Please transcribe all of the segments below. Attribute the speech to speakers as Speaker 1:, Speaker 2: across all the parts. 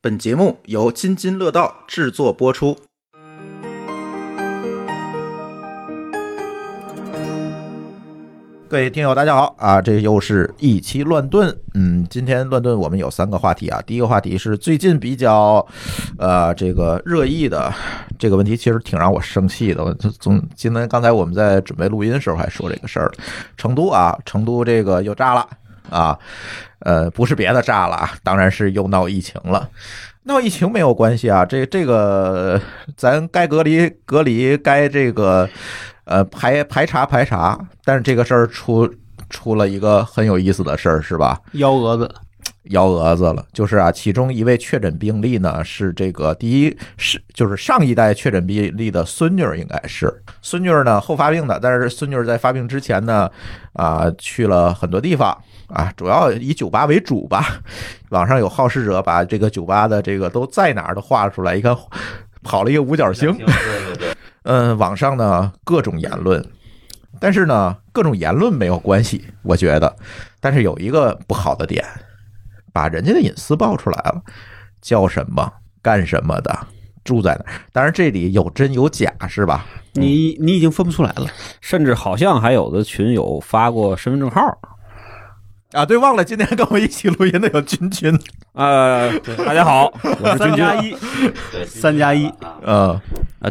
Speaker 1: 本节目由津津乐道制作播出。各位听友，大家好啊！这又是一期乱炖。嗯，今天乱炖我们有三个话题啊。第一个话题是最近比较，呃，这个热议的这个问题，其实挺让我生气的。我就总今天刚才我们在准备录音的时候还说这个事儿了。成都啊，成都这个又炸了啊，呃，不是别的炸了啊，当然是又闹疫情了。闹疫情没有关系啊，这这个咱该隔离隔离，该这个呃排排查排查，但是这个事儿出出了一个很有意思的事儿，是吧？
Speaker 2: 幺蛾子，
Speaker 1: 幺蛾子了，就是啊，其中一位确诊病例呢是这个第一是就是上一代确诊病例的孙女儿，应该是孙女儿呢后发病的，但是孙女儿在发病之前呢，啊、去了很多地方啊，主要以酒吧为主吧。网上有好事者把这个酒吧的这个都在哪儿都画出来，一看跑了一个五角星，
Speaker 3: 对对对，
Speaker 1: 嗯，网上呢各种言论，但是呢各种言论没有关系，我觉得，但是有一个不好的点，把人家的隐私爆出来了，叫什么干什么的，住在哪儿，当然这里有真有假是吧？
Speaker 2: 你
Speaker 3: 嗯
Speaker 2: 你已经分不出来了。
Speaker 3: 甚至好像还有的群友发过身份证号，
Speaker 1: 啊，对，忘了今天跟我一起录音的有君君，
Speaker 3: 呃，大家好，我 是君君啊、
Speaker 2: 一，三加一，
Speaker 1: 呃，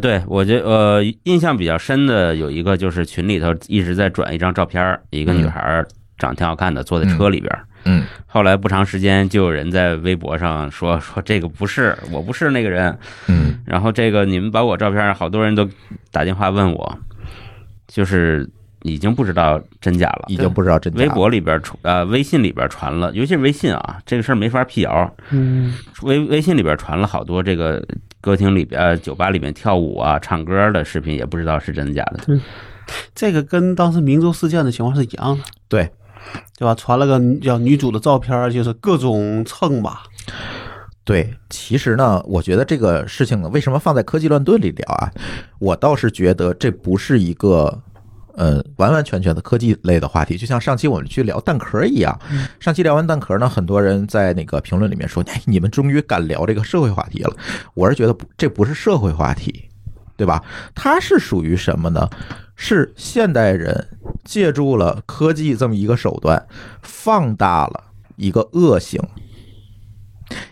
Speaker 3: 对我觉呃印象比较深的有一个就是群里头一直在转一张照片儿，一个女孩儿长挺好看的，坐在车里边儿。
Speaker 1: 嗯
Speaker 3: 后来不长时间就有人在微博上说说这个不是，我不是那个人。
Speaker 1: 嗯
Speaker 3: 然后这个你们把我照片儿，好多人都打电话问我，就是已经不知道真假了，
Speaker 1: 已经不知道真假
Speaker 3: 微博里边传，呃，微信里边传了，尤其是微信啊，这个事儿没法辟谣。
Speaker 2: 嗯，
Speaker 3: 微微信里边传了好多这个歌厅里边、呃酒吧里面跳舞啊、唱歌的视频，也不知道是真的假的。
Speaker 2: 这个跟当时明州事件的情况是一样的，
Speaker 1: 对，
Speaker 2: 对吧？传了个叫女主的照片，就是各种蹭吧，
Speaker 1: 对，其实呢，我觉得这个事情呢，为什么放在科技乱炖里聊啊？我倒是觉得这不是一个。呃，完完全全的科技类的话题，就像上期我们去聊蛋壳一样。上期聊完蛋壳呢，很多人在那个评论里面说：“哎，你们终于敢聊这个社会话题了。”我是觉得不这不是社会话题，对吧？它是属于什么呢？是现代人借助了科技这么一个手段，放大了一个恶行。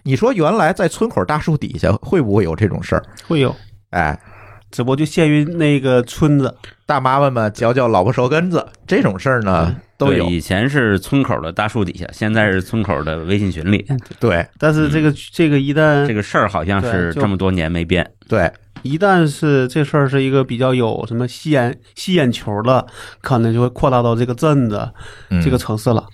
Speaker 1: 你说原来在村口大树底下会不会有这种事儿？
Speaker 2: 会有，
Speaker 1: 哎，
Speaker 2: 只不过就限于那个村子，
Speaker 1: 大妈们们嚼嚼老婆舌根子这种事儿
Speaker 2: 嗯
Speaker 1: 呢都
Speaker 3: 对
Speaker 1: 有。
Speaker 3: 以前是村口的大树底下，现在是村口的微信群里。
Speaker 1: 对
Speaker 2: 但是这个、这个一
Speaker 1: 嗯
Speaker 2: 旦
Speaker 3: 嗯这个事儿好像是
Speaker 2: 对就
Speaker 3: 这么多年没变。
Speaker 1: 对，
Speaker 2: 一旦是这事儿是一个比较有什么吸眼吸眼球的，可能就会扩大到这个镇子、
Speaker 1: 嗯
Speaker 2: 这个城市了。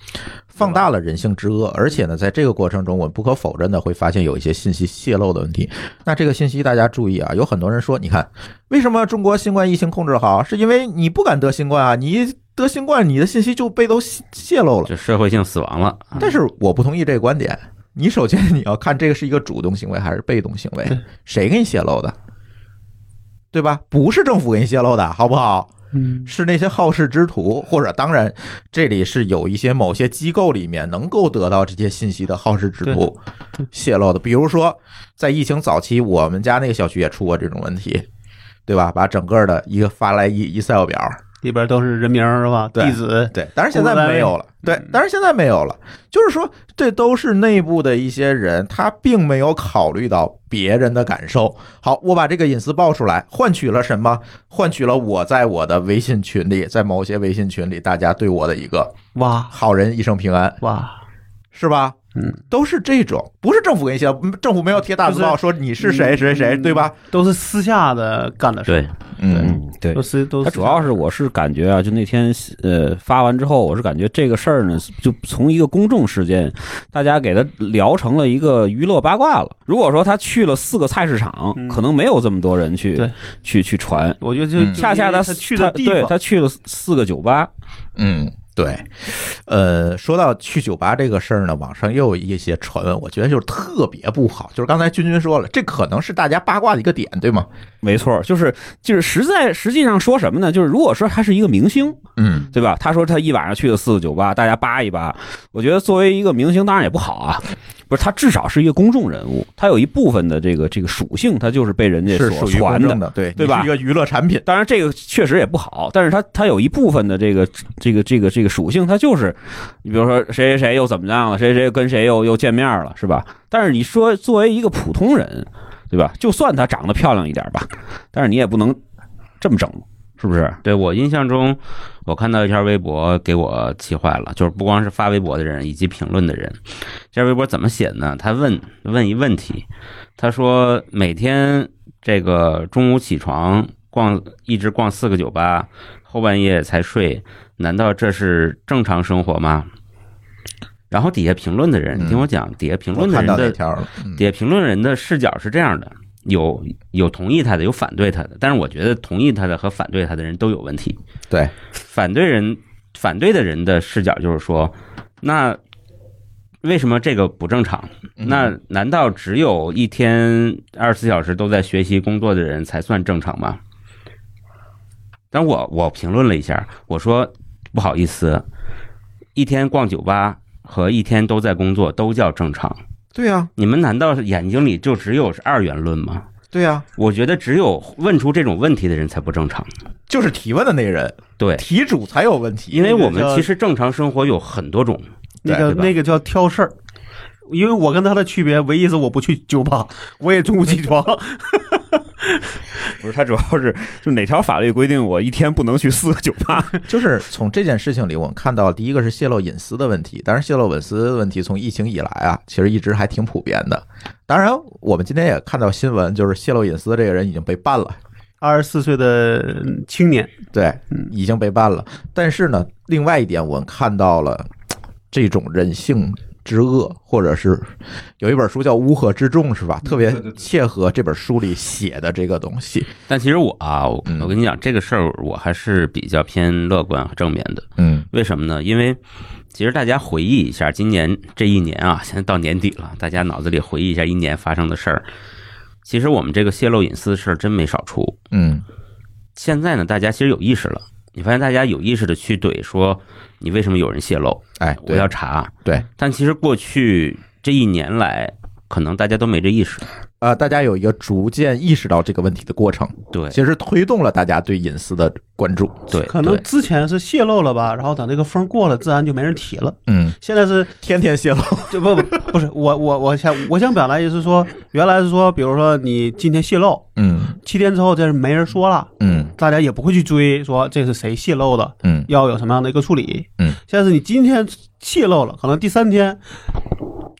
Speaker 1: 放大了人性之恶，而且呢，在这个过程中，我们不可否认的会发现有一些信息泄露的问题。那这个信息大家注意啊，有很多人说，你看为什么中国新冠疫情控制好，是因为你不敢得新冠啊，你得新冠，你的信息就被都泄泄露了。
Speaker 3: 就社会性死亡了，
Speaker 2: 嗯
Speaker 1: 但是我不同意这个观点。你首先你要看这个是一个主动行为还是被动行为
Speaker 2: 对，
Speaker 1: 谁给你泄露的，对吧？不是政府给你泄露的，好不好？
Speaker 2: 嗯，
Speaker 1: 是那些好事之徒，或者当然这里是有一些某些机构里面能够得到这些信息的好事之徒泄露的。比如说，在疫情早期，我们家那个小区也出过这种问题，对吧？把整个的一个发来一 Excel 表，
Speaker 2: 里边都是人名儿是吧？
Speaker 1: 对
Speaker 2: 地址，
Speaker 1: 对，当然现在没有了。对，当然现在没有了。就是说，这都是内部的一些人，他并没有考虑到别人的感受。好，我把这个隐私爆出来，换取了什么？换取了我在我的微信群里，在某些微信群里，大家对我的一个
Speaker 2: 哇
Speaker 1: 好人一生平安，
Speaker 2: 哇。
Speaker 1: 是吧？
Speaker 2: 嗯，都
Speaker 1: 都是这种，不是政府给你写，政府没有贴大字报说你是嗯谁谁谁，对吧？
Speaker 2: 都是私下的干的事儿，
Speaker 3: 对，
Speaker 1: 嗯，
Speaker 4: 嗯，对
Speaker 2: 都。是都
Speaker 4: 他
Speaker 2: 是
Speaker 4: 主要是我是感觉啊，就那天呃发完之后，我是感觉这个事儿呢，就从一个公众事件，大家给他聊成了一个娱乐八卦了。如果说他去了四个菜市场，
Speaker 2: 嗯
Speaker 4: 可能没有这么多人去
Speaker 2: 对
Speaker 4: 去去传。
Speaker 2: 我觉得就
Speaker 1: 嗯
Speaker 2: 就
Speaker 4: 恰恰
Speaker 2: 因为他
Speaker 4: 他
Speaker 2: 去的地
Speaker 4: 对
Speaker 2: 方，
Speaker 4: 他去了四个酒吧，
Speaker 1: 嗯，对，呃，说到去酒吧这个事儿呢，网上又有一些传闻，我觉得就是特别不好。就是刚才君君说了，这可能是大家八卦的一个点，对吗？
Speaker 4: 没错，就是就是实在实际上说什么呢？就是如果说他是一个明星，
Speaker 1: 嗯，
Speaker 4: 对吧？他说他一晚上去了四个酒吧，大家扒一扒。我觉得作为一个明星，当然也不好啊，不是他至少是一个公众人物，他有一部分的这个这个属性，他就是被人家
Speaker 1: 是
Speaker 4: 所
Speaker 1: 属于公
Speaker 4: 传的
Speaker 1: 正。的，对
Speaker 4: 对
Speaker 1: 你
Speaker 4: 吧
Speaker 1: 是一个娱乐产品，
Speaker 4: 当然，这个确实也不好，但是它它有一部分的这个这个这个这个属性，它就是，你比如说谁谁谁又怎么样了，谁谁跟谁又又见面了，是吧？但是你说作为一个普通人，对吧？就算她长得漂亮一点吧，但是你也不能这么整，是不是？
Speaker 3: 对我印象中，我看到一条微博给我气坏了，就是不光是发微博的人以及评论的人。这条微博怎么写呢？他问问一问题，他说每天这个中午起床逛，一直逛四个酒吧，后半夜才睡，难道这是正常生活吗？然后底下评论的人，
Speaker 1: 嗯
Speaker 3: 你听我讲，底下评
Speaker 1: 我
Speaker 3: 论的
Speaker 1: 看到
Speaker 3: 人
Speaker 1: 那
Speaker 3: 的
Speaker 1: 条了，嗯
Speaker 3: 底下评论人的视角是这样的：有有同意他的，有反对他的。但是我觉得同意他的和反对他的人都有问题。
Speaker 1: 对，
Speaker 3: 反对人反对的人的视角就是说，那为什么这个不正常？
Speaker 1: 嗯
Speaker 3: 那难道只有一天二十四小时都在学习工作的人才算正常吗？但我我评论了一下，我说不好意思，一天逛酒吧和一天都在工作都叫正常。
Speaker 1: 对啊呀，
Speaker 3: 你们难道是眼睛里就只有是二元论吗？
Speaker 1: 对啊呀，
Speaker 3: 我觉得只有问出这种问题的人才不正常。
Speaker 1: 就是提问的那个人，
Speaker 3: 对，
Speaker 1: 题主才有问题，
Speaker 3: 因为我们其实正常生活有很多种，
Speaker 2: 那个
Speaker 3: 对吧
Speaker 2: 那个叫挑事儿。因为我跟他的区别，唯一是我不去酒吧，我也中午起床。
Speaker 4: 不是，他主要是就哪条法律规定我一天不能去四个酒吧？
Speaker 1: 就是从这件事情里，我们看到第一个是泄露隐私的问题。当然，泄露隐私的问题从疫情以来啊，其实一直还挺普遍的。当然，我们今天也看到新闻，就是泄露隐私的这个人已经被办了，
Speaker 2: 二十四岁的青年，
Speaker 1: 对，
Speaker 3: 嗯
Speaker 1: 已经被办了。但是呢，另外一点，我们看到了这种人性。之恶，或者是有一本书叫《乌合之众》，是
Speaker 3: 嗯
Speaker 1: 吧？特别切合这本书里写的这个东西。
Speaker 3: 但其实我啊，我
Speaker 1: 嗯
Speaker 3: 我跟你讲这个事儿，我还是比较偏乐观和正面的。
Speaker 1: 嗯
Speaker 3: 为什么呢？因为其实大家回忆一下今年这一年啊， 现在到年底了，大家脑子里回忆一下一年发生的事儿。其实我们这个泄露隐私的事儿真没少出，
Speaker 1: 嗯，
Speaker 3: 现在呢，大家其实有意识了，你发现大家有意识的去怼说你为什么有人泄露，
Speaker 1: 哎，
Speaker 3: 我
Speaker 1: 对
Speaker 3: 要查。
Speaker 1: 对，
Speaker 3: 但其实过去这一年来，可能大家都没这意识。
Speaker 1: 呃，大家有一个逐渐意识到这个问题的过程。
Speaker 3: 对
Speaker 1: 其实推动了大家对隐私的关注。
Speaker 3: 对，
Speaker 2: 可能
Speaker 3: 对
Speaker 2: 之前是泄露了吧，然后等这个风过了，自然就没人提了。
Speaker 1: 嗯，
Speaker 2: 现在是
Speaker 1: 天天泄露。
Speaker 2: 这不不不是我我我想我想表达意思是说，原来是说，比如说你今天泄露，
Speaker 1: 嗯
Speaker 2: 七天之后这是没人说了，
Speaker 1: 嗯
Speaker 2: 大家也不会去追说这是谁泄露的，
Speaker 1: 嗯
Speaker 2: 要有什么样的一个处理。
Speaker 1: 嗯，
Speaker 2: 现在是你今天泄露了，可能第三天，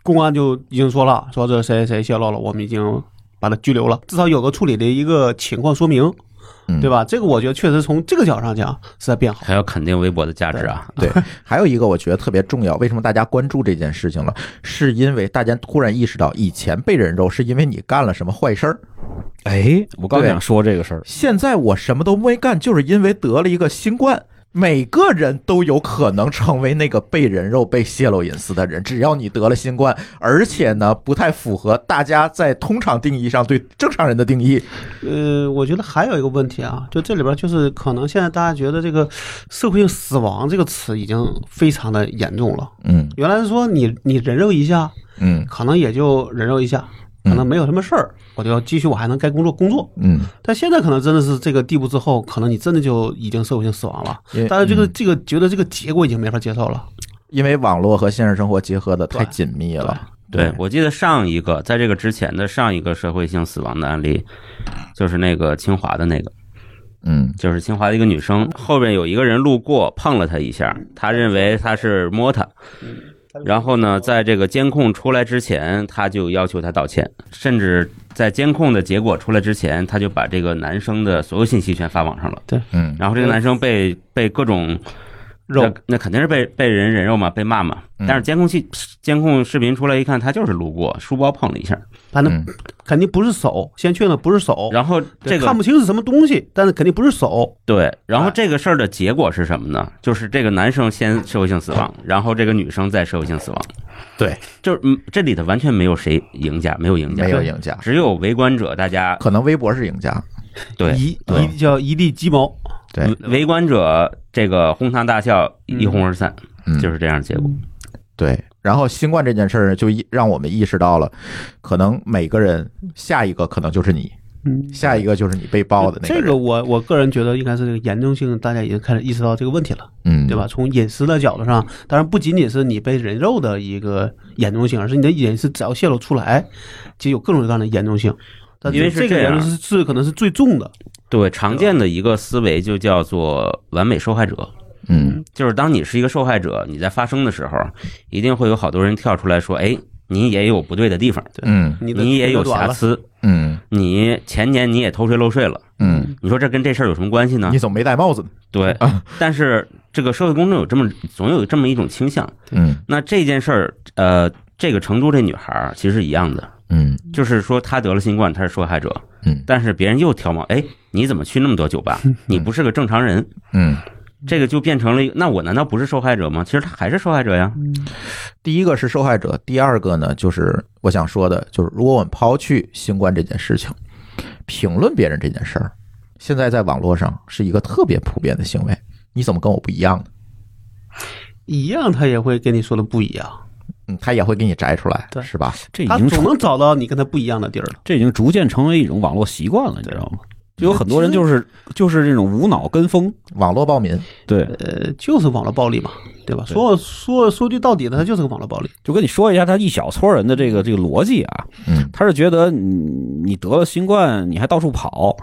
Speaker 2: 公安就已经说了，说这谁谁泄露了，我们已经把他拘留了，至少有个处理的一个情况说明，
Speaker 1: 嗯，
Speaker 2: 对？吧？这个我觉得确实从这个角上讲是在变好。
Speaker 3: 还要肯定微博的价值啊。
Speaker 1: 对，还有一个我觉得特别重要，为什么大家关注这件事情了？是因为大家突然意识到，以前被人肉是因为你干了什么坏事儿，
Speaker 4: 哎，我刚想说这个事儿，
Speaker 1: 现在我什么都没干，就是因为得了一个新冠。每个人都有可能成为那个被人肉、被泄露隐私的人，只要你得了新冠，而且呢，不太符合大家在通常定义上对正常人的定义。
Speaker 2: 呃，我觉得还有一个问题啊，就这里边就是可能现在大家觉得这个社会性死亡这个词已经非常的严重了。
Speaker 1: 嗯
Speaker 2: 原来是说你你忍受一下，
Speaker 1: 嗯
Speaker 2: 可能也就忍受一下，可能没有什么事儿，我就要继续我还能该工作工作。
Speaker 1: 嗯，
Speaker 2: 但现在可能真的是这个地步之后，可能你真的就已经社会性死亡了
Speaker 1: 因为。嗯
Speaker 2: 大家这
Speaker 3: 嗯
Speaker 2: 个这个觉得这个结果已经没法接受了。
Speaker 1: 因为网络和现实生活结合的太紧密了。
Speaker 3: 对，我记得上一个，在这个之前的上一个社会性死亡的案例，就是那个清华的那个，
Speaker 1: 嗯
Speaker 3: 就是清华的一个女生，后边有一个人路过碰了她一下，她认为她是摸她，然后呢，在这个监控出来之前，她就要求她道歉，甚至在监控的结果出来之前，她就把这个男生的所有信息全发网上了，
Speaker 1: 嗯
Speaker 3: 然后这个男生被被各种
Speaker 2: 肉
Speaker 3: 那，那肯定是被被人人肉嘛，被骂嘛，但是监控器监控视频出来一看，他就是路过，书包碰了一下，
Speaker 2: 反正
Speaker 1: 嗯
Speaker 2: 肯定不是手，先确认不是手，
Speaker 3: 然后
Speaker 2: 哦对
Speaker 3: 这个
Speaker 2: 看不清是什么东西，但是肯定不是手。
Speaker 3: 对，然后
Speaker 2: 哎
Speaker 3: 这个事儿的结果是什么呢？就是这个男生先社会性死亡，然后这个女生再社会性死亡。
Speaker 1: 对，
Speaker 3: 就是嗯这里头完全没有谁赢家，没有赢家，
Speaker 1: 没有赢家，
Speaker 3: 只有围观者，大家
Speaker 1: 可能微博是赢家。
Speaker 3: 对
Speaker 2: 一
Speaker 3: 对
Speaker 2: 一叫一地鸡毛。
Speaker 1: 对
Speaker 3: 围围观者这个哄堂大笑，一
Speaker 2: 嗯
Speaker 3: 哄而散，
Speaker 1: 嗯，
Speaker 3: 就是这样的结果。
Speaker 1: 对。然后新冠这件事儿就一让我们意识到了，可能每个人下一个可能就是你，
Speaker 2: 嗯，
Speaker 1: 下一个就是你被爆的那
Speaker 2: 这
Speaker 1: 人，
Speaker 2: 个我我个人觉得应该是这个严重性，大家已经开始意识到这个问题了，
Speaker 1: 嗯，
Speaker 2: 对吧？？从隐私的角度上，当然不仅仅是你被人肉的一个严重性，而是你的隐私只要泄露出来，就有各种各样的严重性。但
Speaker 3: 因为是
Speaker 2: 这个
Speaker 3: 这样
Speaker 2: 严重是是可能是最重的，
Speaker 3: 对，常见的一个思维就叫做完美受害者，
Speaker 1: 嗯
Speaker 3: 就是当你是一个受害者，你在发声的时候，一定会有好多人跳出来说：“哎，你也有不对的地方，
Speaker 1: 嗯
Speaker 2: 你的
Speaker 3: 你也有
Speaker 2: 腿就短
Speaker 3: 瑕
Speaker 2: 了，
Speaker 3: 疵，
Speaker 1: 嗯
Speaker 3: 你前年你也偷税漏税了，
Speaker 1: 嗯，
Speaker 3: 你说这跟这事儿有什么关系呢
Speaker 1: 你？”怎么没戴帽子呢？
Speaker 3: 对，
Speaker 2: 啊
Speaker 3: 但是这个社会公众有这么总有这么一种倾向。
Speaker 1: 嗯
Speaker 3: 那这件事儿，呃，这个成都这女孩儿其实是一样的，
Speaker 1: 嗯
Speaker 3: 就是说她得了新冠，她是受害者，
Speaker 1: 嗯
Speaker 3: 但是别人又挑毛，哎，你怎么去那么多酒吧？你不是个正常人，
Speaker 1: 嗯，
Speaker 3: 这个就变成了一个，那我难道不是受害者吗？其实她还是受害者呀。
Speaker 2: 嗯
Speaker 1: 第一个是受害者，第二个呢，就是我想说的，就是如果我们抛去新冠这件事情，评论别人这件事儿，现在在网络上是一个特别普遍的行为。你怎么跟我不一样呢？
Speaker 2: 一样他也会跟你说的不一样，
Speaker 1: 嗯，他也会给你摘出来，
Speaker 2: 对
Speaker 1: 是吧？
Speaker 4: 这已
Speaker 2: 他
Speaker 4: 经
Speaker 2: 总
Speaker 4: 成
Speaker 2: 能找到你跟他不一样的地儿了。
Speaker 4: 这已经逐渐成为一种网络习惯了，你知道吗？就有很多人就是就是这种无脑跟风，
Speaker 1: 网络暴民，
Speaker 4: 对，
Speaker 2: 呃，就是网络暴力嘛，对吧？
Speaker 4: 对
Speaker 2: 说说说句到底的，它就是个网络暴力。
Speaker 4: 就跟你说一下他一小撮人的这个这个逻辑啊，
Speaker 1: 嗯
Speaker 4: 他是觉得你你得了新冠，你还到处跑，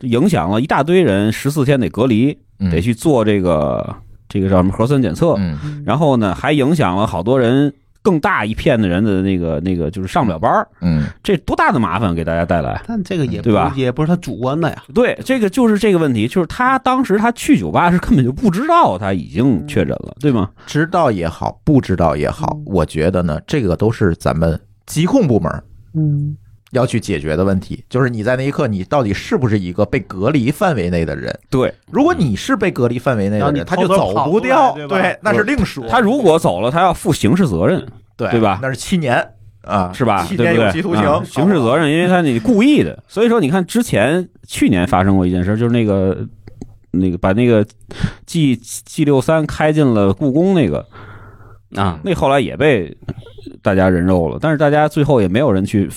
Speaker 4: 影响了一大堆人，十四天得隔离，
Speaker 1: 嗯，
Speaker 4: 得去做这个这个叫什么核酸检测，
Speaker 1: 嗯
Speaker 4: 然后呢还影响了好多人更大一片的人的那个那个就是上不了班儿，
Speaker 1: 嗯
Speaker 4: 这多大的麻烦给大家带来？啊
Speaker 2: 但这个也
Speaker 4: 对吧
Speaker 2: 不也不是他主观的呀，
Speaker 4: 对，这个就是这个问题，就是他当时他去酒吧是根本就不知道他已经
Speaker 1: 嗯
Speaker 4: 确诊了，对吗？
Speaker 1: 知道也好，不知道也好，我觉得呢，这个都是咱们疾控部门
Speaker 2: 嗯，
Speaker 1: 要去解决的问题，就是你在那一刻，你到底是不是一个被隔离范围内的人？
Speaker 4: 对
Speaker 1: 如果你是被隔离范围内的
Speaker 4: 嗯
Speaker 2: 然后
Speaker 1: 人，
Speaker 2: 你
Speaker 1: 他就
Speaker 2: 偷偷
Speaker 1: 走
Speaker 2: 跑
Speaker 1: 不
Speaker 2: 出来
Speaker 1: 掉，
Speaker 2: 对吧
Speaker 1: 对，那是另说。
Speaker 4: 他如果走了，他要负刑事责任，
Speaker 1: 对
Speaker 4: 对吧
Speaker 1: 那是七年啊，
Speaker 4: 是吧？
Speaker 1: 七年
Speaker 4: 对不
Speaker 1: 有
Speaker 4: 对？
Speaker 1: 期徒刑，
Speaker 4: 啊刑事责任，因为他你故意的。所以说，你看之前去年发生过一件事，就是那个那个把那个 G G 六三开进了故宫那个，
Speaker 3: 啊，
Speaker 4: 那后来也被大家人肉了，但是大家最后也没有人去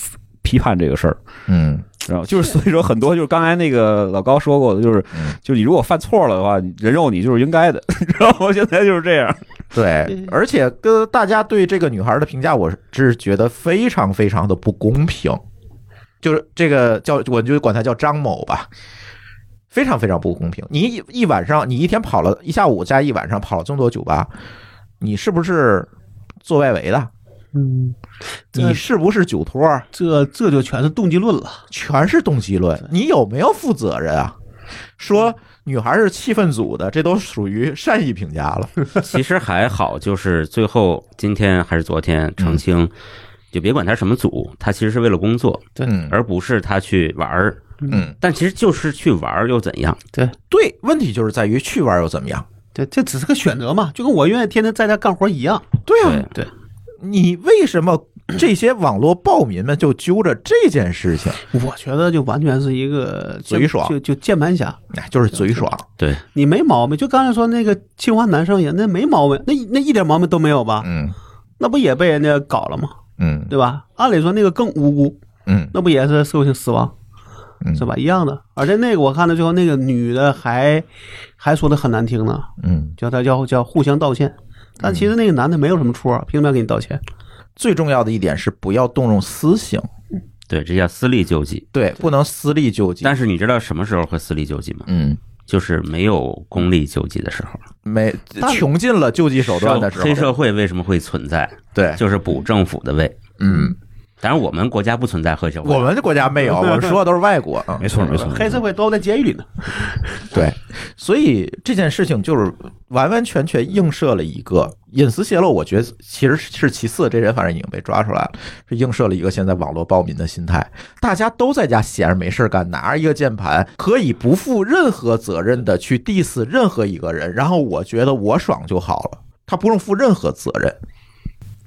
Speaker 4: 批判这个事儿。
Speaker 1: 嗯
Speaker 4: 然后就是，所以说很多就是刚才那个老高说过的，就是
Speaker 1: 嗯，
Speaker 4: 就你如果犯错了的话，你人肉你就是应该的， 你知道吗？现在就是这样。
Speaker 1: 对，而且跟大家对这个女孩的评价，我是觉得非常非常的不公平，就是这个叫我就管她叫张某吧。非常非常不公平！你一一晚上，你一天跑了一下午加一晚上，跑了这么多酒吧，你是不是做外围的？
Speaker 2: 嗯，这
Speaker 1: 你是不是酒托？
Speaker 2: 这这就全是动机论了。
Speaker 1: 全是动机论，你有没有负责任啊？说女孩是气氛组的，这都属于善意评价了。
Speaker 3: 其实还好，就是最后今天还是昨天澄清，就别管他什么组，他其实是为了工作，
Speaker 1: 嗯
Speaker 3: 而不是他去玩儿。
Speaker 1: 嗯，
Speaker 3: 但其实就是去玩儿又怎样？
Speaker 1: 对，问题就是在于去玩又怎么样？
Speaker 2: 对，这只是个选择嘛，就跟我愿意天天在家干活一样。
Speaker 1: 对啊，
Speaker 3: 对
Speaker 2: 对，
Speaker 1: 你为什么这些网络暴民们就揪着这件事情？
Speaker 2: 我觉得就完全是一个
Speaker 1: 嘴
Speaker 2: 键
Speaker 1: 爽
Speaker 2: 就就键盘侠，
Speaker 1: 哎，就是嘴爽。
Speaker 3: 对，
Speaker 2: 你没毛病。就刚才说那个清华男生也那没毛病，那那一点毛病都没有吧？
Speaker 1: 嗯
Speaker 2: 那不也被人家搞了吗？
Speaker 1: 嗯
Speaker 2: 对吧？按理说那个更无辜，
Speaker 1: 嗯
Speaker 2: 那不也是社会性死亡
Speaker 1: 嗯
Speaker 2: 是吧？一样的。而且那个我看到最后那个女的还还说的很难听呢，
Speaker 1: 嗯，
Speaker 2: 叫他叫叫互相道歉。但其实那个男的没有什么错，凭什么要给你道歉？
Speaker 1: 最重要的一点是不要动用私刑，
Speaker 3: 对，这叫私利救济。
Speaker 1: 对，不能私利救济。
Speaker 3: 但是你知道什么时候会私利救济吗？
Speaker 1: 嗯，
Speaker 3: 就是没有功利救济的时候。
Speaker 1: 没
Speaker 2: 但
Speaker 1: 穷尽了救济手段的时候，哎
Speaker 3: 黑社会为什么会存在？
Speaker 1: 对，
Speaker 3: 就是补政府的位。
Speaker 1: 嗯，
Speaker 3: 当然，我们国家不存在黑社会。
Speaker 1: 我们这国家没有，我们说的都是外国。啊。
Speaker 4: 没错，没错。
Speaker 2: 黑社会都在监狱里呢。
Speaker 1: 对，所以这件事情就是完完全全映射了一个隐私泄露，我觉得其实是其次，这人反正已经被抓出来了，是映射了一个现在网络暴民的心态，大家都在家闲着没事儿干，拿着一个键盘，可以不负任何责任的去 diss 任何一个人，然后我觉得我爽就好了，他不用负任何责任。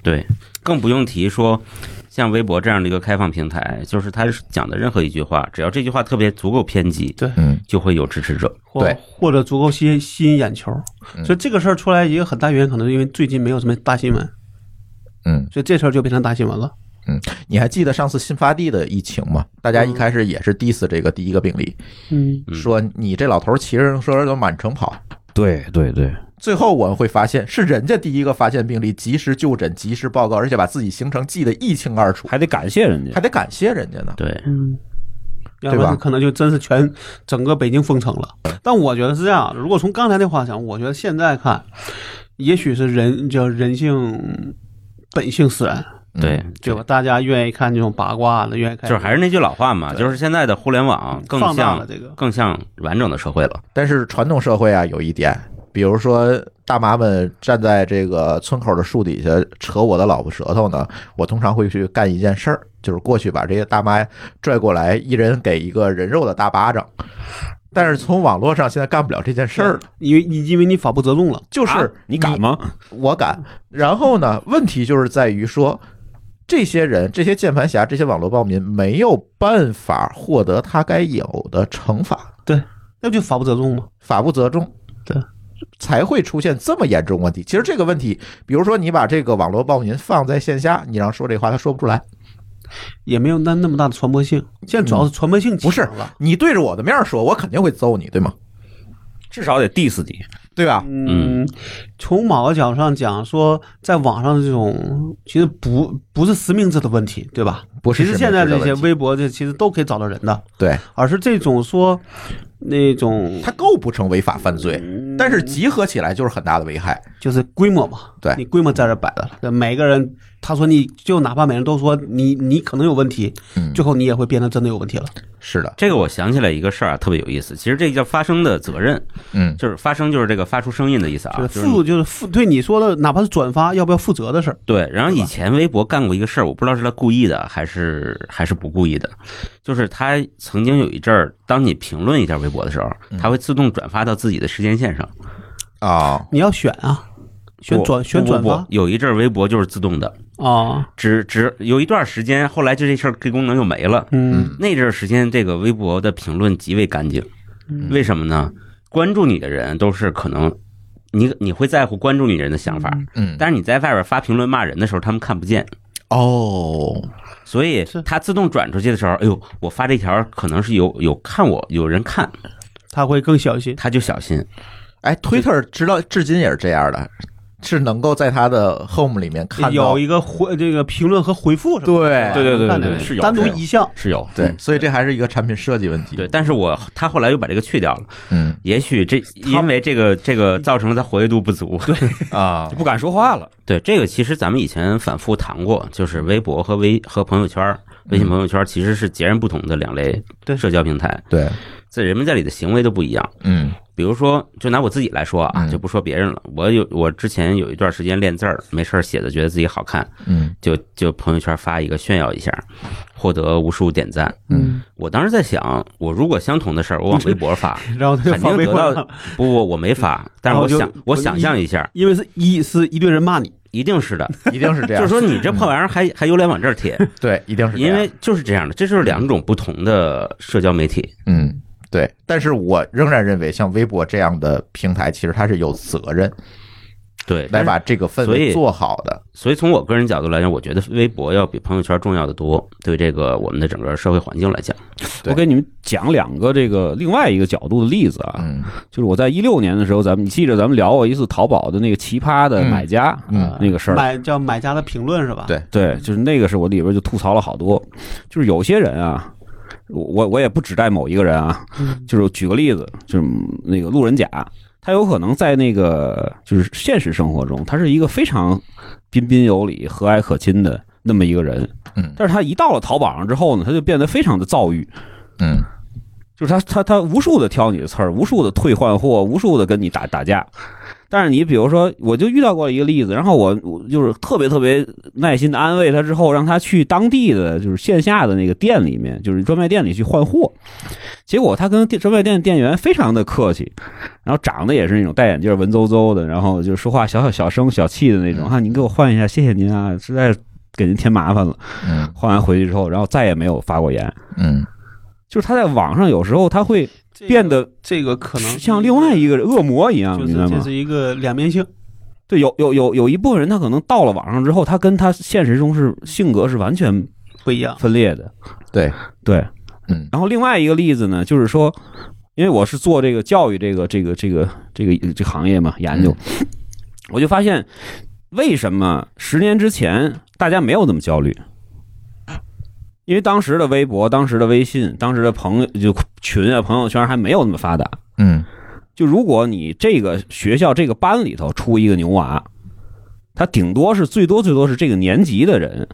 Speaker 3: 对，更不用提说像微博这样的一个开放平台，就是他讲的任何一句话，只要这句话特别足够偏激，
Speaker 1: 嗯
Speaker 3: 就会有支持者。
Speaker 2: 或
Speaker 1: 对
Speaker 2: 或者足够吸引吸引眼球
Speaker 1: 嗯。
Speaker 2: 所以这个事儿出来一个很大原因，可能是因为最近没有什么大新闻，
Speaker 1: 嗯，
Speaker 2: 所以这事儿就变成大新闻了。
Speaker 1: 你还记得上次新发地的疫情吗？大家一开始也是 diss 这个第一个病例，
Speaker 2: 嗯，
Speaker 3: 嗯
Speaker 1: 说你这老头骑着自行车都满城跑。
Speaker 4: 对对对，
Speaker 1: 最后我们会发现，是人家第一个发现病例，及时就诊，及时报告，而且把自己行程记得一清二楚，
Speaker 4: 还得感谢人家
Speaker 1: 还。得感谢人家呢。
Speaker 3: 对，
Speaker 2: 嗯，要不
Speaker 1: 对吧
Speaker 2: 然可能就真是全整个北京封城了。但我觉得是这样，如果从刚才那话讲，我觉得现在看，也许是人叫人性本性使然，
Speaker 1: 嗯
Speaker 3: 对，
Speaker 2: 对吧？大家愿意看这种八卦的，愿意看
Speaker 3: 就是还是那句老话嘛，就是现在的互联网更
Speaker 2: 放大了
Speaker 3: 像
Speaker 2: 这个。
Speaker 3: 更像完整的社会了。
Speaker 1: 但是传统社会啊，有一点，比如说大妈们站在这个村口的树底下扯我的老婆舌头呢，我通常会去干一件事儿，就是过去把这些大妈拽过来，一人给一个人肉的大巴掌。但是从网络上现在干不了这件事儿了，
Speaker 2: 因为你因为你法不责众了，
Speaker 1: 就是、
Speaker 4: 啊你敢吗？
Speaker 1: 我敢。然后呢，问题就是在于说，这些人、这些键盘侠、这些网络暴民没有办法获得他该有的惩罚，
Speaker 2: 那不就法不责众吗？
Speaker 1: 法不责众。
Speaker 2: 对。
Speaker 1: 才会出现这么严重问题。其实这个问题，比如说你把这个网络暴民放在线下，你让说这话，他说不出来。
Speaker 2: 也没有那那么大的传播性。现在主要
Speaker 3: 嗯
Speaker 2: 是传播性
Speaker 1: 不是
Speaker 2: 强了，
Speaker 1: 嗯你对着我的面说，我肯定会揍你，对吗？
Speaker 4: 至少得 diss 你。
Speaker 1: 对吧？
Speaker 2: 嗯，从某个角度上讲，说在网上的这种其实不不是实名制的问题，对吧？
Speaker 1: 不是
Speaker 2: 其实现在这
Speaker 1: 这
Speaker 2: 些微博这其实都可以找到人的，
Speaker 1: 对，
Speaker 2: 而是这种说那种
Speaker 1: 他构不成违法犯罪，但是集合起来就是很大的危害。
Speaker 2: 就是规模嘛，
Speaker 1: 对
Speaker 2: 你规模在这摆着了，每个人他说你就哪怕每人都说你你可能有问题，
Speaker 1: 嗯
Speaker 2: 最后你也会变成真的有问题了。
Speaker 1: 是的，
Speaker 3: 这个我想起来一个事儿啊，特别有意思。其实这叫发声的责任，
Speaker 1: 嗯，
Speaker 3: 就是发声就是这个发出声音的意思啊，
Speaker 2: 就
Speaker 3: 就是是
Speaker 2: 负就是负对你说的，哪怕是转发，要不要负责的事儿？
Speaker 3: 对。然后以前微博干过一个事儿，我不知道是他故意的还是还是不故意的，就是他曾经有一阵儿，当你评论一下微博的时候，他会自动转发到自己的时间线上。
Speaker 1: 啊，
Speaker 2: 你要选啊，选
Speaker 3: 不
Speaker 2: 转选
Speaker 3: 不
Speaker 2: 转
Speaker 3: 不
Speaker 2: 发
Speaker 3: 不有一阵儿微博就是自动的，
Speaker 2: 啊，
Speaker 3: 只只有一段时间，后来就这事儿这功能又没了。
Speaker 2: 嗯
Speaker 3: 那阵儿时间，这个微博的评论极为干净，为什么呢？关注你的人都是可能你你会在乎关注你的人的想法，
Speaker 1: 嗯，
Speaker 3: 但是你在外边发评论骂人的时候，他们看不见，
Speaker 1: 哦，
Speaker 3: 所以
Speaker 2: 是
Speaker 3: 他自动转出去的时候，哎呦，我发这条可能是有有看我有人看，
Speaker 2: 他会更小心。
Speaker 3: 他就小心。
Speaker 1: 哎，Twitter 直到至今也是这样的，是能够在它的 Home 里面看到
Speaker 2: 有一个回这个评论和回复什么
Speaker 1: 对
Speaker 4: 对对对
Speaker 2: 看
Speaker 4: 对
Speaker 2: 着
Speaker 4: 对，是有
Speaker 2: 单独
Speaker 4: 是有
Speaker 2: 一项，
Speaker 4: 是有
Speaker 1: 对，所以这还是一个产品设计问题。
Speaker 3: 嗯对，，但是我他后来又把这个去掉了，
Speaker 1: 嗯
Speaker 3: 也许这因为这个这个造成了他活跃度不足。对
Speaker 1: 啊
Speaker 4: 就，不敢说话了。
Speaker 3: 对，这个其实咱们以前反复谈过，就是微博和微和朋友圈儿、微信朋友圈儿其实是截然不同的两类
Speaker 2: 对
Speaker 3: 社交平台，
Speaker 1: 对，
Speaker 3: 在人们在里的行为都不一样。
Speaker 1: 嗯
Speaker 3: 比如说，就拿我自己来说啊，
Speaker 1: 嗯
Speaker 3: 就不说别人了。我有我之前有一段时间练字儿，没事儿写的，觉得自己好看，
Speaker 1: 嗯
Speaker 3: 就就朋友圈发一个炫耀一下，获得无数点赞。
Speaker 1: 嗯，
Speaker 3: 我当时在想，我如果相同的事儿，我往微博发，
Speaker 2: 然后他就
Speaker 3: 肯
Speaker 2: 发
Speaker 3: 定
Speaker 2: 微
Speaker 3: 得
Speaker 2: 博
Speaker 3: 到
Speaker 2: 了，
Speaker 3: 不不，我没发，但是
Speaker 2: 哦
Speaker 3: 我
Speaker 2: 就
Speaker 3: 想我
Speaker 2: 就
Speaker 3: 想
Speaker 2: 一
Speaker 3: 象一下，
Speaker 2: 因为是一是一堆人骂你，
Speaker 3: 一定是的。
Speaker 1: 一定是这
Speaker 3: 就
Speaker 1: 样，嗯
Speaker 3: 是说，你这破玩意儿还还有脸往这儿贴，
Speaker 1: 对，一啊定是这
Speaker 3: 因
Speaker 1: 样，
Speaker 3: 为就是这样的，这就是两种不同的社交媒体。
Speaker 1: 嗯。对，但是我仍然认为，像微博这样的平台，其实它是有责任
Speaker 3: 对，
Speaker 1: 来
Speaker 3: 但是
Speaker 1: 把这个氛
Speaker 3: 所以
Speaker 1: 围做好的。
Speaker 3: 所以从我个人角度来讲，我觉得微博要比朋友圈重要的多。对这个我们的整个社会环境来讲，
Speaker 1: 对
Speaker 4: 我给你们讲两个这个另外一个角度的例子啊，
Speaker 1: 嗯
Speaker 4: 就是我在一六年的时候，咱们你记着咱们聊过一次淘宝的那个奇葩的买家、
Speaker 1: 嗯
Speaker 4: 啊那个事儿，
Speaker 2: 买叫买家的评论是吧？
Speaker 1: 对
Speaker 4: 对，就是那个是我里边就吐槽了好多，就是有些人啊，我我我也不指代某一个人啊，
Speaker 2: 嗯，
Speaker 4: 就是举个例子，就是那个路人甲，他有可能在那个就是现实生活中，他是一个非常彬彬有礼、和蔼可亲的那么一个人，
Speaker 1: 嗯
Speaker 4: 但是他一到了淘宝上之后呢，他就变得非常的躁郁，
Speaker 1: 嗯
Speaker 4: 就是他他他无数的挑你的刺儿，无数的退换货，无数的跟你打打架。但是你比如说，我就遇到过一个例子，然后我我就是特别特别耐心的安慰他之后，让他去当地的就是线下的那个店里面，就是专卖店里去换货。结果他跟店专卖店店员非常的客气，然后长得也是那种戴眼镜、文绉绉的，然后就是说话小小小声小气的那种啊，您给我换一下，谢谢您啊，实在给您添麻烦了。
Speaker 1: 嗯
Speaker 4: 换完回去之后，然后再也没有发过言。
Speaker 1: 嗯，
Speaker 4: 就是他在网上有时候他会
Speaker 2: 这个
Speaker 4: 变得
Speaker 2: 这个可能
Speaker 4: 像另外一个恶魔一样，
Speaker 2: 就
Speaker 4: 你
Speaker 2: 是
Speaker 4: 知道
Speaker 2: 这
Speaker 4: 吗？
Speaker 2: 是一个两面性，
Speaker 4: 对，有有有有一部分人，他可能到了网上之后，他跟他现实中是性格是完全
Speaker 2: 不一样。
Speaker 4: 分裂的。
Speaker 1: 对
Speaker 4: 对，
Speaker 1: 嗯
Speaker 4: 然后另外一个例子呢，就是说，因为我是做这个教育这个这个这个这个这个行业嘛，研究，我就发现为什么十年之前大家没有这么焦虑。因为当时的微博、当时的微信、当时的朋友就群啊、朋友圈还没有那么发达，
Speaker 1: 嗯
Speaker 4: 就如果你这个学校这个班里头出一个牛娃，他顶多是最多最多是这个年级的人，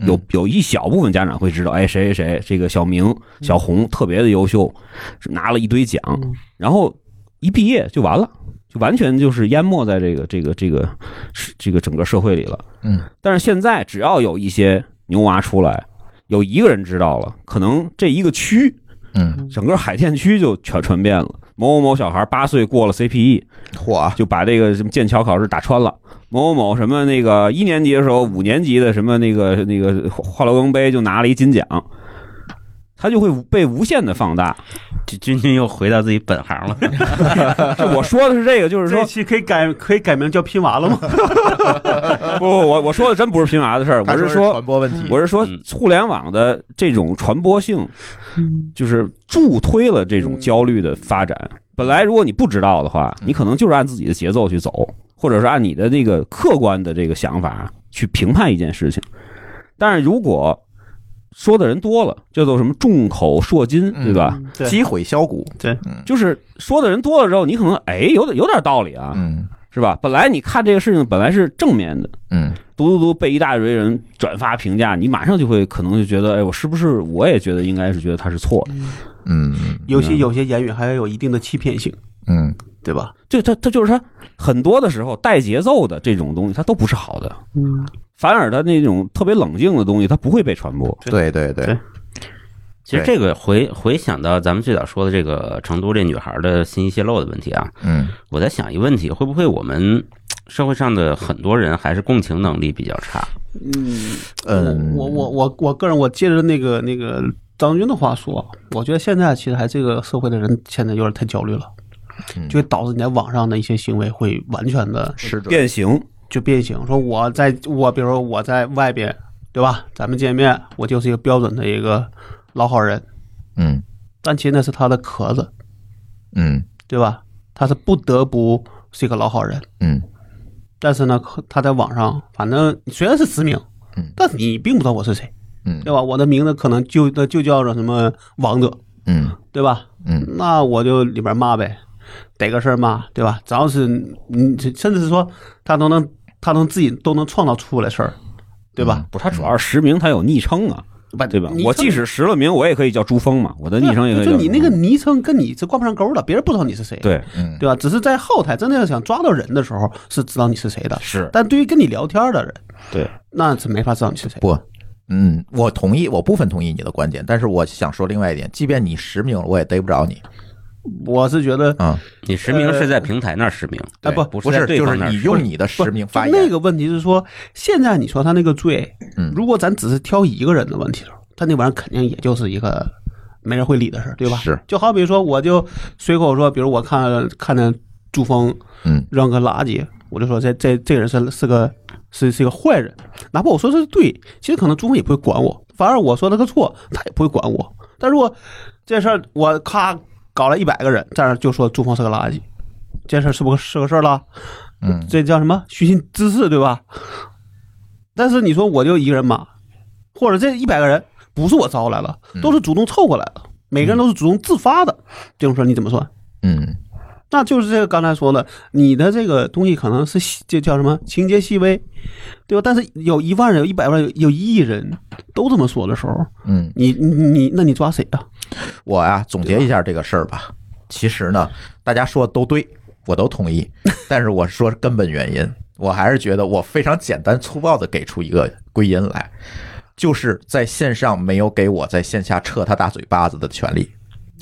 Speaker 1: 嗯
Speaker 4: 有有一小部分家长会知道，哎，谁谁谁这个小明、
Speaker 1: 嗯
Speaker 4: 小红特别的优秀，是拿了一堆奖，
Speaker 2: 嗯
Speaker 4: 然后一毕业就完了，就完全就是淹没在这个这个这个是这个整个社会里了。
Speaker 1: 嗯，
Speaker 4: 但是现在只要有一些牛娃出来，有一个人知道了，可能这一个区
Speaker 1: 嗯，
Speaker 4: 整个海淀区就全传遍了。某某某小孩八岁过了 E CPE，
Speaker 1: 嚯，
Speaker 4: 就把这个什么剑桥考试打穿了。某某某什么那个一年级的时候，五年级的什么那个那个华罗庚杯就拿了一金奖，他就会被无限的放大。
Speaker 3: 君君君又回到自己本行了。
Speaker 4: 是我说的是这个，就是
Speaker 2: 这
Speaker 4: 说
Speaker 2: 一期可以改可以改名叫拼娃了 吗？
Speaker 4: 不不，我我说的真不是拼娃的事儿，
Speaker 1: 他
Speaker 4: 我是
Speaker 1: 说
Speaker 4: 说
Speaker 1: 传播问题，
Speaker 4: 我是说
Speaker 3: 嗯
Speaker 4: 互联网的这种传播性，就是助推了这
Speaker 3: 嗯
Speaker 4: 种焦虑的发展。本来如果你不知道的话，你可能就是按自己的节奏去走，或者是按你的那个客观的这个想法去评判一件事情。但是如果说的人多了，叫做什么众口铄金，
Speaker 3: 嗯
Speaker 4: 对吧？
Speaker 2: 对
Speaker 1: 击毁箫鼓，
Speaker 2: 对
Speaker 1: 嗯
Speaker 4: 就是说的人多了之后，你可能哎，有点有点道理啊，
Speaker 1: 嗯
Speaker 4: 是吧？本来你看这个事情本来是正面的，
Speaker 1: 嗯
Speaker 4: 读读读被一大堆人转发评价，你马上就会可能就觉得，哎，我是不是我也觉得应该是觉得他是错的？
Speaker 1: 嗯
Speaker 2: 有些有些言语还有一定的欺骗性，
Speaker 1: 嗯
Speaker 2: 对吧？
Speaker 4: 就他他就是他很多的时候带节奏的这种东西，它都不是好的，
Speaker 2: 嗯，
Speaker 4: 反而他那种特别冷静的东西，它不会被传播。
Speaker 1: 对对对，
Speaker 3: 其实这个回回想到咱们最早说的这个成都这女孩的信息泄露的问题啊，
Speaker 1: 嗯
Speaker 3: 我在想一个问题，会不会我们社会上的很多人还是共情能力比较差？
Speaker 1: 嗯，
Speaker 2: 呃我我我我个人，我接着那个那个张军的话说，我觉得现在其实还这个社会的人现在有点太焦虑了，
Speaker 1: 嗯
Speaker 2: 就会导致你在网上的一些行为会完全的
Speaker 1: 是这，
Speaker 4: 变形，
Speaker 2: 就变形。说我在我比如说我在外边，对吧？咱们见面，我就是一个标准的一个老好人，
Speaker 1: 嗯
Speaker 2: 但其实那是他的壳子，
Speaker 1: 嗯
Speaker 2: 对吧？他是不得不是一个老好人。
Speaker 1: 嗯
Speaker 2: 但是呢，可他在网上，反正虽然是实名
Speaker 1: 嗯，
Speaker 2: 但你并不知道我是谁，
Speaker 1: 嗯
Speaker 2: 对吧？我的名字可能就那就叫做什么王者，
Speaker 1: 嗯
Speaker 2: 对吧？
Speaker 1: 嗯
Speaker 2: 那我就里边骂呗，逮个事儿骂，对吧？只要是你，甚至是说他都能，他能自己都能创造出来事儿，对吧？
Speaker 4: 不是他主要是实名，他有昵称啊，
Speaker 2: 不
Speaker 4: 对吧
Speaker 2: 嗯昵？称
Speaker 4: 我即使实了名，我也可以叫朱峰嘛，我的昵称也可以叫
Speaker 2: 啊就
Speaker 4: 朱峰。
Speaker 2: 你那个昵称跟你是挂不上钩的，别人不知道你是谁，
Speaker 4: 对
Speaker 1: 嗯，
Speaker 2: 对吧？只是在后台真的要想抓到人的时候是知道你是谁的，
Speaker 4: 是
Speaker 2: 但对于跟你聊天的人，
Speaker 4: 对，
Speaker 2: 那是没法知道你是谁。
Speaker 1: 不，嗯，我同意，我部分同意你的观点，但是我想说另外一点，即便你实名了，我也逮不着你
Speaker 2: 我是觉得
Speaker 1: 啊、
Speaker 3: 你实名是
Speaker 2: 呃
Speaker 3: 在平台那儿实名，
Speaker 1: 对
Speaker 2: 哎不
Speaker 1: 不
Speaker 3: 不是在对
Speaker 1: 就
Speaker 3: 方
Speaker 1: 是
Speaker 3: 那儿
Speaker 1: 你用你的实名
Speaker 2: 就
Speaker 1: 发言，
Speaker 2: 那个问题是说，现在你说他那个罪，
Speaker 1: 嗯
Speaker 2: 如果咱只是挑一个人的问题了，他那玩意儿肯定也就是一个没人会理的事儿，对吧？
Speaker 1: 是，
Speaker 2: 就好比说，我就随口说，比如我看看见朱峰
Speaker 1: 嗯
Speaker 2: 扔个垃圾，我就说这这这个人是是个是是一个坏人，哪怕我说的是对，其实可能朱峰也不会管我，反而我说了个错，他也不会管我。但如果这事儿我咔搞了一百个人在那儿就说朱峰是个垃圾，这事儿是不是是个事儿了？
Speaker 1: 嗯
Speaker 2: 这叫什么虚心滋事，对吧？但是你说我就一个人骂，或者这一百个人不是我招来了，
Speaker 1: 嗯
Speaker 2: 都是主动凑过来的，每个人都是主动自发的，这种事儿你怎么算？
Speaker 1: 嗯
Speaker 2: 那就是这个刚才说的，你的这个东西可能是细这叫什么情节细微，对吧？但是有一万人、有一百万人、有一亿人都这么说的时候，
Speaker 1: 嗯，
Speaker 2: 你你你，那你抓谁啊？
Speaker 1: 我啊总结一下这个事儿吧，其实呢，大家说的都对，我都同意，但是我说根本原因， 我还是觉得我非常简单粗暴的给出一个归因来，就是在线上没有给我在线下撤他大嘴巴子的权利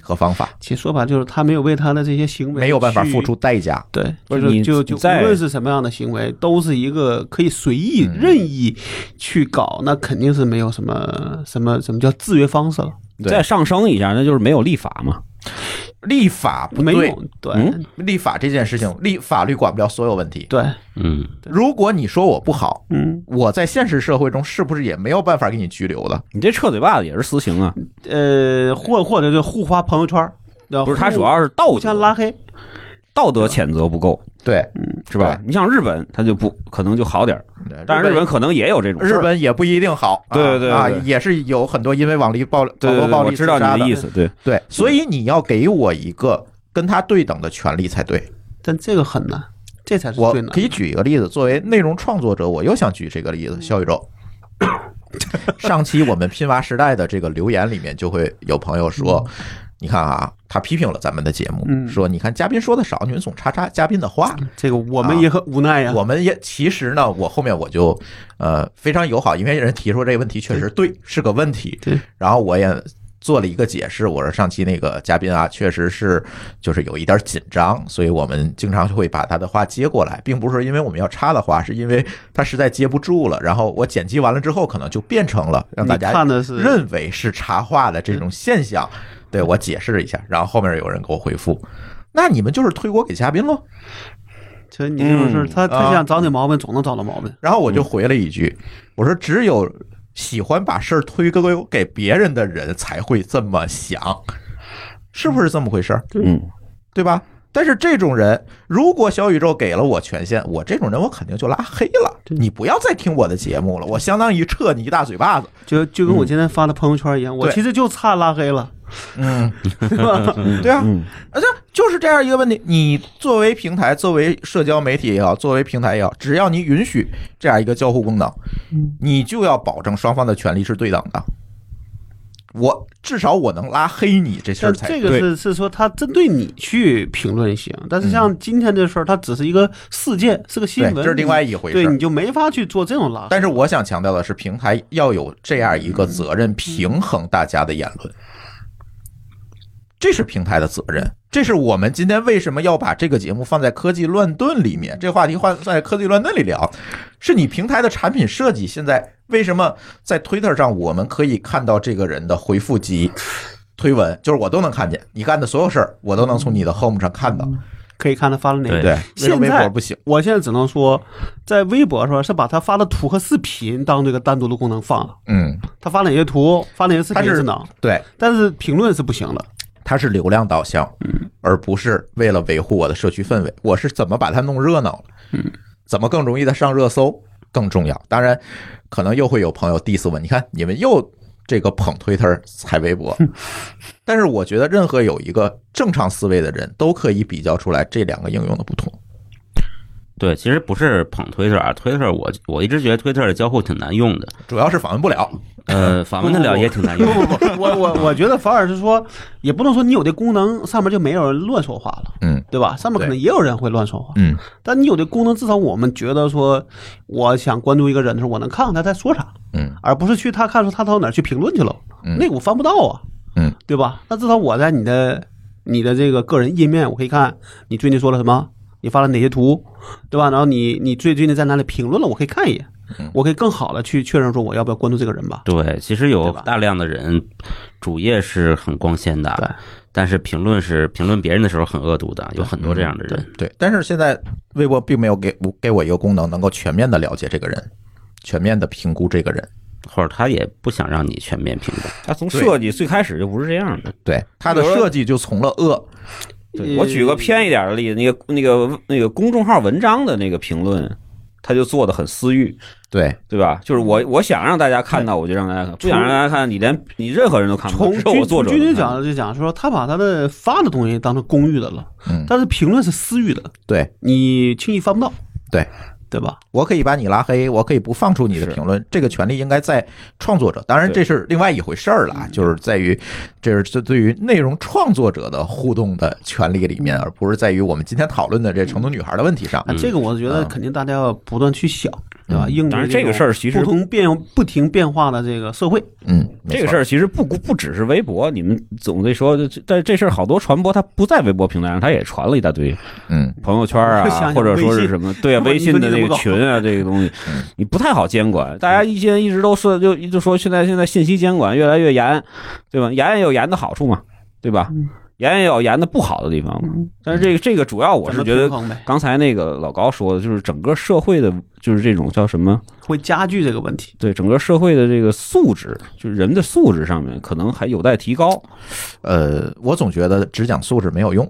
Speaker 1: 和方法。
Speaker 2: 其实说白了就是他没有为他的这些行为
Speaker 1: 没有办法
Speaker 2: 去
Speaker 1: 付出代价。
Speaker 2: 对，
Speaker 4: 不
Speaker 2: 就是是
Speaker 4: 你
Speaker 2: 就
Speaker 4: 你
Speaker 2: 就无
Speaker 4: 在
Speaker 2: 论是什么样的行为，都是一个可以随意
Speaker 1: 嗯
Speaker 2: 任意去搞，那肯定是没有什么什么什么叫制约方式了。
Speaker 4: 你
Speaker 1: 对
Speaker 4: 再上升一下，那就是没有立法嘛。
Speaker 1: 立法不
Speaker 2: 没
Speaker 1: 对，
Speaker 2: 用，对
Speaker 4: 嗯
Speaker 1: 立法这件事情，立法律管不了所有问题。
Speaker 2: 对，
Speaker 3: 嗯，
Speaker 1: 如果你说我不好，
Speaker 2: 嗯
Speaker 1: 我在现实社会中是不是也没有办法给你拘留的？
Speaker 4: 你这撤嘴巴子也是私刑啊，
Speaker 2: 呃，或或者就互发朋友圈儿，
Speaker 4: 不
Speaker 2: 不
Speaker 4: 是他主要是道
Speaker 2: 互相
Speaker 4: 德
Speaker 2: 拉黑，
Speaker 4: 道德谴责不够，
Speaker 1: 对，
Speaker 4: 是吧？你像日本，他就不可能就好点儿，但是日
Speaker 1: 日
Speaker 4: 本可能也有这种事
Speaker 1: 日
Speaker 4: 儿。
Speaker 1: 本也不一定好，啊
Speaker 4: 对对对
Speaker 1: 啊
Speaker 4: 对，
Speaker 1: 也是有很多因为网力暴
Speaker 4: 对
Speaker 1: 网
Speaker 4: 对
Speaker 1: 络
Speaker 4: 对，
Speaker 1: 暴力
Speaker 4: 我
Speaker 1: 自
Speaker 4: 知道
Speaker 1: 杀
Speaker 4: 你的
Speaker 1: 的
Speaker 4: 意，思。嗯对，
Speaker 1: 对，所以你要给我一个跟他对等的权利才对。
Speaker 2: 但这个很难，这才是
Speaker 1: 我
Speaker 2: 最难
Speaker 1: 可。以举一个例子，作为内容创作者，我又想举这个
Speaker 4: 嗯
Speaker 1: 例子，小宇 宙。上期我们拼娃时代的这个留言里面，就会有朋友说：“
Speaker 4: 嗯
Speaker 1: 你看啊，他批评了咱们的节目，
Speaker 2: 嗯
Speaker 1: 说你看嘉宾说的少，你们总插插嘉宾的话。
Speaker 2: 这个我们也很无奈呀。
Speaker 1: 我们也其实呢，我后面我就呃非常友好，因为人提出这个问题确实对是个问题，
Speaker 2: 对，
Speaker 1: 然后我也做了一个解释，我说上期那个嘉宾啊，确实是就是有一点紧张，所以我们经常会把他的话接过来，并不是因为我们要插的话，是因为他实在接不住了，然后我剪辑完了之后，可能就变成了让大
Speaker 2: 你
Speaker 1: 家
Speaker 2: 看的是
Speaker 1: 认为是插话的这种现象。对我解释了一下，然后后面有人给我回复，那你们就是推锅给嘉宾喽。
Speaker 2: 其实你这种事儿，
Speaker 4: 嗯
Speaker 2: 他
Speaker 1: 啊
Speaker 2: 他想找你毛病，总能找到毛病。
Speaker 1: 然后我就回了一句，我说只有喜欢把事儿推给给别人的人才会这么想，是不是这么回事儿？
Speaker 4: 嗯，
Speaker 1: 对吧？但是这种人，如果小宇宙给了我权限，我这种人我肯定就拉黑了。你不要再听我的节目了，我相当于撤你一大嘴巴子。
Speaker 2: 就就跟我今天发的朋友圈一样，我
Speaker 1: 对
Speaker 2: 其实就差拉黑了，
Speaker 1: 嗯，
Speaker 2: 对吧？
Speaker 1: 对啊，啊，这就是这样一个问题。你作为平台，作为社交媒体也好，作为平台也好，只要你允许这样一个交互功能，
Speaker 2: 嗯
Speaker 1: 你就要保证双方的权利是对等的。我至少我能拉黑你这事
Speaker 2: 但
Speaker 1: 儿才
Speaker 2: 这
Speaker 1: 对。
Speaker 2: 个是是说他针对你去评论行，但是像今天这事儿，它只是一个事件，是个新
Speaker 1: 嗯对，
Speaker 2: 闻，
Speaker 1: 这是另外一回事。
Speaker 2: 对，你就没法去做这种拉黑。
Speaker 1: 但是我想强调的是，平台要有这样一个责
Speaker 2: 嗯
Speaker 1: 任，平衡大家的言论，这是平台的责任。这是我们今天为什么要把这个节目放在科技乱炖里面，这个话题放在科技乱炖里聊，是你平台的产品设计。现在为什么在 Twitter 上我们可以看到这个人的回复及推文，就是我都能看见你干的所有事儿，我都能从你的 Home 上看到。
Speaker 2: 可以看他发了哪个
Speaker 3: 对。
Speaker 1: 对，为什么微
Speaker 2: 嗯现在
Speaker 1: 博不行？
Speaker 2: 我现在只能说，在微博上是把他发的图和视频当这个单独的功能放了。
Speaker 1: 嗯，
Speaker 2: 他发哪些图，发哪些视频
Speaker 1: 他是
Speaker 2: 是能，
Speaker 1: 对，
Speaker 2: 但是评论是不行的。
Speaker 1: 它是流量导向，
Speaker 3: 嗯
Speaker 1: 而不是为了维护我的社区氛围。我是怎么把它弄热闹了？
Speaker 3: 嗯
Speaker 1: 怎么更容易的上热搜更重要？当然，可能又会有朋友 diss 我，你看你们又这个捧推特踩微 博，但是我觉得任何有一个正常思维的人都可以比较出来这两个应用的不同。
Speaker 3: 对，其实不是捧推特啊，推特我我一直觉得推特的交互挺难用的，
Speaker 1: 主要是访问不了，
Speaker 3: 呃，访问得了也挺难
Speaker 2: 不
Speaker 3: 用
Speaker 2: 不
Speaker 3: 的。
Speaker 2: 不，我我我觉得反而是说，也不能说你有这功能，上面就没有人乱说话了，
Speaker 1: 嗯
Speaker 2: 对吧？上面可能也有人会乱说话，
Speaker 1: 嗯，
Speaker 2: 但你有这功能，至少我们觉得说，我想关注一个人的时候，我能看看他在说啥，
Speaker 1: 嗯，
Speaker 2: 而不是去他看说他到哪儿去评论去了，
Speaker 1: 嗯
Speaker 2: 那个我翻不到啊，
Speaker 1: 嗯，
Speaker 2: 对吧？那至少我在你的你的这个个人页面，我可以看你最近说了什么，你发了哪些图，对吧？然后你你最最近在哪里评论了，我可以看一眼，我可以更好的去确认说我要不要关注这个人吧。
Speaker 3: 对，其实有
Speaker 2: 对吧
Speaker 3: 大量的人，主页是很光鲜
Speaker 2: 对嗯
Speaker 3: 的，但是评论是评论别人的时候很恶毒的，有很多这样的人。
Speaker 1: 嗯对。但是现在微博并没有给我给我一个功能，能够全面的了解这个人，全面的评估这个人。
Speaker 3: 或者他也不想让你全面评估。
Speaker 4: 他从设计最开始就不是这样的。
Speaker 1: 对，它的
Speaker 4: 比如说
Speaker 1: 设计就从了恶
Speaker 4: 对我举个偏一点的例子，那个那个那个公众号文章的那个评论，他就做的很私欲，
Speaker 1: 对，
Speaker 4: 对吧？就是我我想让大家看到，我就让大家看；不想让大家看到，你连你任何人都看不到，
Speaker 2: 从
Speaker 4: 只有
Speaker 2: 君
Speaker 4: 嗯我作者
Speaker 2: 君君
Speaker 4: 能看到。
Speaker 2: 讲就讲说，他把他的发的东西当成公域的了，
Speaker 1: 嗯
Speaker 2: 但是评论是私域的，
Speaker 1: 对
Speaker 2: 你轻易翻不到，
Speaker 1: 对，
Speaker 2: 对吧？
Speaker 1: 我可以把你拉黑，我可以不放出你的评论，这个权利应该在创作者。当然，这是另外一回事儿了
Speaker 4: 嗯
Speaker 1: 啊，就是在于这是这对于内容创作者的互动的权利里
Speaker 4: 嗯
Speaker 1: 面，而不是在于我们今天讨论的这成都女孩的问题上
Speaker 2: 啊，。这个我觉得肯定大家要不断去想，对吧？应
Speaker 4: 嗯
Speaker 2: 对
Speaker 4: 当然这个
Speaker 2: 种
Speaker 4: 事儿其实
Speaker 2: 不同变不停变化的这个社会，
Speaker 1: 嗯，
Speaker 4: 这个事
Speaker 1: 儿
Speaker 4: 儿其实不不只是微博，你们总得说，这但这事儿好多传播，它不在微博平台上，它也传了一大堆。
Speaker 1: 嗯
Speaker 4: 朋友圈啊
Speaker 2: 我想，想
Speaker 4: 或者说
Speaker 2: 微
Speaker 4: 是
Speaker 2: 信
Speaker 4: 什么对啊，
Speaker 2: 你
Speaker 4: 微信
Speaker 2: 说
Speaker 4: 的
Speaker 2: 你怎
Speaker 4: 这
Speaker 2: 么
Speaker 4: 个
Speaker 2: 搞
Speaker 4: 群啊，这个东西你不太好监管。大家一现在一直都说，就就说现在现在信息监管越来越严，对吧？严也有严的好处嘛，对吧？盐也有盐的不好的地方，但是这个这个主要我是
Speaker 2: 怎么
Speaker 4: 觉得
Speaker 2: 平衡呗
Speaker 4: 刚才那个老高说的，就是整个社会的，就是这种叫什么？
Speaker 2: 会加剧这个问题。
Speaker 4: 对，整个社会的这个素质，就是人的素质上面可能还有待提高
Speaker 1: 呃，我总觉得只讲素质没有用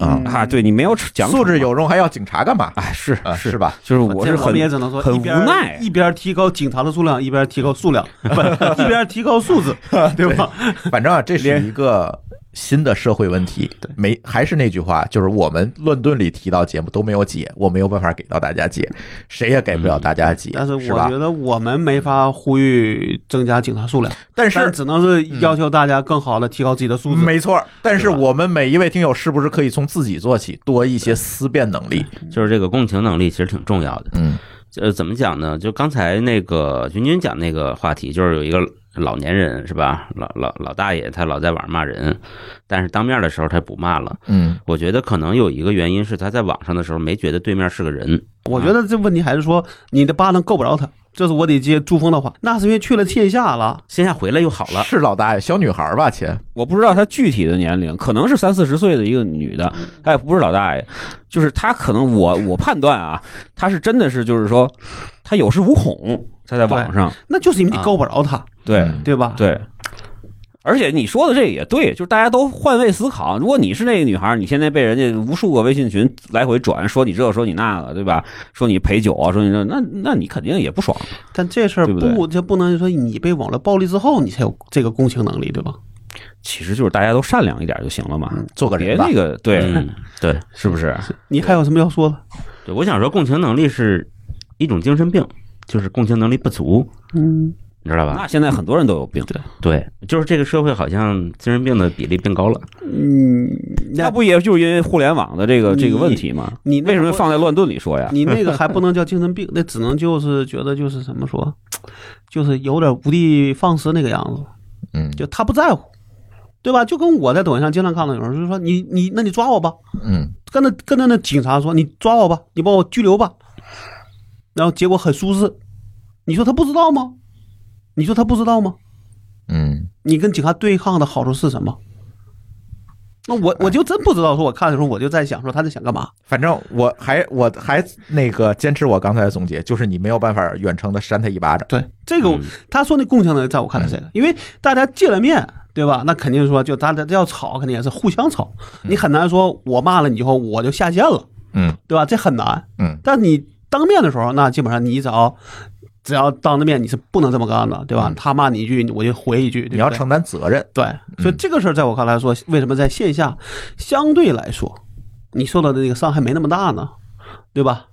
Speaker 1: 啊，
Speaker 2: 嗯
Speaker 4: 啊。对你没有讲
Speaker 1: 素质，有用还要警察干嘛？
Speaker 4: 哎，是
Speaker 1: 啊，
Speaker 4: 是
Speaker 1: 是，吧？
Speaker 4: 就是我是
Speaker 2: 这
Speaker 4: 很
Speaker 2: 们也只能说
Speaker 4: 很
Speaker 2: 一边
Speaker 4: 无奈
Speaker 2: 一边提高警察的数量，一边提高数量， 不一边提高素质，对吧？
Speaker 1: 反正啊，这是一个新的社会问题。没，还是那句话，就是我们论盾里提到节目都没有解，我没有办法给到大家解，谁也给不了大家解，
Speaker 2: 嗯但是
Speaker 1: 是
Speaker 2: 我
Speaker 1: 吧
Speaker 2: 觉？得我们没法呼吁增加警察数量，
Speaker 1: 但
Speaker 2: 但
Speaker 1: 是。
Speaker 2: 只能是
Speaker 4: 嗯
Speaker 2: 要求大家更好的提高自己的素质。
Speaker 1: 没错儿，但是我们每一位听友是不是可以从自己做起，多一些思辨能力？
Speaker 2: 嗯
Speaker 3: 就是这个共情能力其实挺重要的。
Speaker 1: 嗯
Speaker 3: 呃，怎么讲呢？就刚才那个君君讲那个话题，就是有一个老年人是吧，老老老大爷，他老在网上骂人，但是当面的时候他不骂了。
Speaker 1: 嗯，
Speaker 3: 我觉得可能有一个原因是他在网上的时候没觉得对面是个人，
Speaker 2: 我觉得这问题还是说你的巴掌够不着他，这是我得接朱峰的话，那是因为去了线下了。
Speaker 3: 线下回来又好了。
Speaker 1: 是老大爷，小女孩儿吧，亲，
Speaker 4: 我不知道她具体的年龄，可能是三四十岁的一个女的，哎，不是老大爷，就是她可能我我判断啊，她是真的是就是说，她有恃无恐，她在网上，
Speaker 2: 那就是因为
Speaker 4: 啊
Speaker 2: 你够不着他，
Speaker 4: 对
Speaker 1: 嗯
Speaker 2: 对吧？
Speaker 4: 对。而且你说的这也对，就是大家都换位思考。如果你是那个女孩，你现在被人家无数个微信群来回转，说你这，说你那个，对吧？说你陪酒啊，说你这，那那你肯定也不爽。
Speaker 2: 但这事儿
Speaker 4: 对不对
Speaker 2: 不，这不能说你被网络暴力之后，你才有这个共情能力，对吧？
Speaker 4: 其实就是大家都善良一点就行了嘛，
Speaker 1: 做个
Speaker 4: 别
Speaker 1: 人吧
Speaker 4: 那。个对，
Speaker 3: 嗯，对
Speaker 4: 是不是？
Speaker 2: 你还有什么要说的？
Speaker 3: 对，我想说共情能力是一种精神病，就是共情能力不足，
Speaker 2: 嗯，
Speaker 3: 你知道吧？
Speaker 4: 那现在很多人都有病，
Speaker 3: 对，就是这个社会好像精神病的比例变高了。
Speaker 2: 嗯
Speaker 4: 那不也就是因为互联网的这个这个问题吗？
Speaker 2: 你嗯
Speaker 4: 为什么
Speaker 2: 放？
Speaker 4: 放在乱炖里说呀？
Speaker 2: 你那个还不能叫精神病，那只能就是觉得就是怎么说，就是有点无的放矢那个样子，
Speaker 1: 嗯，
Speaker 2: 就他不在乎，对吧？就跟我在抖音上经常看到有人就说你你那你抓我吧，
Speaker 1: 嗯，
Speaker 2: 跟那跟那那警察说你抓我吧，你把我拘留吧，然后结果很舒适，你说他不知道吗？你说他不知道吗？
Speaker 1: 嗯，
Speaker 2: 你跟警察对抗的好处是什么？那
Speaker 1: 哎
Speaker 2: 我我就真不知道，说我看的时候我就在想说他在想干嘛。
Speaker 1: 反正我还我还那个坚持我刚才的总结，就是你没有办法远程的扇他一巴掌。
Speaker 2: 对，这个我
Speaker 3: 嗯
Speaker 2: 他说那共情能力，在我看来是这个，
Speaker 1: 嗯
Speaker 2: 因为大家见了面，对吧？那肯定说就大家要吵，肯定也是互相吵，你很难说我骂了你以后我就下线了，
Speaker 1: 嗯
Speaker 2: 对吧？这很难。
Speaker 1: 嗯，
Speaker 2: 但你当面的时候，那基本上你只要只要当着面，你是不能这么干的，对吧
Speaker 1: 嗯？
Speaker 2: 他骂你一句，我就回一句，对不对
Speaker 1: 你要承担责任。
Speaker 2: 对，所
Speaker 4: 嗯
Speaker 2: 以这个事儿在我看来说，为什么在线下相对来说，你受到的那个伤害没那么大呢？对吧？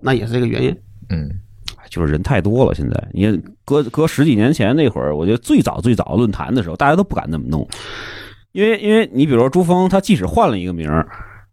Speaker 2: 那也是这个原因。
Speaker 1: 嗯
Speaker 4: 就是人太多了，现在你搁搁十几年前那会儿，我觉得最早最早论坛的时候，大家都不敢那么弄，因为因为你比如说朱峰，他即使换了一个名儿，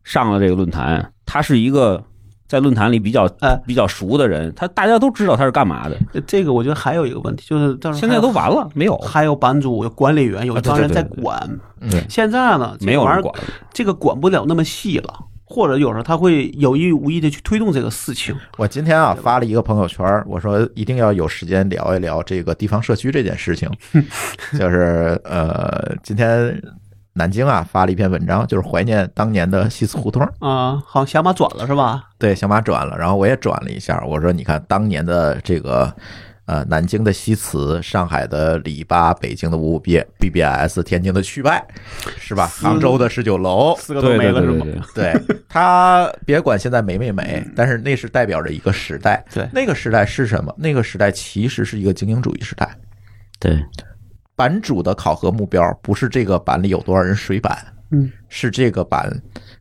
Speaker 4: 上了这个论坛，他是一个在论坛里比较
Speaker 2: 哎
Speaker 4: 比较熟的人，他大家都知道他是干嘛的。
Speaker 2: 这个我觉得还有一个问题，就是到时候
Speaker 4: 现在都完了，没有，
Speaker 2: 嗯还有版主、有管理员，有一帮人在管。
Speaker 1: 对对对对
Speaker 2: 现在呢，这
Speaker 4: 没有
Speaker 2: 玩意
Speaker 4: 人
Speaker 2: 儿
Speaker 4: 管了。
Speaker 2: 这个管不了那么细了，或者有时候他会有意无意的去推动这个事情。
Speaker 1: 我今天啊发了一个朋友圈，我说一定要有时间聊一聊这个地方社区这件事情。就是呃，今天南京啊发了一篇文章，就是怀念当年的西四胡同。
Speaker 2: 啊，好，小马转了是吧？
Speaker 1: 对，小马转了，然后我也转了一下，我说你看当年的这个。呃，南京的西祠，上海的里八，北京的五五 B B B S，天津的曲拜，是吧？杭州的十九楼，
Speaker 2: 四个
Speaker 4: 对
Speaker 2: 都
Speaker 4: 对
Speaker 2: 没
Speaker 4: 对
Speaker 2: 了是
Speaker 4: 对
Speaker 2: 吗？
Speaker 4: 对，
Speaker 1: 对他，别管现在美没美，但是那是代表着一个时代。
Speaker 2: 嗯对
Speaker 1: 那个时代是什么？那个时代其实是一个精英主义时代。
Speaker 3: 对，
Speaker 1: 版主的考核目标不是这个版里有多少人水版，
Speaker 2: 嗯，
Speaker 1: 是这个版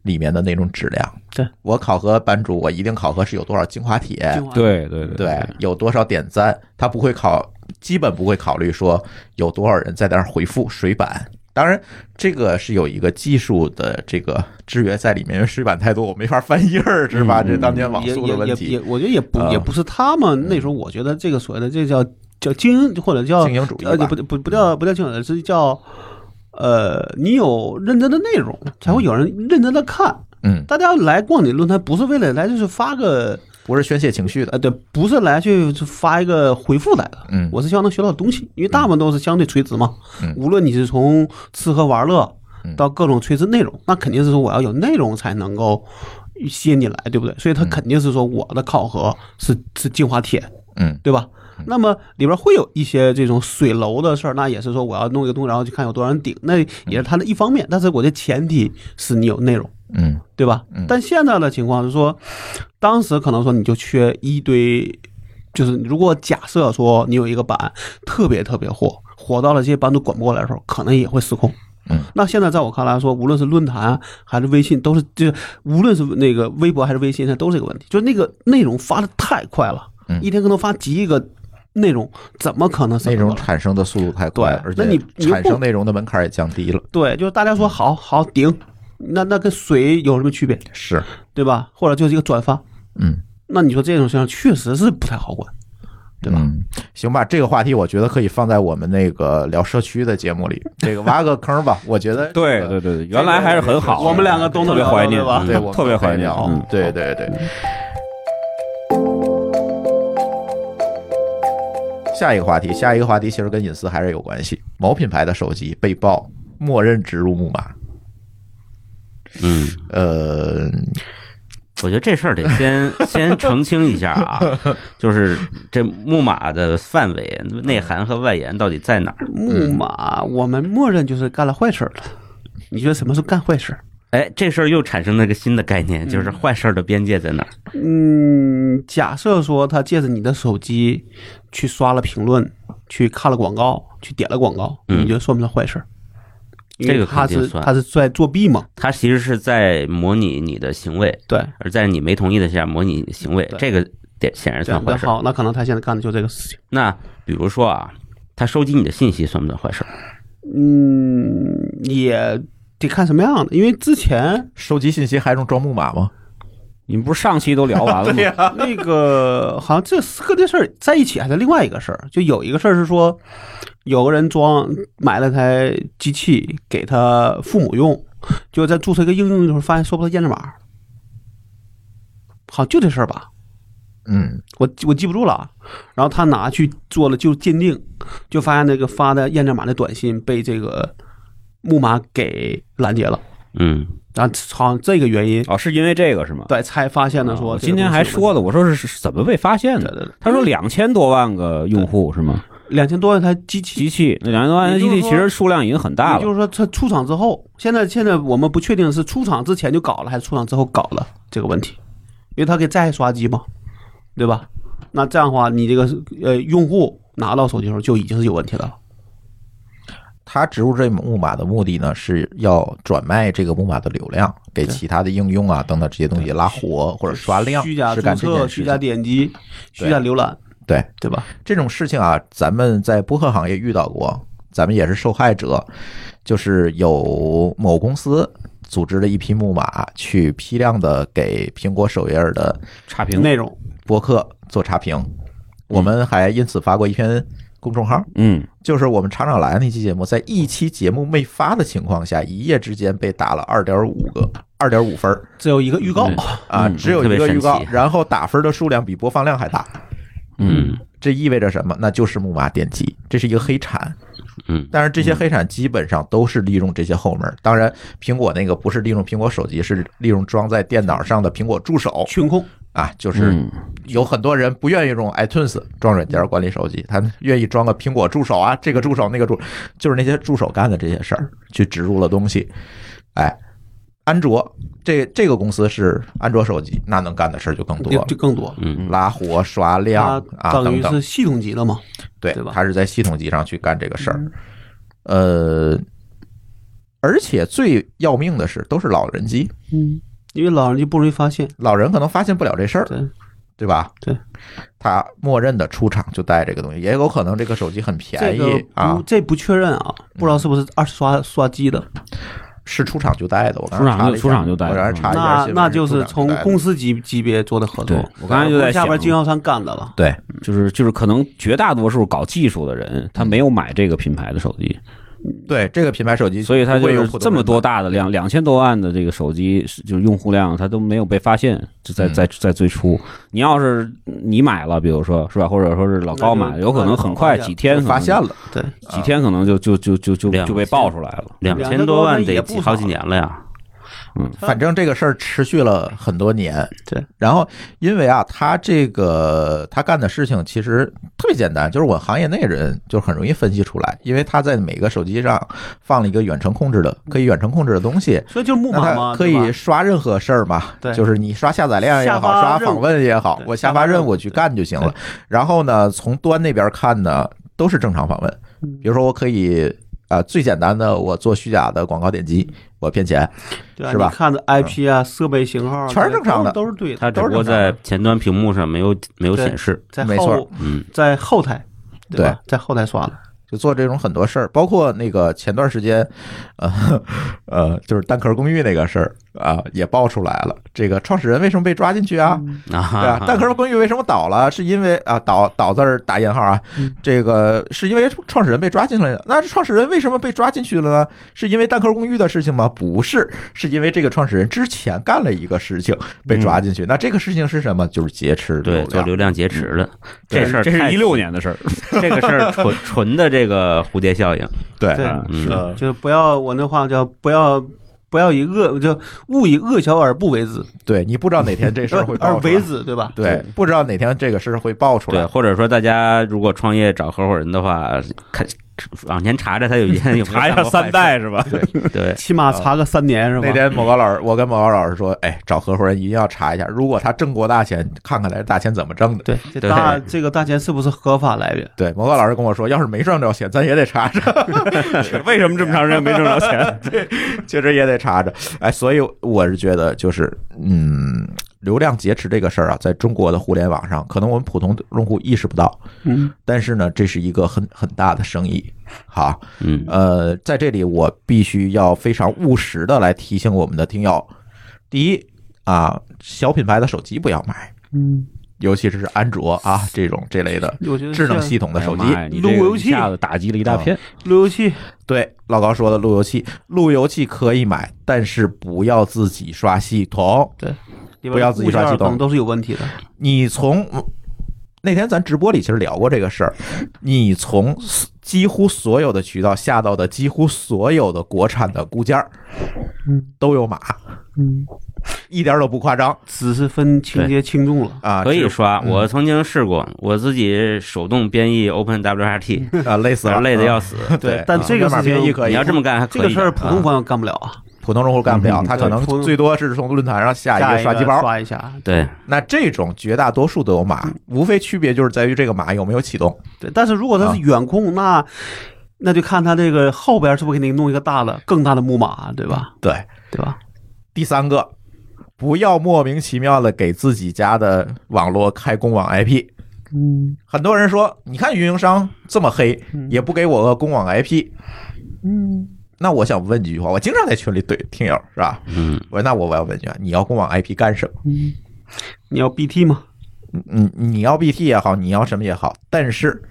Speaker 1: 里面的那种质量。
Speaker 2: 对
Speaker 1: 我考核版主，我一定考核是有多少精华帖，
Speaker 2: 精华
Speaker 4: 对对对
Speaker 1: 对，有多少点赞，他不会考，基本不会考虑说有多少人在那儿回复水版。当然，这个是有一个技术的这个制约在里面，因为水版太多，我没法翻页儿，是吧？
Speaker 4: 嗯
Speaker 1: 这当年网
Speaker 2: 也
Speaker 1: 速的
Speaker 2: 也
Speaker 1: 问
Speaker 2: 也
Speaker 1: 题
Speaker 2: 也，，我觉得也不
Speaker 1: 啊
Speaker 2: 也不是他们那时候，我觉得这个所谓的这叫叫精英或者叫
Speaker 1: 精英主义
Speaker 2: 呃，
Speaker 1: 吧
Speaker 2: 不。不
Speaker 1: 嗯
Speaker 2: 不叫不叫精英，是叫呃，你有认真的内容，才会有人认真的看。
Speaker 1: 嗯，
Speaker 2: 大家来逛你论坛，不是为了来就是发个
Speaker 1: 不是宣泄情绪的。
Speaker 2: 呃，对，不是来去发一个回复来的。
Speaker 1: 嗯，
Speaker 2: 我是希望能学到东西，因为大部分都是相对垂直嘛。
Speaker 1: 嗯
Speaker 2: 无论你是从吃喝玩乐，
Speaker 1: 嗯
Speaker 2: 到各种垂直内容，那肯定是说我要有内容才能够吸引你来，对不对？所以它肯定是说我的考核是是进化帖，
Speaker 1: 嗯
Speaker 2: 对吧？那么里边会有一些这种水楼的事儿，那也是说我要弄一个东西，然后去看有多少人顶，那也是它的一方面。但是我的前提是你有内容，
Speaker 1: 嗯
Speaker 2: 对吧
Speaker 1: 嗯？
Speaker 2: 但现在的情况是说，当时可能说你就缺一堆，就是如果假设说你有一个版特别特别火，火到了这些版主管不过来的时候，可能也会失控。
Speaker 1: 嗯，
Speaker 2: 那现在在我看来说，无论是论坛还是微信，都是就是无论是那个微博还是微信，它都是这个问题，就是那个内容发的太快了，
Speaker 1: 嗯
Speaker 2: 一天可能发几亿个内容，怎么可能审
Speaker 1: 内
Speaker 2: 核过
Speaker 1: 容
Speaker 2: 来
Speaker 1: 产生的速度太快
Speaker 2: 对，
Speaker 1: 而
Speaker 2: 那你
Speaker 1: 且
Speaker 2: 你又
Speaker 1: 产生
Speaker 2: 不
Speaker 1: 内容的门槛也降低了。
Speaker 2: 对，就是大家说好好顶，那那跟谁有什么区别，
Speaker 1: 是，
Speaker 2: 对吧？或者就是一个转发，
Speaker 1: 嗯，
Speaker 2: 那你说这种情况确实是不太好管，对吧？
Speaker 1: 嗯，行吧，这个话题我觉得可以放在我们那个聊社区的节目里，这个挖个坑吧。我觉得
Speaker 4: 对
Speaker 1: 这个
Speaker 4: 对对对，原来还是很好的，
Speaker 2: 我们两个都能
Speaker 4: 特别
Speaker 2: 聊到
Speaker 4: 怀念
Speaker 2: 对吧
Speaker 4: 嗯
Speaker 1: 啊对，我们
Speaker 4: 特别
Speaker 1: 可以
Speaker 4: 怀念
Speaker 1: 聊。
Speaker 4: 嗯
Speaker 1: 对对对。下一个话题，下一个话题其实跟隐私还是有关系。某品牌的手机被曝默认植入木马，
Speaker 3: 嗯，
Speaker 1: 呃，
Speaker 3: 我觉得这事儿得 先先澄清一下啊，就是这木马的范围、内涵和外延到底在哪儿？
Speaker 2: 木马，
Speaker 3: 嗯
Speaker 2: 我们默认就是干了坏事儿了。你觉得什么是干坏事儿？
Speaker 3: 哎，这事儿又产生了一个新的概念，就是坏事儿的边界在哪儿？
Speaker 2: 嗯，假设说他借着你的手机去刷了评论，去看了广告，去点了广告，
Speaker 3: 嗯
Speaker 2: 你觉得算不算坏事儿？因为
Speaker 3: 这个
Speaker 2: 他
Speaker 3: 肯定
Speaker 2: 是
Speaker 3: 算
Speaker 2: 他是在作弊嘛？
Speaker 3: 它其实是在模拟你的行为，
Speaker 2: 对，
Speaker 3: 而在你没同意的下模拟行为，
Speaker 2: 对
Speaker 3: 这个点显然
Speaker 2: 这
Speaker 3: 算
Speaker 2: 样
Speaker 3: 坏事儿。
Speaker 2: 好，那可能他现在干的就这个事情。
Speaker 3: 那比如说啊，他收集你的信息算不算坏事儿？
Speaker 2: 嗯，也得看什么样的，因为之前
Speaker 1: 收集信息还用装木马吗？
Speaker 4: 你们不是上期都聊 完了吗？
Speaker 2: 那个好像这四个这事儿在一起，还是另外一个事儿。就有一个事儿是说，有个人装买了台机器给他父母用，就在注册一个应用的时候，发现收不到验证码。好，就这事儿吧，
Speaker 1: 嗯
Speaker 2: 我我记不住了啊。然后他拿去做了就鉴定，就发现那个发的验证码的短信被这个木马给拦截了。
Speaker 3: 嗯，
Speaker 2: 然后好像这个原因，
Speaker 4: 哦，是因为这个是吗？
Speaker 2: 对，才发现了
Speaker 4: 啊
Speaker 2: 说
Speaker 4: 我
Speaker 2: 这个
Speaker 4: 今
Speaker 2: 东西有问题。
Speaker 4: 天还说了，我说是是怎么被发现
Speaker 2: 对对
Speaker 4: 的
Speaker 2: 对？
Speaker 4: 他说两千多万个用户是吗？
Speaker 2: 两千多万台机器
Speaker 4: 机器那两千多万台机
Speaker 2: 也
Speaker 4: 器
Speaker 2: 就是说
Speaker 4: 其实数量已经很大
Speaker 2: 也就
Speaker 4: 了。
Speaker 2: 是说，它出厂之后，现在现在我们不确定是出厂之前就搞了，还是出厂之后搞了这个问题，因为它可以再刷机嘛，对吧？那这样的话，你这个呃用户拿到手机的时候就已经是有问题了。
Speaker 1: 它植入这木马的目的呢，是要转卖这个木马的流量给其他的应用啊等等这些东西拉活或者刷量，
Speaker 2: 虚假
Speaker 1: 是
Speaker 2: 注
Speaker 1: 干这件
Speaker 2: 册、
Speaker 1: 事
Speaker 2: 虚
Speaker 1: 情
Speaker 2: 假点击、虚假浏览，
Speaker 1: 对
Speaker 2: 对吧？
Speaker 1: 这种事情啊，咱们在播客行业遇到过，咱们也是受害者。就是有某公司组织了一批木马，去批量的给苹果首页的
Speaker 4: 差评
Speaker 2: 内容
Speaker 1: 播客做差评。
Speaker 3: 嗯
Speaker 1: 我们还因此发过一篇公众号，
Speaker 4: 嗯，
Speaker 1: 就是我们厂长来那期节目，在一期节目没发的情况下，一夜之间被打了二点五个二点五分儿
Speaker 2: 只有一个预告，
Speaker 1: 啊，
Speaker 4: 嗯
Speaker 1: 只有
Speaker 3: 特
Speaker 1: 一
Speaker 3: 别
Speaker 1: 个
Speaker 3: 神
Speaker 1: 预告
Speaker 3: 奇，
Speaker 1: 然后打分的数量比播放量还大。
Speaker 4: 嗯，
Speaker 1: 这意味着什么？那就是木马电机，这是一个黑产。
Speaker 3: 嗯
Speaker 1: 但是这些黑产基本上都是利用这些后门。当然，苹果那个不是利用苹果手机，是利用装在电脑上的苹果助手
Speaker 2: 群控
Speaker 1: 啊。就是
Speaker 4: 嗯
Speaker 1: 有很多人不愿意用 iTunes 装软件管理手机，他愿意装个苹果助手啊，这个助手那个助，就是那些助手干的这些事儿，去植入了东西。哎，安卓这这个公司是安卓手机，那能干的事儿就更多
Speaker 2: 就
Speaker 1: 了
Speaker 2: 就。更多，
Speaker 3: 嗯
Speaker 1: 拉活刷量
Speaker 2: 它
Speaker 1: 啊，
Speaker 2: 等
Speaker 1: 等
Speaker 2: 于
Speaker 1: 等。
Speaker 2: 是系统级的嘛。
Speaker 1: 对，
Speaker 2: 对吧
Speaker 1: 他是在系统级上去干这个事
Speaker 4: 嗯
Speaker 1: 儿。呃，而且最要命的是，都是老人机，
Speaker 2: 嗯，因为老人就不容易发现，
Speaker 1: 老人可能发现不了这事儿，
Speaker 2: 对，
Speaker 1: 对吧？
Speaker 2: 对，
Speaker 1: 他默认的出厂就带这个东西，也有可能这个手机很
Speaker 2: 这
Speaker 1: 便
Speaker 2: 个
Speaker 1: 宜啊
Speaker 2: 不，这不确认啊，不知道是不是二次刷刷机的。
Speaker 1: 是出厂就带的。我刚才
Speaker 4: 出厂就
Speaker 1: 查了一下我
Speaker 4: 出厂就带嗯
Speaker 1: 刚才查一下
Speaker 2: 那
Speaker 1: 新闻
Speaker 2: 那就
Speaker 1: 出
Speaker 2: 是
Speaker 1: 厂
Speaker 2: 从
Speaker 1: 带的
Speaker 2: 公司级级别做的合作
Speaker 4: 对，我刚才就在
Speaker 2: 下
Speaker 4: 想，
Speaker 2: 边经销商干的了。
Speaker 1: 对
Speaker 4: 就是就是可能绝大多数搞技术的人，他没有买这个品牌的手机，
Speaker 1: 对这个品牌手
Speaker 2: 嗯
Speaker 1: 机，
Speaker 4: 所以它
Speaker 1: 不
Speaker 4: 就
Speaker 1: 会有
Speaker 4: 是
Speaker 1: 普通
Speaker 4: 这么
Speaker 1: 人
Speaker 4: 多
Speaker 1: 买
Speaker 4: 大的量，两千多万的这个手机，是就是用户量，它都没有被发现，就在
Speaker 1: 嗯
Speaker 4: 在在最初。你要是你买了，比如说是吧，或者说是老高
Speaker 2: 那
Speaker 4: 买，
Speaker 2: 就
Speaker 4: 有可能很快
Speaker 2: 发现
Speaker 4: 几天
Speaker 1: 发现
Speaker 4: 了，
Speaker 1: 了，
Speaker 2: 对，
Speaker 4: 几天可能就就就就就
Speaker 3: 两
Speaker 4: 就被
Speaker 3: 千
Speaker 4: 爆出来了。
Speaker 3: 两
Speaker 2: 两
Speaker 3: 千
Speaker 2: 千
Speaker 3: 多
Speaker 2: 多
Speaker 3: 万
Speaker 2: 那
Speaker 3: 得
Speaker 2: 也
Speaker 3: 几
Speaker 2: 不
Speaker 3: 好
Speaker 2: 少
Speaker 3: 几年了呀。
Speaker 1: 反正这个事儿持续了很多年，
Speaker 2: 嗯对。
Speaker 1: 然后因为啊，他这个他干的事情其实特别简单，就是我们行业内人就很容易分析出来，因为他在每个手机上放了一个远程控制的，可以远程控制的东西。
Speaker 2: 所以就是嗯木
Speaker 1: 嗯那
Speaker 2: 马
Speaker 1: 它
Speaker 2: 嘛，
Speaker 1: 可
Speaker 2: 对吧
Speaker 1: 以刷任何事儿嘛，
Speaker 2: 对
Speaker 1: 就是你刷下载量也
Speaker 2: 下
Speaker 1: 好，
Speaker 2: 发
Speaker 1: 刷
Speaker 2: 任务
Speaker 1: 访问也好，
Speaker 2: 对
Speaker 1: 我
Speaker 2: 下
Speaker 1: 下
Speaker 2: 发
Speaker 1: 发任
Speaker 2: 任务
Speaker 1: 务去干就行了。然后呢，从端那边看呢，都是正常访问。
Speaker 2: 嗯
Speaker 1: 比如说，我可以啊、呃最简单的，我做虚假的广告点击，我骗钱，
Speaker 2: 对啊
Speaker 1: 是吧嗯
Speaker 2: 你看的 IP 啊、设备型号啊，
Speaker 1: 全是正常的
Speaker 2: 都是都是对的，
Speaker 3: 它只不过在前端屏幕上没有没有
Speaker 2: 对
Speaker 3: 显示。
Speaker 2: 在
Speaker 1: 没错
Speaker 2: 后
Speaker 3: 嗯，
Speaker 2: 在后台，吧？在后台刷的，
Speaker 1: 就做这种很多事儿，包括那个前段时间，呃呃，就是蛋壳公寓那个事儿啊、也爆出来了。这个创始人为什么被抓进去
Speaker 2: 嗯
Speaker 1: 啊？对
Speaker 3: 啊
Speaker 1: 啊，，蛋壳公寓为什么倒了？是因为啊，倒倒字儿打引号啊，这个是因为创始人被抓进来了。那创始人为什么被抓进去了呢？是因为蛋壳公寓的事情吗？不是，是因为这个创始人之前干了一个事情被抓进去。那这个事情是什么？就是劫持
Speaker 3: 对，做
Speaker 1: 流
Speaker 3: 流
Speaker 1: 量。
Speaker 3: 量劫持的这事儿
Speaker 4: 这是
Speaker 3: 太
Speaker 4: 一六年的事儿，
Speaker 3: 这个事儿纯纯的这个蝴蝶效应，
Speaker 1: 对啊
Speaker 2: 对，
Speaker 4: 哎
Speaker 3: 嗯
Speaker 2: 是的，就是不要我那话叫不要。不要以恶就勿以恶小而不为之，
Speaker 1: 对，你不知道哪天这事儿会
Speaker 2: 而
Speaker 1: 爆出来
Speaker 2: 为之，对吧？
Speaker 1: 对，不知道哪天这个事儿会爆出
Speaker 3: 对，
Speaker 1: 来。
Speaker 3: 或者说大家如果创业找合伙人的话，看往前查查他有一天有没有
Speaker 4: 查一下
Speaker 3: 干过坏
Speaker 4: 三
Speaker 3: 事，
Speaker 4: 代是吧？
Speaker 3: 对，
Speaker 2: 起码查个三年是吧？
Speaker 1: 那天某高老师，我跟某高老师说，哎，找合伙人一定要查一下，如果他挣过大钱，看看来大钱怎么挣的。
Speaker 2: 对，这
Speaker 3: 对
Speaker 2: 大这个大钱是不是合法来源？
Speaker 1: 对，某高老师跟我说，要是没挣着钱，咱也得查 查，
Speaker 4: 为什么这么长时间没挣着钱？
Speaker 1: 确实也得查查。哎，所以我是觉得，就是嗯，流量劫持这个事儿啊，在中国的互联网上，可能我们普通用户意识不到，
Speaker 2: 嗯，
Speaker 1: 但是呢，这是一个很很大的生意。好，
Speaker 3: 嗯，
Speaker 1: 呃，在这里我必须要非常务实的来提醒我们的听友：第一啊，小品牌的手机不要买，
Speaker 2: 嗯，
Speaker 1: 尤其是安卓啊这种这类的
Speaker 2: 我觉得
Speaker 1: 智能系
Speaker 2: 像
Speaker 1: 统的手机。
Speaker 4: 哎呀妈呀你这个
Speaker 2: 路由器
Speaker 4: 一下子打击了一大片。
Speaker 2: 路由器，
Speaker 1: 对，老高说的路由器，路由器可以买，但是不要自己刷系统。
Speaker 2: 里边
Speaker 1: 不要自己
Speaker 2: 物件
Speaker 1: 刷系统
Speaker 2: 可能都是有问题的。
Speaker 1: 你从那天咱直播里其实聊过这个事儿，你从几乎所有的渠道下到的几乎所有的国产的固件儿，都有码，一点儿都不夸张
Speaker 2: 只是分情节轻重了。
Speaker 1: 啊，
Speaker 3: 可
Speaker 1: 只
Speaker 3: 以刷。
Speaker 1: 嗯
Speaker 3: 我曾经试过，我自己手动编译 Open WRT，
Speaker 1: 啊，累死了，
Speaker 3: 累得
Speaker 1: 嗯
Speaker 3: 要死。
Speaker 1: 对，
Speaker 2: 但这个
Speaker 1: 码
Speaker 2: 事情
Speaker 1: 编译可以，
Speaker 3: 你要这么干还
Speaker 2: 这
Speaker 3: 可以
Speaker 2: 个
Speaker 3: 的，
Speaker 2: 事儿普通
Speaker 3: 啊
Speaker 2: 朋友干不了啊，
Speaker 1: 普通用户干不了，
Speaker 4: 嗯
Speaker 1: 他可
Speaker 2: 对普
Speaker 1: 能
Speaker 2: 通
Speaker 1: 最多是从论坛上下
Speaker 2: 下
Speaker 1: 一个刷
Speaker 2: 机
Speaker 1: 机包。
Speaker 2: 刷一下。
Speaker 3: 对，
Speaker 1: 那这种绝大多数都有码，无非区别就是在于这个码有没有启动。
Speaker 2: 对，但是如
Speaker 1: 啊
Speaker 2: 果他是远控，那那就看他这个后边是不是给你弄一个大的、更大的木马，对吧？
Speaker 1: 对，
Speaker 2: 对吧？
Speaker 1: 第三个，不要莫名其妙的给自己家的网络开公网 IP。嗯，很多人说，你看运营商这么黑，也不给我个公网 IP。嗯，那我想问几句话，我经常在群里怼听友是吧？
Speaker 3: 嗯，
Speaker 1: 我说那我我要问一句，你要公网 IP 干什么？
Speaker 2: 你要 BT 吗？
Speaker 1: 嗯，你要 BT 也好，你要什么也好，但是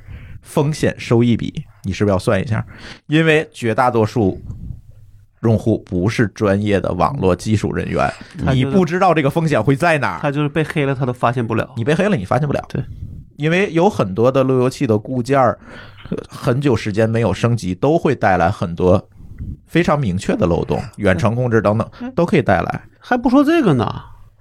Speaker 1: 风险收益比你是不是要算一下？因为绝大多数用户不是专业的网络技术人员，
Speaker 2: 他
Speaker 1: 你
Speaker 2: 就是
Speaker 1: 不知道这个风险会在哪儿，
Speaker 2: 他就是被黑了，他都发现不了。
Speaker 1: 你被黑了你发现不了。
Speaker 2: 对，
Speaker 1: 因为有很多的路由器的固件儿，呃很久时间没有升级，都会带来很多非常明确的漏洞，远程控制等等都可以带来。
Speaker 2: 还不说这个呢，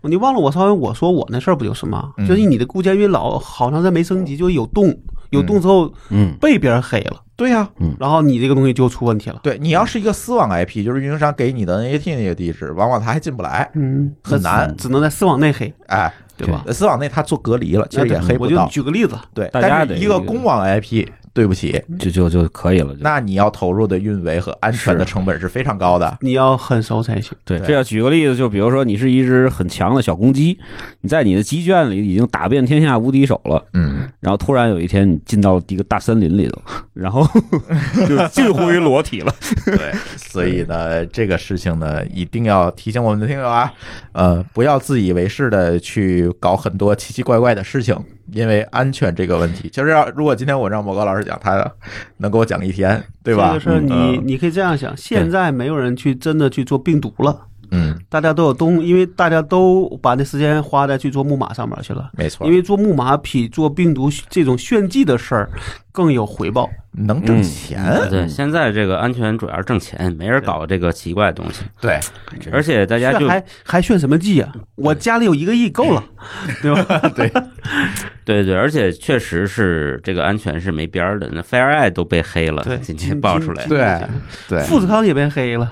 Speaker 2: 你忘了我上回我说我那事儿不就是吗？
Speaker 1: 嗯哦
Speaker 2: 就是你的固件因为老好长时间没升级，就有洞，有洞之后
Speaker 4: 嗯，
Speaker 2: 被别人黑了，
Speaker 1: 对呀、
Speaker 2: 然后你这个东西就出问题了。
Speaker 1: 对你要是一个私网 IP，就是运营商给你的 NAT 那个地址，往往他还进不来，
Speaker 2: 嗯，
Speaker 1: 很难。
Speaker 2: 只能在私网内黑，
Speaker 1: 哎，
Speaker 2: 对吧？
Speaker 1: 呃私网内它做隔离了，其实也
Speaker 2: 那
Speaker 1: 黑不
Speaker 2: 我就
Speaker 1: 到。
Speaker 2: 举个例子，
Speaker 1: 对，
Speaker 4: 大家
Speaker 1: 但是
Speaker 4: 得
Speaker 1: 一个公网 IP，对不起，
Speaker 4: 就就就可以了。就
Speaker 1: 那你要投入的运维和安全的成本是非常高的。
Speaker 2: 你要很熟才行。
Speaker 4: 对，
Speaker 1: 对
Speaker 4: 这要举个例子，就比如说你是一只很强的小公鸡，你在你的鸡圈里已经打遍天下无敌手了，
Speaker 1: 嗯，
Speaker 4: 然后突然有一天你进到一个大森林里头，然后就近乎于裸体了。
Speaker 1: 对，所以呢，这个事情呢，一定要提醒我们的听友啊，呃，不要自以为是的去搞很多奇奇怪怪的事情因为安全这个问题，其实要如果今天我让某个老师讲，他能给我讲一天，对吧？
Speaker 2: 这个事儿你
Speaker 1: 嗯
Speaker 2: 你可以这样想，现在没有人去真的去做病毒了，
Speaker 1: 嗯，
Speaker 2: 大家都有东，因为大家都把那时间花在去做木马上面去了。
Speaker 1: 没错
Speaker 2: 因，为做木马比做病毒这种炫技的事儿更有回报。
Speaker 1: 能挣钱，
Speaker 3: 对，现在这个安全主要是挣钱，没人搞这个奇怪的东西，
Speaker 1: 对，
Speaker 3: 而且大家
Speaker 2: 炫
Speaker 3: 就
Speaker 2: 还还炫什么技啊？我家里有一个 亿够了，对吧？
Speaker 3: 对对，而且确实是这个安全是没边儿的。那 FireEye 都被黑了
Speaker 2: 对，嗯
Speaker 3: 今
Speaker 2: 今
Speaker 3: 天爆出来，
Speaker 2: 今
Speaker 1: 对，对，
Speaker 2: 富士康也被黑了。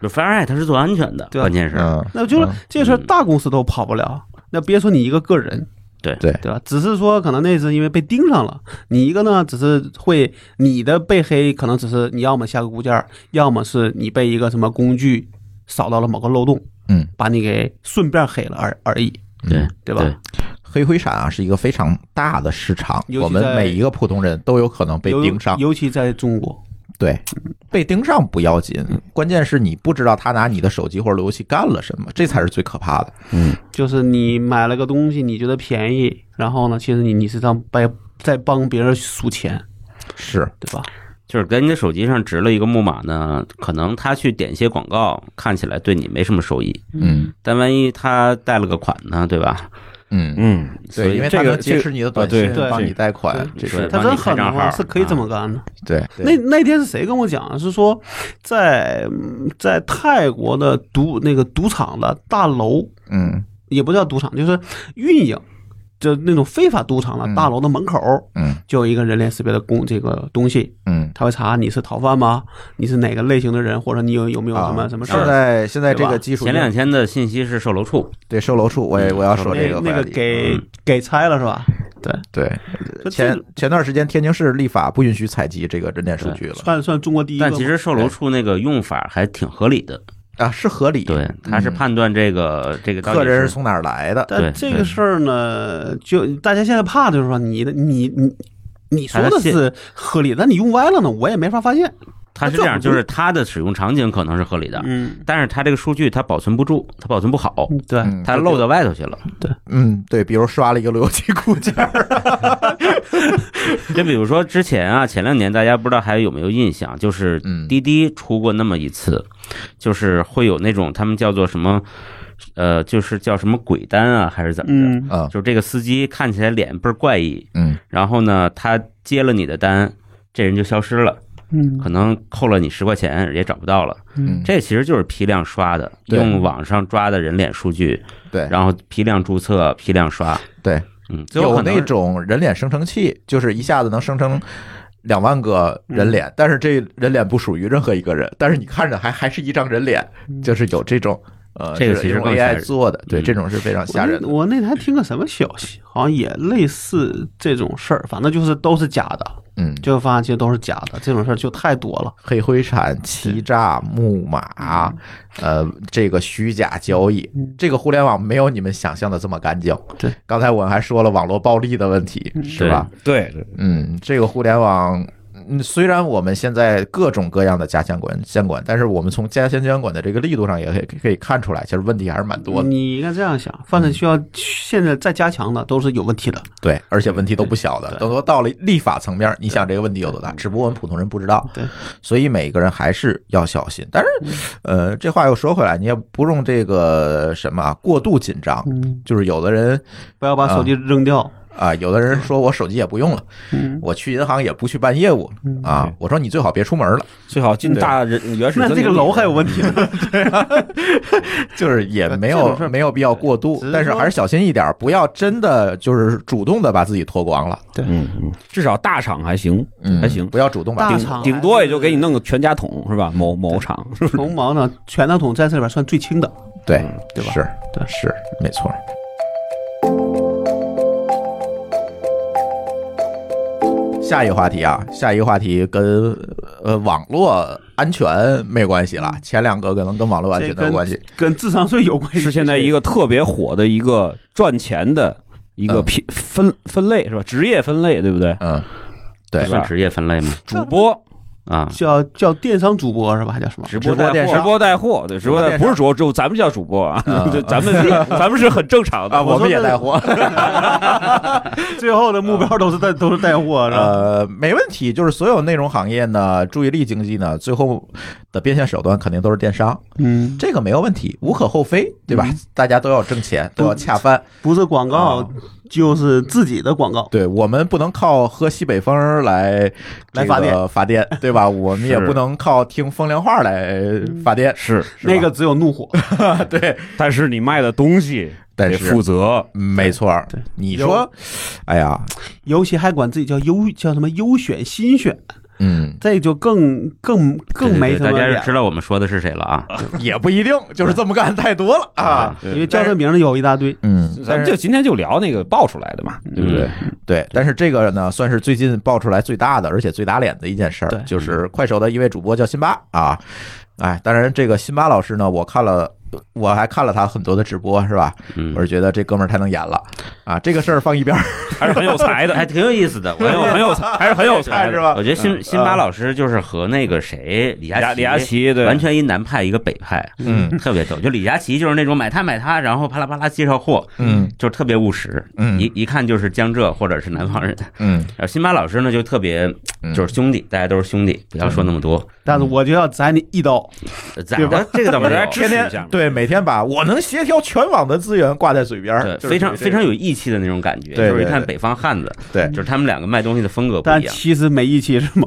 Speaker 3: 就 FireEye 它是做安全的，
Speaker 2: 对啊
Speaker 3: 关键是
Speaker 1: 嗯，
Speaker 2: 那就是
Speaker 1: 嗯
Speaker 2: 这事儿，大公司都跑不了，那别说你一个个人，
Speaker 3: 对
Speaker 1: 对
Speaker 2: 对吧？只是说可能那是因为被盯上了，你一个呢，只是会你的被黑，可能只是你要么下个固件儿，要么是你被一个什么工具扫到了某个漏洞，
Speaker 1: 嗯，
Speaker 2: 把你给顺便黑了而而已，
Speaker 3: 对
Speaker 2: 对吧？
Speaker 3: 对
Speaker 1: 黑灰闪啊是一个非常大的市场，
Speaker 2: 尤其
Speaker 1: 我们
Speaker 2: 在
Speaker 1: 每一个普通人都有可能被
Speaker 2: 尤
Speaker 1: 盯上，
Speaker 2: 尤其在中国，
Speaker 1: 对，被盯上不要紧，关键是你不知道他拿你的手机或者路由器干了什么，这才是最可怕的。
Speaker 2: 就是你买了个东西，你觉得便宜，然后呢，其实你你是让在在帮别人数钱，
Speaker 1: 是，
Speaker 2: 对吧？
Speaker 3: 就是跟你的手机上植了一个木马呢，可能他去点一些广告，看起来对你没什么收益，
Speaker 1: 嗯
Speaker 3: 但万一他贷了个款呢，对吧？
Speaker 1: 嗯，
Speaker 4: 嗯，
Speaker 3: 所
Speaker 1: 对，
Speaker 3: 以
Speaker 1: 因为
Speaker 4: 这
Speaker 1: 他
Speaker 4: 个
Speaker 1: 能劫持你的短
Speaker 4: 这
Speaker 1: 信
Speaker 4: 个
Speaker 2: 对，
Speaker 1: 帮
Speaker 4: 对
Speaker 1: 你贷款，这
Speaker 3: 对
Speaker 1: 是
Speaker 2: 他
Speaker 3: 帮
Speaker 2: 真
Speaker 3: 你开
Speaker 2: 狠
Speaker 3: 账号
Speaker 2: 啊，是可以这么干的。
Speaker 1: 对。
Speaker 2: 那那天是谁跟我讲？啊是说在嗯在泰国的赌那个赌场的大楼，
Speaker 1: 嗯
Speaker 2: 也不叫赌场，就是运营，就那种非法赌场的
Speaker 1: 嗯
Speaker 2: 大楼的门口，
Speaker 1: 嗯
Speaker 2: 就有一个人脸识别的工这个东西，
Speaker 1: 嗯。
Speaker 2: 他会查你是逃犯吗？你是哪个类型的人，或者你有有没有什么、
Speaker 1: 啊
Speaker 2: 什么事
Speaker 1: 现
Speaker 2: 儿？
Speaker 1: 在现在这个技术
Speaker 3: 前两天的信息是售楼处，
Speaker 1: 对售楼处，我也我要说这
Speaker 2: 那
Speaker 1: 个
Speaker 2: 嗯那
Speaker 1: 话
Speaker 2: 个
Speaker 1: 题
Speaker 2: 给给拆了是吧？
Speaker 1: 对
Speaker 2: 这
Speaker 1: 前前段时间天津市立法不允许采集这个人脸数据了
Speaker 2: 算算中国第一个
Speaker 3: 但
Speaker 2: 吗。
Speaker 3: 其实售楼处那个用法还挺合理的，
Speaker 1: 啊，是合理。
Speaker 3: 对，他是
Speaker 1: 嗯
Speaker 3: 判断这个这个到底
Speaker 1: 客人是
Speaker 3: 是
Speaker 1: 从哪儿来的？
Speaker 3: 对
Speaker 2: 但这个
Speaker 3: 对
Speaker 2: 事儿呢，就大家现在怕就是说你的你你你
Speaker 3: 哎
Speaker 2: 说的是合理，但你用歪了呢，我也没法发现。
Speaker 3: 他
Speaker 2: 那
Speaker 3: 是这
Speaker 2: 这
Speaker 3: 样，
Speaker 2: 不
Speaker 3: 就是他的使用场景可能是啊合理的，
Speaker 2: 嗯，
Speaker 3: 但是他这个数据他保存不住，他保存不好，
Speaker 2: 对，
Speaker 1: 嗯
Speaker 3: 他漏到外头去了。
Speaker 1: 嗯，对，比如刷了一个路由器固件儿，
Speaker 3: 就比如说之前啊，前两年大家不知道还有没有印象，就是
Speaker 1: 嗯
Speaker 3: 滴滴出过那么一次，就是会有那种他们叫做什么，呃，就是叫什么鬼单啊，还是怎么着？
Speaker 2: 嗯，
Speaker 1: 啊，
Speaker 3: 就是这个司机看起来脸倍儿怪异，
Speaker 1: 嗯
Speaker 3: 然后呢，他接了你的单，这人就消失了，
Speaker 2: 嗯
Speaker 3: 可能扣了你十块钱也找不到了。
Speaker 1: 嗯，
Speaker 3: 这其实就是批量刷的，
Speaker 1: 对
Speaker 3: 用网上抓的人脸数据，
Speaker 1: 对
Speaker 3: 然后批量注册、批量刷。
Speaker 1: 对，
Speaker 3: 嗯，最后
Speaker 1: 有
Speaker 3: 可能
Speaker 1: 那种人脸生成器，就是一下子能生成两万个人
Speaker 3: 嗯
Speaker 1: 脸，但是这人脸不属于任何一个人，但是你看着还还是一张人脸，
Speaker 2: 嗯
Speaker 1: 就是有这种呃，
Speaker 3: 这个
Speaker 1: 是
Speaker 3: 其实
Speaker 1: 用
Speaker 3: 更吓
Speaker 1: AI
Speaker 3: 人
Speaker 1: 做的，对，
Speaker 3: 嗯
Speaker 1: 这种是非常吓人的。
Speaker 2: 我那我那天还听个什么消息，好像也类似这种事儿，反正就是都是假的，
Speaker 1: 嗯，
Speaker 2: 就发现其实都是假的，这种事儿就太多了。
Speaker 1: 黑灰产、欺诈、木马，呃，这个虚假交易，这个互联网没有你们想象的这么干净。
Speaker 2: 对，
Speaker 1: 刚才我还说了网络暴力的问题，是吧？
Speaker 4: 对，
Speaker 1: 嗯，这个互联网，嗯，虽然我们现在各种各样的加强管监管，但是我们从加强监管的这个力度上也可以可以看出来，其实问题还是蛮多的。嗯
Speaker 2: 你应该这样想，反正需要现在再加强的都是有问题的。
Speaker 1: 对，而且问题都不小的。
Speaker 2: 对
Speaker 1: 等到到了立法层面，你想这个问题有多大？只不过我们普通人不知道。
Speaker 2: 对，嗯
Speaker 1: 所以每个人还是要小心。但是，呃，这话又说回来，你也不用这个什么啊过度紧张。
Speaker 2: 嗯，
Speaker 1: 就是有的人
Speaker 2: 不要把手机扔掉。
Speaker 1: 啊、有的人说我手机也不用了，
Speaker 2: 嗯，
Speaker 1: 我去银行也不去办业务了啊。我说你最好别出门了。
Speaker 4: 最好进大人原始森
Speaker 2: 那这
Speaker 4: 林。
Speaker 2: 个楼还有问题呢。
Speaker 1: 就是也没
Speaker 2: 这
Speaker 1: 有
Speaker 2: 种事儿
Speaker 1: 没有必要过度
Speaker 2: 只是，
Speaker 1: 但是
Speaker 2: 说
Speaker 1: 还是小心一点儿，不要真的就是主动的把自己脱光了，
Speaker 4: 嗯，嗯，至少大厂还行，
Speaker 1: 嗯，
Speaker 4: 还行。
Speaker 1: 不要主动把
Speaker 2: 大
Speaker 1: 自己
Speaker 2: 厂
Speaker 4: 顶多也就给你弄个全家桶是吧？某某厂，
Speaker 2: 红毛呢，全大桶在这里边算最轻的。
Speaker 1: 对
Speaker 2: 对吧
Speaker 1: 是
Speaker 2: 对
Speaker 1: 是没错。下一个话题啊，下一个话题跟呃网络安全没关系了，前两个可能跟网络安全
Speaker 2: 这
Speaker 1: 没有
Speaker 2: 跟
Speaker 1: 关系，
Speaker 2: 跟智商税有关系。
Speaker 4: 是现在一个特别火的一个赚钱的一个
Speaker 1: 嗯
Speaker 4: 品分分类是吧？职业分类对不对？
Speaker 1: 嗯，对
Speaker 4: 是吧
Speaker 3: 算职业分类吗？
Speaker 4: 主播
Speaker 3: 啊，
Speaker 2: 叫叫电商主播是吧？还叫什 么？
Speaker 4: 直
Speaker 1: 播
Speaker 4: 带
Speaker 1: 电
Speaker 4: 货
Speaker 1: 商
Speaker 4: 直播带货，对，直播带
Speaker 1: 直播电商
Speaker 4: 不是主播，就咱们叫主播啊，
Speaker 1: 嗯
Speaker 4: 对 咱们咱们是很正常的
Speaker 1: 啊，我
Speaker 2: 说
Speaker 1: 们也
Speaker 2: 这
Speaker 1: 带货，
Speaker 2: 最后的目标都是带都是带货是吧？
Speaker 1: 呃，没问题。就是所有内容行业呢，注意力经济呢，最后的变现手段肯定都是电商，
Speaker 2: 嗯，
Speaker 1: 这个没有问题，无可厚非，对吧？大家都要挣钱，都要恰饭。
Speaker 2: 不是广告
Speaker 1: 啊
Speaker 2: 就是自己的广告，
Speaker 1: 对我们不能靠喝西北风 来
Speaker 2: 来发电
Speaker 1: 这个发电，对吧？我们也
Speaker 4: 是
Speaker 1: 不能靠听风凉话来发电，
Speaker 4: 是，是吧
Speaker 2: 那个只有怒火。
Speaker 1: 对，
Speaker 4: 但是你卖的东西
Speaker 1: 但
Speaker 4: 得
Speaker 1: 是
Speaker 4: 负责，
Speaker 1: 没错儿。你说，哎呀，
Speaker 2: 尤其还管自己叫优叫什么优选新选，
Speaker 1: 嗯，
Speaker 2: 这就更更更没什
Speaker 3: 对对对
Speaker 2: 么
Speaker 3: 大
Speaker 2: 脸
Speaker 3: 家是知道我们说的是谁了啊
Speaker 1: 也不一定，就是这么干太多了啊。
Speaker 2: 因为叫这名儿的有一大堆。
Speaker 1: 嗯，
Speaker 4: 咱们就今天就聊那个爆出来的嘛，对 不对？
Speaker 1: 对，但是这个呢，算是最近爆出来最大的，而且最打脸的一件事
Speaker 2: 对
Speaker 1: 儿，就是快手的一位主播叫辛巴啊，哎，当然这个辛巴老师呢，我看了，我还看了他很多的直播，是吧？
Speaker 3: 嗯
Speaker 1: 我，是觉得这哥们儿太能演了啊，这个事儿放一边儿，
Speaker 4: 还是很有才的，
Speaker 3: 还挺有意思的，我
Speaker 4: 很有很
Speaker 3: 有。
Speaker 4: 有才，还是 很有才
Speaker 1: 看是
Speaker 4: 的。
Speaker 1: 吧
Speaker 3: 啊我？觉得辛辛巴老师就是和那个谁李
Speaker 4: 李
Speaker 3: 佳
Speaker 4: 李佳琦对
Speaker 3: 完全一南派一个北派，
Speaker 1: 嗯
Speaker 3: 特别逗。就李佳琦就是那种买它买它，然后啪啦啪啦介绍货，
Speaker 1: 嗯
Speaker 3: 就是特别务实，
Speaker 1: 嗯
Speaker 3: 一一看就是江浙或者是南方人。
Speaker 1: 嗯，
Speaker 3: 然后辛巴老师呢就特别
Speaker 1: 嗯
Speaker 3: 就是兄弟，大家都是兄弟，不要说那么多。呃
Speaker 2: 但是我就要宰你一刀，
Speaker 3: 咋的？这个倒没有
Speaker 4: 大家。支
Speaker 1: 天
Speaker 4: 持一
Speaker 1: 天
Speaker 4: 下，
Speaker 1: 对每天把我能协调全网的资源挂在嘴边儿，
Speaker 3: 对，非常非常
Speaker 1: 有
Speaker 3: 有义气的那种感觉，
Speaker 1: 对
Speaker 3: 就是一
Speaker 1: 对
Speaker 3: 看
Speaker 1: 对
Speaker 3: 北方汉子，
Speaker 1: 对
Speaker 3: 就是他们两个卖东西的风格不
Speaker 2: 但
Speaker 3: 一样。
Speaker 2: 其实没义气是吗？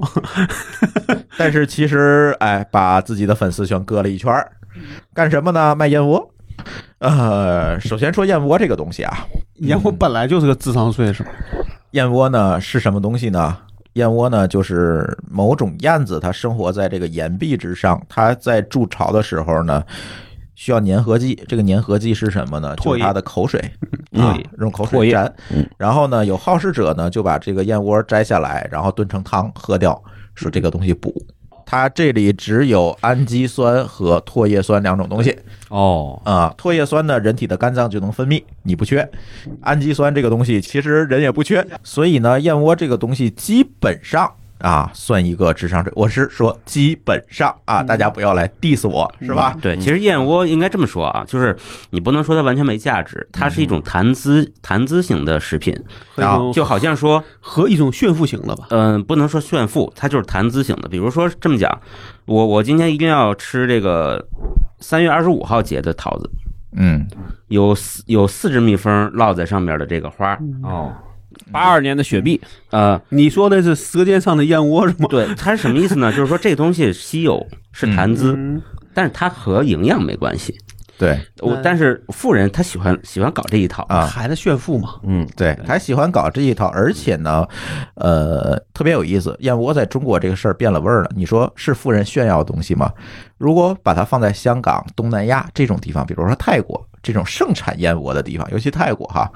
Speaker 1: 但是其实，哎，把自己的粉丝全割了一圈儿，干什么呢？卖燕窝。呃，首先说燕窝这个东西啊，
Speaker 2: 然后本来就是个智商税是吧？
Speaker 1: 燕窝呢是什么东西呢？燕窝呢，就是某种燕子，它生活在这个岩壁之上，它在筑巢的时候呢，需要粘合剂。这个粘合剂是什么呢？就
Speaker 2: 唾液
Speaker 1: 是它的口水
Speaker 4: 嗯
Speaker 1: 啊，用口
Speaker 4: 唾
Speaker 1: 水
Speaker 4: 液
Speaker 1: 沾
Speaker 4: 嗯。
Speaker 1: 然后呢，有好事者呢就把这个燕窝摘下来，然后炖成汤喝掉，说这个东西补。它这里只有氨基酸和唾液酸两种东西，
Speaker 4: 哦，
Speaker 1: 啊、唾液酸呢，人体的肝脏就能分泌，你不缺。氨基酸这个东西，其实人也不缺，所以呢，燕窝这个东西基本上啊，算一个智商税。我是说基本上啊，大家不要来 diss 我，是吧？
Speaker 2: 嗯
Speaker 3: 对，其实燕窝应该这么说啊，就是你不能说它完全没价值，它是一
Speaker 2: 嗯
Speaker 3: 种谈资谈资型的食品，
Speaker 2: 和一种
Speaker 3: 就好像说，
Speaker 2: 和一种炫富型的吧。
Speaker 3: 嗯、不能说炫富，它就是谈资型的。比如说这么讲，我我今天一定要吃这个三月二十五号节的桃子，
Speaker 1: 嗯，
Speaker 3: 有四有四只蜜蜂落在上面的这个花，
Speaker 2: 嗯
Speaker 4: 哦，八二年的雪碧，
Speaker 3: 呃，
Speaker 2: 你说的是舌尖上的燕窝是吗？
Speaker 3: 对，它是什么意思呢？就是说这个东西稀有是谈资，
Speaker 2: 嗯，
Speaker 3: 但是它和营养没关系。
Speaker 1: 对
Speaker 3: 我
Speaker 2: 嗯
Speaker 3: 但是富人他喜欢喜欢搞这一套，
Speaker 1: 啊，
Speaker 2: 孩子炫富嘛，
Speaker 4: 嗯，
Speaker 1: 对，他喜欢搞这一套，而且呢，呃，特别有意思。燕窝在中国这个事儿变了味儿了，你说是富人炫耀的东西吗？如果把它放在香港、东南亚这种地方，比如说泰国这种盛产燕窝的地方，尤其泰国哈，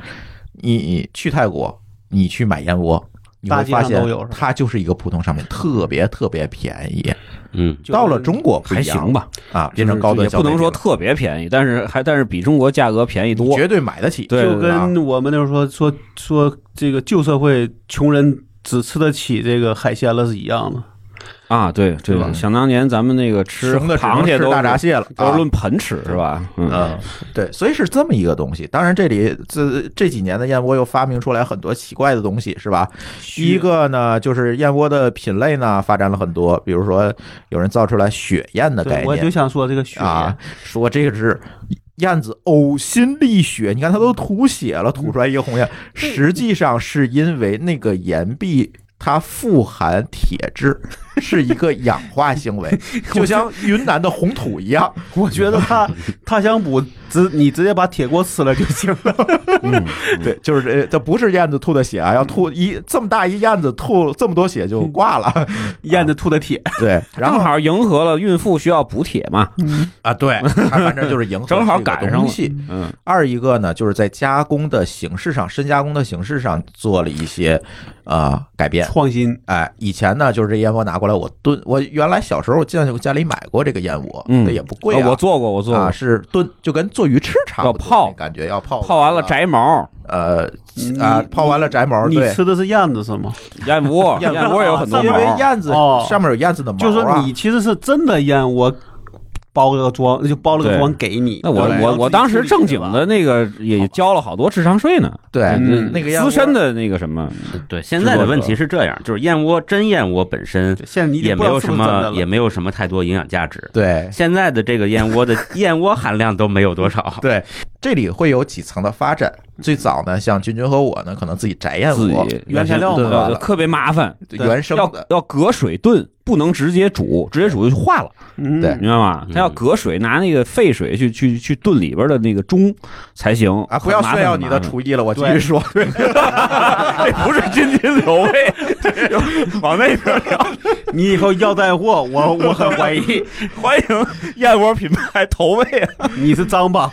Speaker 1: 你你去泰国，你去买燕窝。你
Speaker 2: 大
Speaker 1: 会
Speaker 2: 街
Speaker 1: 发
Speaker 2: 上
Speaker 1: 现
Speaker 2: 都有是吧，
Speaker 1: 它就是一个普通商品，特别特别便宜。
Speaker 3: 嗯，
Speaker 2: 就是
Speaker 1: 到了中国不
Speaker 4: 还
Speaker 1: 一样
Speaker 4: 行吧，
Speaker 1: 啊，变成高端
Speaker 4: 也
Speaker 1: 消
Speaker 4: 不
Speaker 1: 费
Speaker 4: 能说
Speaker 1: 品
Speaker 4: 特别便宜，但是还但是比中国价格便宜
Speaker 1: 了
Speaker 4: 多，
Speaker 1: 绝对啊买得起。
Speaker 4: 对
Speaker 2: 就跟我们那时候说说说这个旧社会穷人只吃得起这个海鲜了是一样的。
Speaker 4: 啊，对对吧？
Speaker 1: 嗯
Speaker 4: 想当年咱们那个吃
Speaker 1: 穷的只能
Speaker 4: 螃蟹
Speaker 1: 吃
Speaker 4: 都
Speaker 1: 大闸蟹了，
Speaker 4: 都
Speaker 1: 啊
Speaker 4: 是论盆吃是吧？嗯，
Speaker 1: 嗯，对，所以是这么一个东西。当然，这里这这几年的燕窝又发明出来很多奇怪的东西，是吧？一个呢，就是燕窝的品类呢发展了很多，比如说有人造出来雪燕的概
Speaker 2: 对，我就
Speaker 1: 念
Speaker 2: 想说这个血
Speaker 1: 啊，说这个是燕子呕心沥血，你看它都吐血了，吐出来一个红
Speaker 2: 嗯
Speaker 1: 燕，实际上是因为那个岩壁。它富含铁质，是一个氧化行 为，就像云南的红土一样。
Speaker 2: 我觉得他他想补，直你直接把铁锅吃了就行了。
Speaker 1: 嗯
Speaker 4: 嗯
Speaker 1: 对，就是这，这不是燕子吐的血啊，要吐一这么大一燕子吐这么多血就挂 了。
Speaker 2: 燕子吐的铁，
Speaker 1: 对，然后
Speaker 4: 正好迎合了孕妇需要补铁嘛，
Speaker 1: 啊，对， 它反正就是迎合
Speaker 4: 正
Speaker 1: 这
Speaker 4: 好
Speaker 1: 个
Speaker 4: 赶上
Speaker 1: 东
Speaker 4: 了
Speaker 1: 西。
Speaker 4: 嗯，
Speaker 1: 二一个呢，就是在加工的形式上，深加工的形式上做了一些呃改变。
Speaker 2: 创新
Speaker 1: 哎，以前呢，就是这燕窝拿过来我炖，我原来小时候我见我家里买过这个燕窝，
Speaker 4: 嗯
Speaker 1: 这也不贵啊。
Speaker 4: 我做过，我做
Speaker 1: 啊，
Speaker 4: 过，
Speaker 1: 是炖，就跟做鱼翅差不多，
Speaker 4: 要泡
Speaker 1: 感觉要泡
Speaker 4: 泡完
Speaker 1: 啊
Speaker 4: 了 摘毛，
Speaker 1: 呃啊，抛完了摘毛，
Speaker 2: 你
Speaker 1: 对，
Speaker 2: 吃的是燕子是吗？
Speaker 4: 燕窝，
Speaker 1: 燕啊
Speaker 4: 燕窝有很多
Speaker 1: 因
Speaker 4: 毛啊
Speaker 1: 为
Speaker 4: 儿，
Speaker 1: 燕子
Speaker 2: 哦
Speaker 1: 上面有燕子的毛啊，
Speaker 2: 就是说你其实是真的燕窝，包了个装，就包了个
Speaker 4: 对
Speaker 2: 装给你。
Speaker 4: 那我
Speaker 2: 对
Speaker 4: 我我当时正经，
Speaker 2: 然后
Speaker 4: 的那个也交了好多智商税呢，
Speaker 1: 对
Speaker 4: 嗯
Speaker 1: 哦哎那个燕窝
Speaker 4: 资深的那个什么，
Speaker 2: 嗯
Speaker 3: 对，现在的问题是这样，就是燕窝真燕窝本身
Speaker 2: 自己去理解吧现在你已
Speaker 3: 也
Speaker 2: 经不知
Speaker 3: 没
Speaker 2: 道
Speaker 3: 有
Speaker 2: 是
Speaker 3: 什
Speaker 2: 不是真的
Speaker 3: 么
Speaker 2: 了
Speaker 3: 也没有什么太多营养价值。
Speaker 1: 对
Speaker 3: 现在的这个燕 窝的燕窝含量都没有多少，
Speaker 1: 对，这里会有几层的发展。最早呢，像君君和我呢，可能自己摘燕
Speaker 4: 自
Speaker 1: 窝，
Speaker 4: 己
Speaker 2: 原材料
Speaker 1: 对
Speaker 2: 嘛，
Speaker 1: 吧
Speaker 4: 呃特别麻烦，
Speaker 1: 对原生
Speaker 4: 要
Speaker 1: 的，
Speaker 4: 要隔水炖，不能直接煮，直接煮就化了，
Speaker 2: 嗯
Speaker 1: 对
Speaker 4: 明白吗？
Speaker 3: 嗯
Speaker 4: 它要隔水，拿那个沸水去去去炖里边的那个盅才行
Speaker 1: 啊，不要炫耀你的。
Speaker 4: 很麻烦很麻烦
Speaker 1: 厨艺了，我继续说。
Speaker 4: 这不是津津有味，往那边聊。
Speaker 2: 你以后要带 货，我我很怀疑
Speaker 4: 欢迎燕窝品牌投喂，啊
Speaker 2: 你是张吧？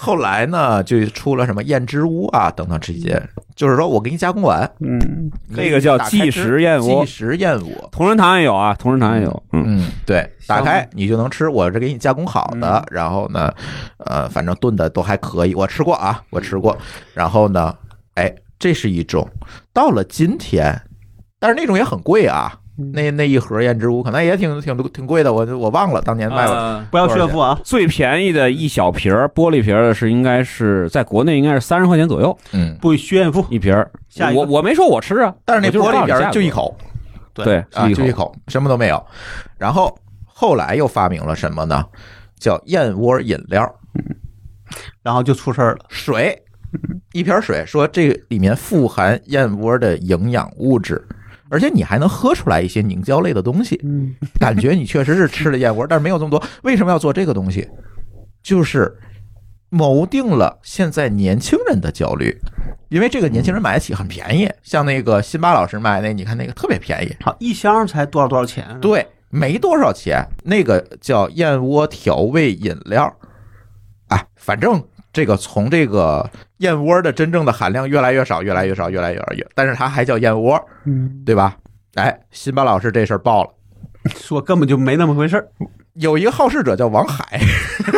Speaker 1: 后来呢，就出了什么燕之屋啊等等这些，就是说我给你加工完，
Speaker 2: 嗯，
Speaker 4: 那个叫
Speaker 1: 打开吃
Speaker 4: 即食燕窝
Speaker 1: 即食燕窝。
Speaker 4: 同仁堂也有啊，同仁堂也有，嗯，
Speaker 1: 嗯，对，打
Speaker 2: 香
Speaker 1: 开嗯你就能吃，我这给你加工好的，然后呢，呃，反正炖的都还可以，我吃过啊，我吃过。然后呢，哎，这是一种，到了今天，但是那种也很贵啊，那那一盒燕之屋可能也挺挺挺贵的，我我忘了当年嗯卖了。
Speaker 4: 呃
Speaker 2: 不要炫富啊！
Speaker 4: 最便宜的一小瓶儿玻璃瓶儿的是应该是在国内应该是三十块钱左右
Speaker 1: 嗯，
Speaker 2: 不炫富，
Speaker 4: 一瓶儿
Speaker 2: 下一，个
Speaker 4: 我我没说我吃啊，
Speaker 1: 但是那
Speaker 4: 我就
Speaker 1: 玻璃
Speaker 4: 告
Speaker 1: 瓶
Speaker 4: 诉你
Speaker 1: 儿
Speaker 4: 价
Speaker 1: 就
Speaker 4: 格
Speaker 1: 一口，
Speaker 4: 对，
Speaker 1: 啊，就一
Speaker 4: 一
Speaker 1: 口，什么都没有。然后后来又发明了什么呢？叫燕窝饮料，
Speaker 2: 然后就出事儿了。
Speaker 1: 水，一瓶水，说这个里面富含燕窝的营养物质。而且你还能喝出来一些凝胶类的东西，
Speaker 2: 嗯，
Speaker 1: 感觉你确实是吃了燕窝，但是没有这么多。为什么要做这个东西？就是谋定了现在年轻人的焦虑，因为这个年轻人买得起，很便宜。像那个辛巴老师卖那，你看那个特别便宜，
Speaker 2: 好，一箱才多少多少
Speaker 4: 嗯
Speaker 2: 钱？，
Speaker 1: 对，没多少钱，那个叫燕窝调味饮料，啊，反正这个从这个燕窝的真正的含量越来越少，越来越少，越来越少越，但是它还叫燕窝，
Speaker 2: 嗯，
Speaker 1: 对吧？哎，辛巴老师这事儿爆了。
Speaker 2: 说根本就没那么回事儿。
Speaker 1: 有一个好事者叫王海，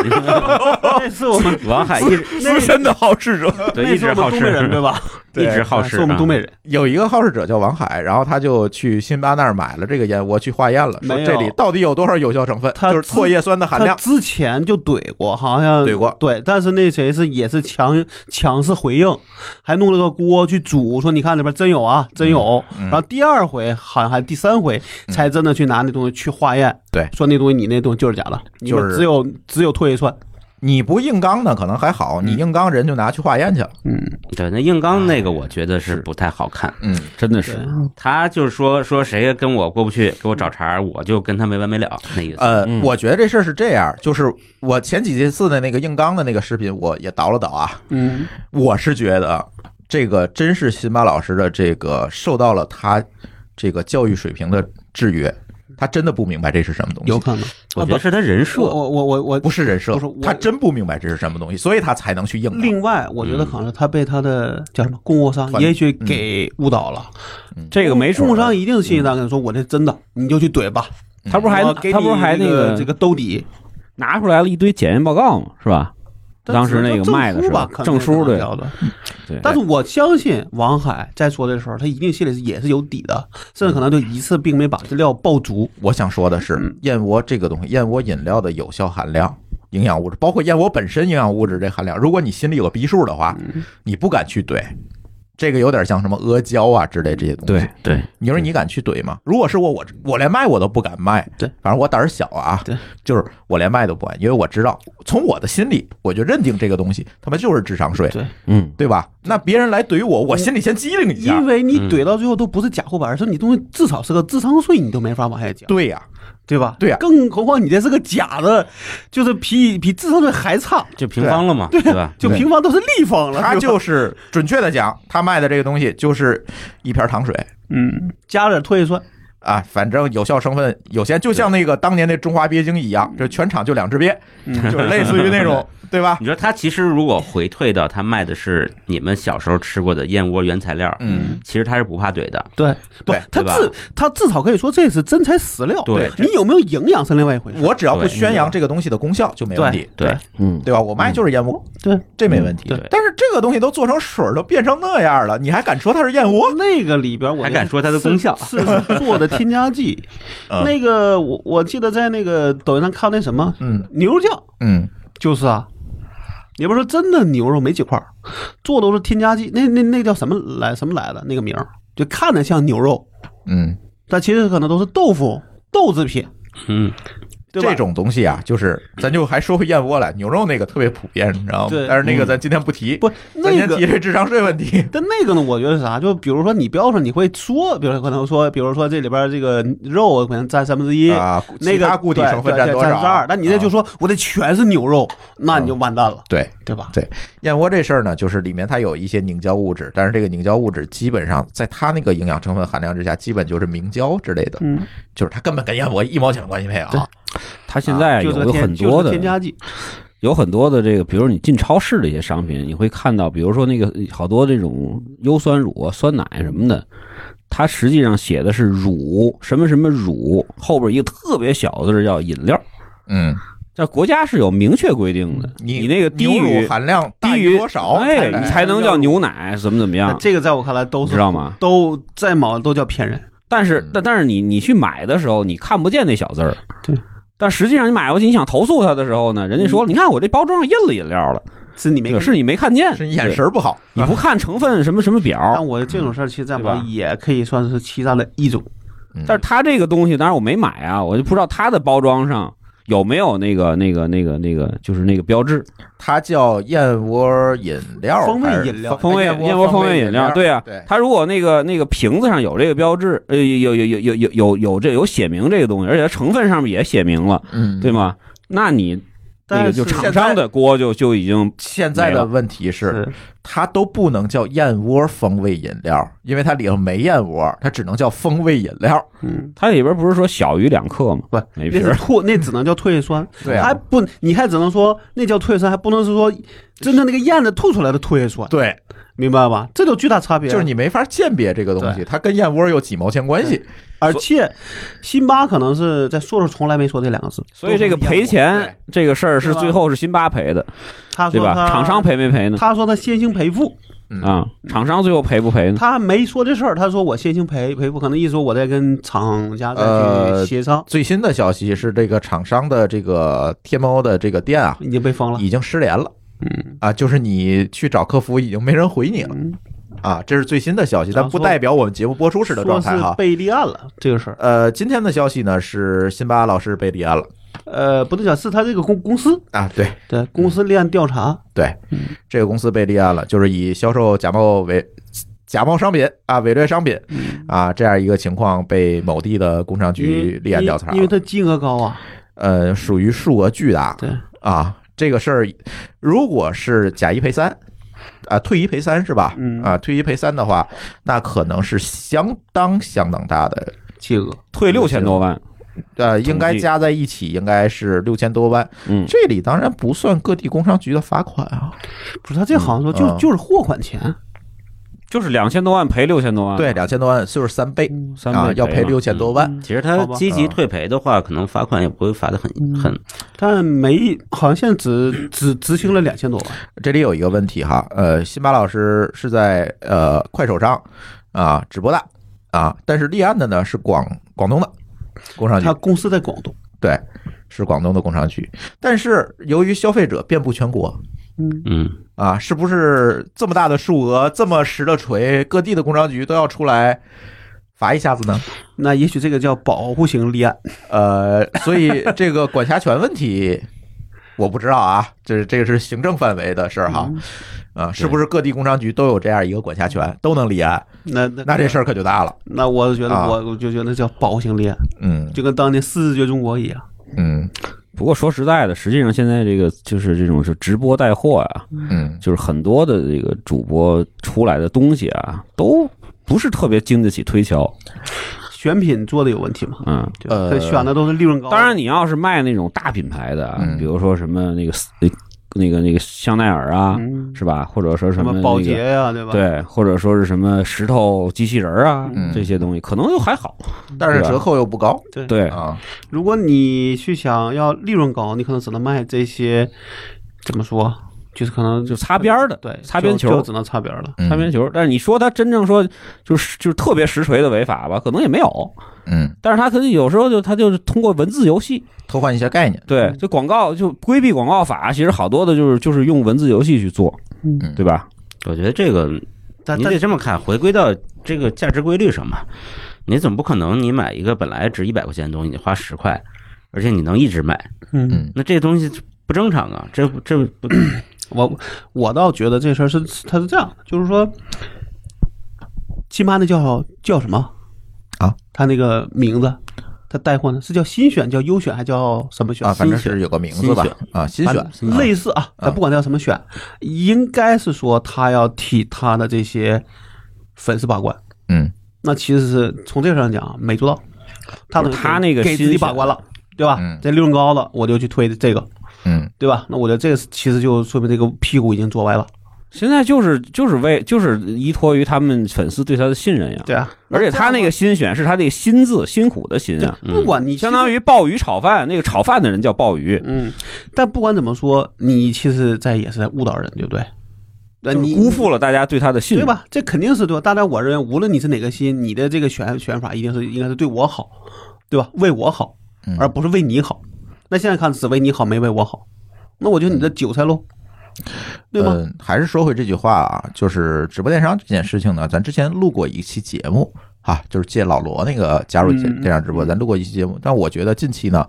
Speaker 2: 那是我 们
Speaker 3: 王海一
Speaker 2: 那是
Speaker 4: 真的好吃者，
Speaker 3: 对
Speaker 2: 那
Speaker 3: 一
Speaker 2: 是我们
Speaker 3: 直好
Speaker 2: 东北人 对
Speaker 3: 吃，
Speaker 2: 吧？
Speaker 3: 一直好
Speaker 2: 是
Speaker 3: 吃，
Speaker 2: 我们东北人。
Speaker 1: 有一个好事者叫王海，然后他就去辛巴那儿买了这个燕窝去化验了，说
Speaker 2: 没有
Speaker 1: 这里到底有多少有效成分，
Speaker 2: 他
Speaker 1: 就是
Speaker 2: 自
Speaker 1: 唾液酸的含
Speaker 2: 他
Speaker 1: 量。
Speaker 2: 之前就怼过，好像
Speaker 1: 怼过
Speaker 2: 对，但是那谁是也是强强势回应，还弄了个锅去煮，说你看里边真有啊，真有。
Speaker 1: 嗯
Speaker 2: 然后第二回好像还第三回
Speaker 1: 嗯
Speaker 2: 才真的去拿那东西去化验，
Speaker 1: 对
Speaker 2: 说那东西你那东西就是假的，你们
Speaker 1: 就是
Speaker 2: 只有只有唾液酸。
Speaker 1: 你不硬刚呢，可能还好，
Speaker 4: 嗯
Speaker 1: 你硬刚人就拿去化验去了。
Speaker 2: 嗯，
Speaker 3: 对那硬刚那
Speaker 2: 哎
Speaker 3: 个我觉得是不太好看，
Speaker 1: 嗯，
Speaker 4: 真的
Speaker 2: 对
Speaker 4: 是。，
Speaker 3: 他就是说说谁跟我过不去，给我找茬儿，我就跟他没完没了那意思。
Speaker 1: 呃，
Speaker 4: 嗯
Speaker 1: 我觉得这事儿是这样，就是我前几次的那个硬刚的那个视频，我也倒了倒啊，
Speaker 2: 嗯，
Speaker 1: 我是觉得啊这个真是辛巴老师的这个受到了他这个教育水平的制约，他真的不明白这是什么东西
Speaker 2: 有，可能。
Speaker 3: 我觉得是他人
Speaker 2: 我
Speaker 3: 设，
Speaker 2: 我我我我
Speaker 1: 不是人设
Speaker 2: 不是我，
Speaker 1: 他真不明白这是什么东西，所以他才能去硬刚。
Speaker 2: 另外，我觉得可能他被他的叫什么供货商，
Speaker 1: 团
Speaker 2: 也许
Speaker 1: 嗯
Speaker 2: 给误导了。
Speaker 4: 嗯这个没
Speaker 2: 供
Speaker 4: 处
Speaker 2: 货，商一定信息大概说，我这真的，你就去怼吧。
Speaker 4: 嗯他
Speaker 1: 嗯
Speaker 4: 不是还
Speaker 2: 我给
Speaker 4: 他不是
Speaker 2: 你
Speaker 4: 还那
Speaker 2: 这
Speaker 4: 个
Speaker 2: 这个兜底，
Speaker 4: 拿出来了一堆检验报告嘛，是吧？当时那个卖的
Speaker 2: 证
Speaker 4: 是
Speaker 2: 书吧
Speaker 4: 吧，
Speaker 2: 可能
Speaker 4: 证书对
Speaker 2: 是要的。
Speaker 4: 对，
Speaker 2: 但是我相信王海在说的时候，他一定心里是也是有底的，甚至可能就一次并没把这料爆足。
Speaker 1: 我想说的是，燕窝这个东西，燕窝饮料的有效含量、营养物质，包括燕窝本身营养物质这含量，如果你心里有个逼数的话，你不敢去怼。这个有点像什么阿胶啊之类这些东西。
Speaker 4: 对
Speaker 3: 对，
Speaker 1: 你说你敢去怼吗？如果是我，我我连卖我都不敢卖。
Speaker 2: 对，
Speaker 1: 反正我胆儿小啊。
Speaker 2: 对，
Speaker 1: 就是我连卖都不敢，因为我知道，从我的心里我就认定这个东西他妈就是智商税，
Speaker 2: 对
Speaker 4: 嗯，
Speaker 1: 对吧？那别人来怼我，我心里先机灵一下
Speaker 2: 因。为你
Speaker 3: 嗯
Speaker 2: 怼到最后都不是假货吧，而是你东西至少是个智商税，你都没法往下讲，
Speaker 1: 对呀、
Speaker 2: 对吧？
Speaker 1: 对呀
Speaker 2: 更何况你这是个假的，就是比比智商税还差，
Speaker 3: 就平方了嘛，对吧？
Speaker 2: 就
Speaker 1: 对
Speaker 2: 平方都是立方了。
Speaker 1: 他
Speaker 2: 对吧
Speaker 1: 就是准确的讲，他卖的这个东西就是一瓶糖水，
Speaker 2: 嗯，加点唾液酸，
Speaker 1: 啊，反正有效成分有限，就像那个当年那中华鳖精一样，这全场就两只鳖，
Speaker 2: 嗯
Speaker 1: 就是类似于那 种，对吧？
Speaker 3: 你说他其实如果回退到他卖的是你们小时候吃过的燕窝原材料，
Speaker 1: 嗯，
Speaker 3: 其实他是不怕怼的。
Speaker 2: 对，不
Speaker 1: 对，
Speaker 2: 他
Speaker 3: 对吧
Speaker 2: 至他至少可以说这是真材实料。
Speaker 3: 对
Speaker 2: 你有没有营养是另外一回事。
Speaker 1: 我只要不宣扬这个东西的功效就没问题，
Speaker 3: 对，
Speaker 4: 嗯，
Speaker 1: 对吧？我卖就是燕窝，
Speaker 2: 嗯对，
Speaker 1: 这没问题。
Speaker 3: 对
Speaker 1: 但是这个东西都做成水儿，都变成那样了，你还敢说它是燕窝？
Speaker 2: 那个里边我
Speaker 3: 还敢说它的功效
Speaker 2: 是是做的添加剂
Speaker 1: 嗯。
Speaker 2: 那个我我记得在那个抖音上看那什么
Speaker 1: 嗯
Speaker 2: 牛肉酱，
Speaker 1: 嗯，
Speaker 2: 就是啊，也不是说真的牛肉没几块儿，做都是添加剂。那那那叫什么来什么来的那个名儿，就看着像牛肉，
Speaker 1: 嗯，
Speaker 2: 但其实可能都是豆腐豆制品，
Speaker 3: 嗯，
Speaker 2: 对吧
Speaker 1: 这种东西啊，就是咱就还说回燕窝来，牛肉那个特别普遍，你知道吗
Speaker 2: 对？嗯
Speaker 1: 但是那个咱今天不提，
Speaker 2: 不
Speaker 1: 咱
Speaker 2: 那
Speaker 1: 先
Speaker 2: 个
Speaker 1: 提这智商税问题。
Speaker 2: 但那个呢，我觉得是啥？就比如说你标上，你会说，比如说可能说，比如说这里边这个肉可能占三分之一，
Speaker 1: 啊，
Speaker 2: 那
Speaker 1: 其
Speaker 2: 个
Speaker 1: 他固体
Speaker 2: 对
Speaker 1: 成分
Speaker 2: 对
Speaker 1: 占
Speaker 2: 对
Speaker 1: 多
Speaker 2: 三
Speaker 1: 少？
Speaker 2: 分之二。但你这就
Speaker 1: 啊嗯
Speaker 2: 说我这全是牛肉，那你就完蛋了，
Speaker 1: 对
Speaker 2: 对吧？
Speaker 1: 燕窝这事儿呢，就是里面它有一些凝胶物质，但是这个凝胶物质基本上在它那个营养成分含量之下，基本就是明胶之类的，
Speaker 2: 嗯，
Speaker 1: 就是它根本跟燕窝一毛钱关系没有啊。
Speaker 4: 它现在啊
Speaker 2: 啊就
Speaker 4: 有
Speaker 2: 是个
Speaker 4: 有
Speaker 2: 添
Speaker 4: 很
Speaker 2: 就是
Speaker 4: 多
Speaker 2: 个
Speaker 4: 的
Speaker 2: 添加剂，
Speaker 4: 有很多的这个，比如你进超市的一些商品，你会看到，比如说那个好多这种优酸乳啊、酸奶什么的，它实际上写的是乳什么什么乳，后边一个特别小的字叫饮料。
Speaker 1: 嗯，
Speaker 4: 这国家是有明确规定的，你那个低
Speaker 1: 牛乳
Speaker 4: 于
Speaker 1: 含量
Speaker 4: 低
Speaker 1: 大于
Speaker 4: 于
Speaker 1: 多少，
Speaker 4: 哎，
Speaker 1: 才
Speaker 4: 你才能叫牛奶，怎么怎么
Speaker 2: 那
Speaker 4: 样，
Speaker 2: 这个在我看来都
Speaker 4: 你
Speaker 2: 是
Speaker 4: 知道吗？
Speaker 2: 都再毛都叫骗人。
Speaker 4: 但是
Speaker 1: 嗯
Speaker 4: 但但是你你去买的时候，你看不见那小字儿。
Speaker 2: 对。
Speaker 4: 但实际上，你买回去你想投诉他的时候呢，人家说：“你看我这包装上印了饮料了，
Speaker 2: 是你没
Speaker 4: 可是你没看见，
Speaker 1: 是你眼神不好，
Speaker 4: 你不看成分什么什么表。”
Speaker 2: 但我这种事儿其实在
Speaker 4: 对
Speaker 2: 我
Speaker 4: 吧
Speaker 2: 也可以算是欺诈的一种，
Speaker 1: 嗯
Speaker 4: 但是它这个东西，当然我没买啊，我就不知道它的包装上有没有那个、那个、那个、那个，就是那个标志，
Speaker 1: 它叫燕窝饮料，
Speaker 2: 风味
Speaker 1: 还是
Speaker 2: 饮料
Speaker 4: 风味
Speaker 1: 哎燕
Speaker 4: 燕
Speaker 1: 窝
Speaker 4: 窝风味饮料。对啊，
Speaker 1: 对，
Speaker 4: 它如果那个那个瓶子上有这个标志，呃，有有有有有有有这有写明这个东西，而且它成分上面也写明了，
Speaker 1: 嗯，
Speaker 4: 对。吗？那你那
Speaker 2: 但
Speaker 4: 个
Speaker 2: 是
Speaker 4: 就厂
Speaker 1: 现在
Speaker 4: 商的锅就就已经
Speaker 1: 现在的问题是，
Speaker 4: 嗯
Speaker 2: 是
Speaker 1: 它都不能叫燕窝风味饮料，因为它里头没燕窝，它只能叫风味饮料。
Speaker 2: 嗯，
Speaker 4: 它里边不是说小于两克吗？
Speaker 2: 不，
Speaker 4: 每
Speaker 2: 那
Speaker 4: 瓶
Speaker 2: 是
Speaker 4: 儿
Speaker 2: 唾，那只能叫唾液 酸。
Speaker 1: 对啊
Speaker 2: 还，不，你还只能说那叫唾液酸，还不能是说真正那个燕子吐出来的唾液酸，
Speaker 1: 对，
Speaker 2: 明白吧？这都巨大差别。啊
Speaker 1: 就是，你没法鉴别这个东西，它跟燕窝有几毛钱关系？
Speaker 2: 而且辛巴可能是在说的时候从来没说这两个字，
Speaker 4: 所以这个赔钱这个事儿是
Speaker 2: 对吧
Speaker 4: 最后是辛巴赔的，
Speaker 2: 他
Speaker 4: 对
Speaker 2: 说
Speaker 4: 吧？
Speaker 2: 他
Speaker 4: 厂商，赔没赔呢？
Speaker 2: 他说他先行赔付，
Speaker 1: 嗯
Speaker 4: 啊，厂商最后赔不赔呢？
Speaker 2: 他没说这事儿，他说我先行赔赔付，可能意思说我在跟厂家再
Speaker 1: 呃
Speaker 2: 去协商，
Speaker 1: 最新的消息是，这个厂商的这个天猫的这个店啊，
Speaker 2: 已经被封了。
Speaker 1: 已经失联了。
Speaker 2: 嗯
Speaker 1: 啊，就是你去找客服，已经没人回你了
Speaker 2: 嗯，
Speaker 1: 啊，这是最新的消息，但不代表我们节目播出时的状
Speaker 2: 说
Speaker 1: 态
Speaker 2: 是
Speaker 1: 哈。
Speaker 2: 被立案了这个事儿，
Speaker 1: 呃，今天的消息呢是辛巴老师被立案了
Speaker 2: 呃，不能讲是他这个公公司
Speaker 1: 啊，对
Speaker 2: 对公司立案调查，
Speaker 1: 对，这个公司被立案了，就是以销售假冒伪假冒商品啊、伪劣商品
Speaker 2: 嗯
Speaker 1: 啊这样一个情况被某地的工商局立案调查了，
Speaker 2: 因为因为他金额高啊，
Speaker 1: 呃，属于数额巨大，
Speaker 2: 对
Speaker 1: 啊，这个事儿如果是假一赔三，啊，退一赔三是吧？
Speaker 2: 嗯
Speaker 1: 啊，退一赔三的话，那可能是相当相当大的，
Speaker 2: 金额
Speaker 4: 退六千多万，
Speaker 1: 呃，应该
Speaker 4: 统计
Speaker 1: 加在一起应该是六千多万。
Speaker 4: 嗯，
Speaker 1: 这里当然不算各地工商局的罚款啊，
Speaker 2: 不是他这好像说就
Speaker 1: 嗯哎
Speaker 2: 就是货款钱，
Speaker 4: 就是两千多万赔六千多万，
Speaker 1: 对，，两千多万就是三倍
Speaker 4: 啊
Speaker 2: 嗯
Speaker 4: 三倍
Speaker 1: 啊，要赔
Speaker 4: 赔嘛嗯
Speaker 1: 六千多万。
Speaker 3: 其实他
Speaker 2: 好吧嗯
Speaker 3: 积极退赔的话，可能罚款也不会罚的很很
Speaker 2: 但嗯没，好像现在只只执行了两千多万。
Speaker 1: 这里有一个问题哈，呃，辛巴老师是在呃快手上啊直播的啊，但是立案的呢是广广东的工商局
Speaker 2: 他，公司在广东，
Speaker 1: 对，是广东的工商局。但是由于消费者遍布全国
Speaker 3: 嗯，
Speaker 1: 啊，是不是这么大的数额，这么实的锤，各地的工商局都要出来罚一下子呢？
Speaker 2: 那也许这个叫保护型立案。
Speaker 1: 呃，所以这个管辖权问题。我不知道啊，这是这个是行政范围的事儿哈，啊，是不是各地工商局都有这样一个管辖权，都能立案？
Speaker 2: 那那
Speaker 1: 那这事儿可就大了。
Speaker 2: 那我觉得
Speaker 1: 啊
Speaker 2: 我我就觉得叫保护型立案，
Speaker 1: 嗯
Speaker 2: 就跟当年四十绝中国一样。
Speaker 1: 嗯
Speaker 4: 不过说实在的，实际上现在这个就是这种是直播带货啊，
Speaker 1: 嗯，
Speaker 4: 就是很多的这个主播出来的东西啊，都不是特别经得起推敲。
Speaker 2: 选品做的有问题吗？
Speaker 4: 嗯，
Speaker 2: 对
Speaker 1: 呃
Speaker 2: 他选的都是利润高的。
Speaker 4: 当然，你要是卖那种大品牌的啊
Speaker 1: 嗯，
Speaker 4: 比如说什么那个那个那个香奈儿啊，
Speaker 2: 嗯，
Speaker 4: 是吧？或者说
Speaker 2: 什
Speaker 4: 么
Speaker 2: 么
Speaker 4: 那个
Speaker 2: 保洁呀、对吧？，
Speaker 4: 对，或者说是什么石头机器人儿啊
Speaker 1: 嗯
Speaker 4: 这些东西，可能就还好。
Speaker 1: 但是折扣又不高
Speaker 2: 嗯
Speaker 4: 对，
Speaker 1: 啊。
Speaker 2: 如果你去想要利润高，你可能只能卖这些，怎么说？就是可能
Speaker 4: 就擦边儿的，
Speaker 2: 对
Speaker 4: 擦边
Speaker 2: 就
Speaker 4: 球
Speaker 2: 就只能擦边儿了。
Speaker 1: 嗯
Speaker 4: 擦边球。但是你说他真正说就是就是特别实锤的违法吧，可能也没有。
Speaker 1: 嗯，
Speaker 4: 但是他可能有时候就他就是通过文字游戏，
Speaker 1: 偷换一些概念，
Speaker 4: 对，
Speaker 2: 嗯
Speaker 4: 就广告就规避广告法，其实好多的就是就是用文字游戏去做，
Speaker 1: 嗯
Speaker 4: 对吧？
Speaker 3: 我觉得这个
Speaker 2: 但
Speaker 3: 你
Speaker 2: 但
Speaker 3: 得这么看，回归到这个价值规律上嘛。你总不可能你买一个本来值一百块钱的东西，你花十块，而且你能一直买，
Speaker 2: 嗯，
Speaker 3: 那这东西不正常啊！这这不
Speaker 2: 我我倒觉得这事儿是是他是这样，就是说，金妈那叫叫什么
Speaker 1: 啊？
Speaker 2: 他那个名字，他带货呢是叫新选，叫优选，还叫什么选？
Speaker 1: 啊，反正是有个名字吧
Speaker 3: 新
Speaker 1: 啊，新
Speaker 2: 反
Speaker 1: 选
Speaker 2: 正类似啊，
Speaker 1: 啊
Speaker 2: 咱不管他叫什么选，应该是说他要替他的这些粉丝把关。
Speaker 1: 嗯
Speaker 2: 那其实是从这上讲啊没做到，他等于
Speaker 4: 他那个
Speaker 2: 给自己
Speaker 4: 新
Speaker 2: 把
Speaker 4: 选
Speaker 2: 关了，对吧
Speaker 1: 嗯？
Speaker 2: 这利润高了，我就去推这个，
Speaker 1: 嗯
Speaker 2: 对吧？那我觉得这个其实就说明这个屁股已经坐歪了，
Speaker 4: 现在就是就是为就是依托于他们粉丝对他的信任呀。
Speaker 2: 对啊。
Speaker 4: 而且他那
Speaker 2: 个
Speaker 4: 个心选是他那个辛字辛苦的辛啊，
Speaker 1: 嗯
Speaker 2: 不管你
Speaker 4: 相当
Speaker 2: 于
Speaker 4: 于鲍鱼炒饭，那个炒饭的人叫鲍鱼，
Speaker 2: 嗯，但不管怎么说，你其实在也是在误导人，对不对？那
Speaker 4: 就是
Speaker 2: 你
Speaker 4: 辜负了大家对他的信
Speaker 2: 对
Speaker 4: 任。
Speaker 2: 吧？这肯定是对吧？大家我认为，无论你是哪个心，你的这个选选法一定是应该是对我好，对吧？为我好，
Speaker 1: 嗯
Speaker 2: 而不是为你好。那现在看只为你好，没为我好，那我觉得你的韭菜喽，对吗？
Speaker 1: 嗯，还是说回这句话啊，就是直播电商这件事情呢，咱之前录过一期节目啊，就是借老罗那个加入电
Speaker 2: 嗯嗯
Speaker 1: 电商直播，咱录过一期节目。但我觉得近期呢，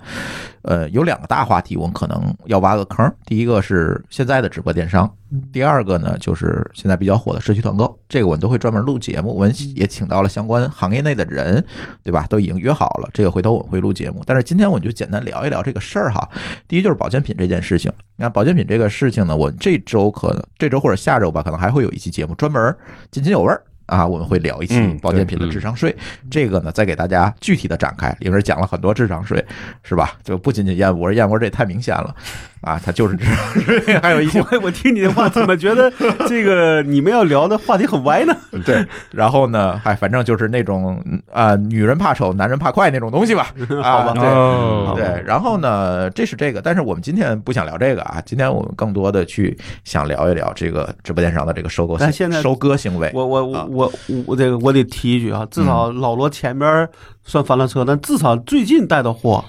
Speaker 1: 呃，有两个大话题，我们可能要挖个坑。第一个是现在的直播电商，
Speaker 2: 嗯
Speaker 1: 第二个呢就是现在比较火的社区团购，这个我们都会专门录节目，我们
Speaker 2: 嗯
Speaker 1: 也请到了相关行业内的人，对吧？都已经约好了，这个回头我们会录节目。但是今天我们就简单聊一聊这个事儿哈。第一就是保健品这件事情，那保健品这个事情呢，我这周可能这周或者下周吧，可能还会有一期节目专门津津有味儿。啊，我们会聊一期
Speaker 4: 嗯
Speaker 1: 保健品的智商税，这个呢，再给大家具体的展开，里面讲了很多智商税，是吧？就不仅仅燕窝，燕窝这也太明显了，啊，它就是 智商税，还有一些
Speaker 2: 我我听你的话，怎么觉得这个你们要聊的话题很 歪呢？
Speaker 1: 对，然后呢，哎，反正就是那种啊、呃女人怕丑，男人怕快那种东西吧， 啊，
Speaker 2: 好吧
Speaker 1: 对。
Speaker 2: 好吧
Speaker 1: 对，然后呢，这是这个，但是我们今天不想聊这个啊，今天我们更多的去想聊一聊这个直播电商的这个收购行，
Speaker 2: 但现在
Speaker 1: 收割行为，
Speaker 2: 我我
Speaker 1: 啊
Speaker 2: 我我我这个我得提一句啊，至少老罗前边算翻了车，但至少最近带的货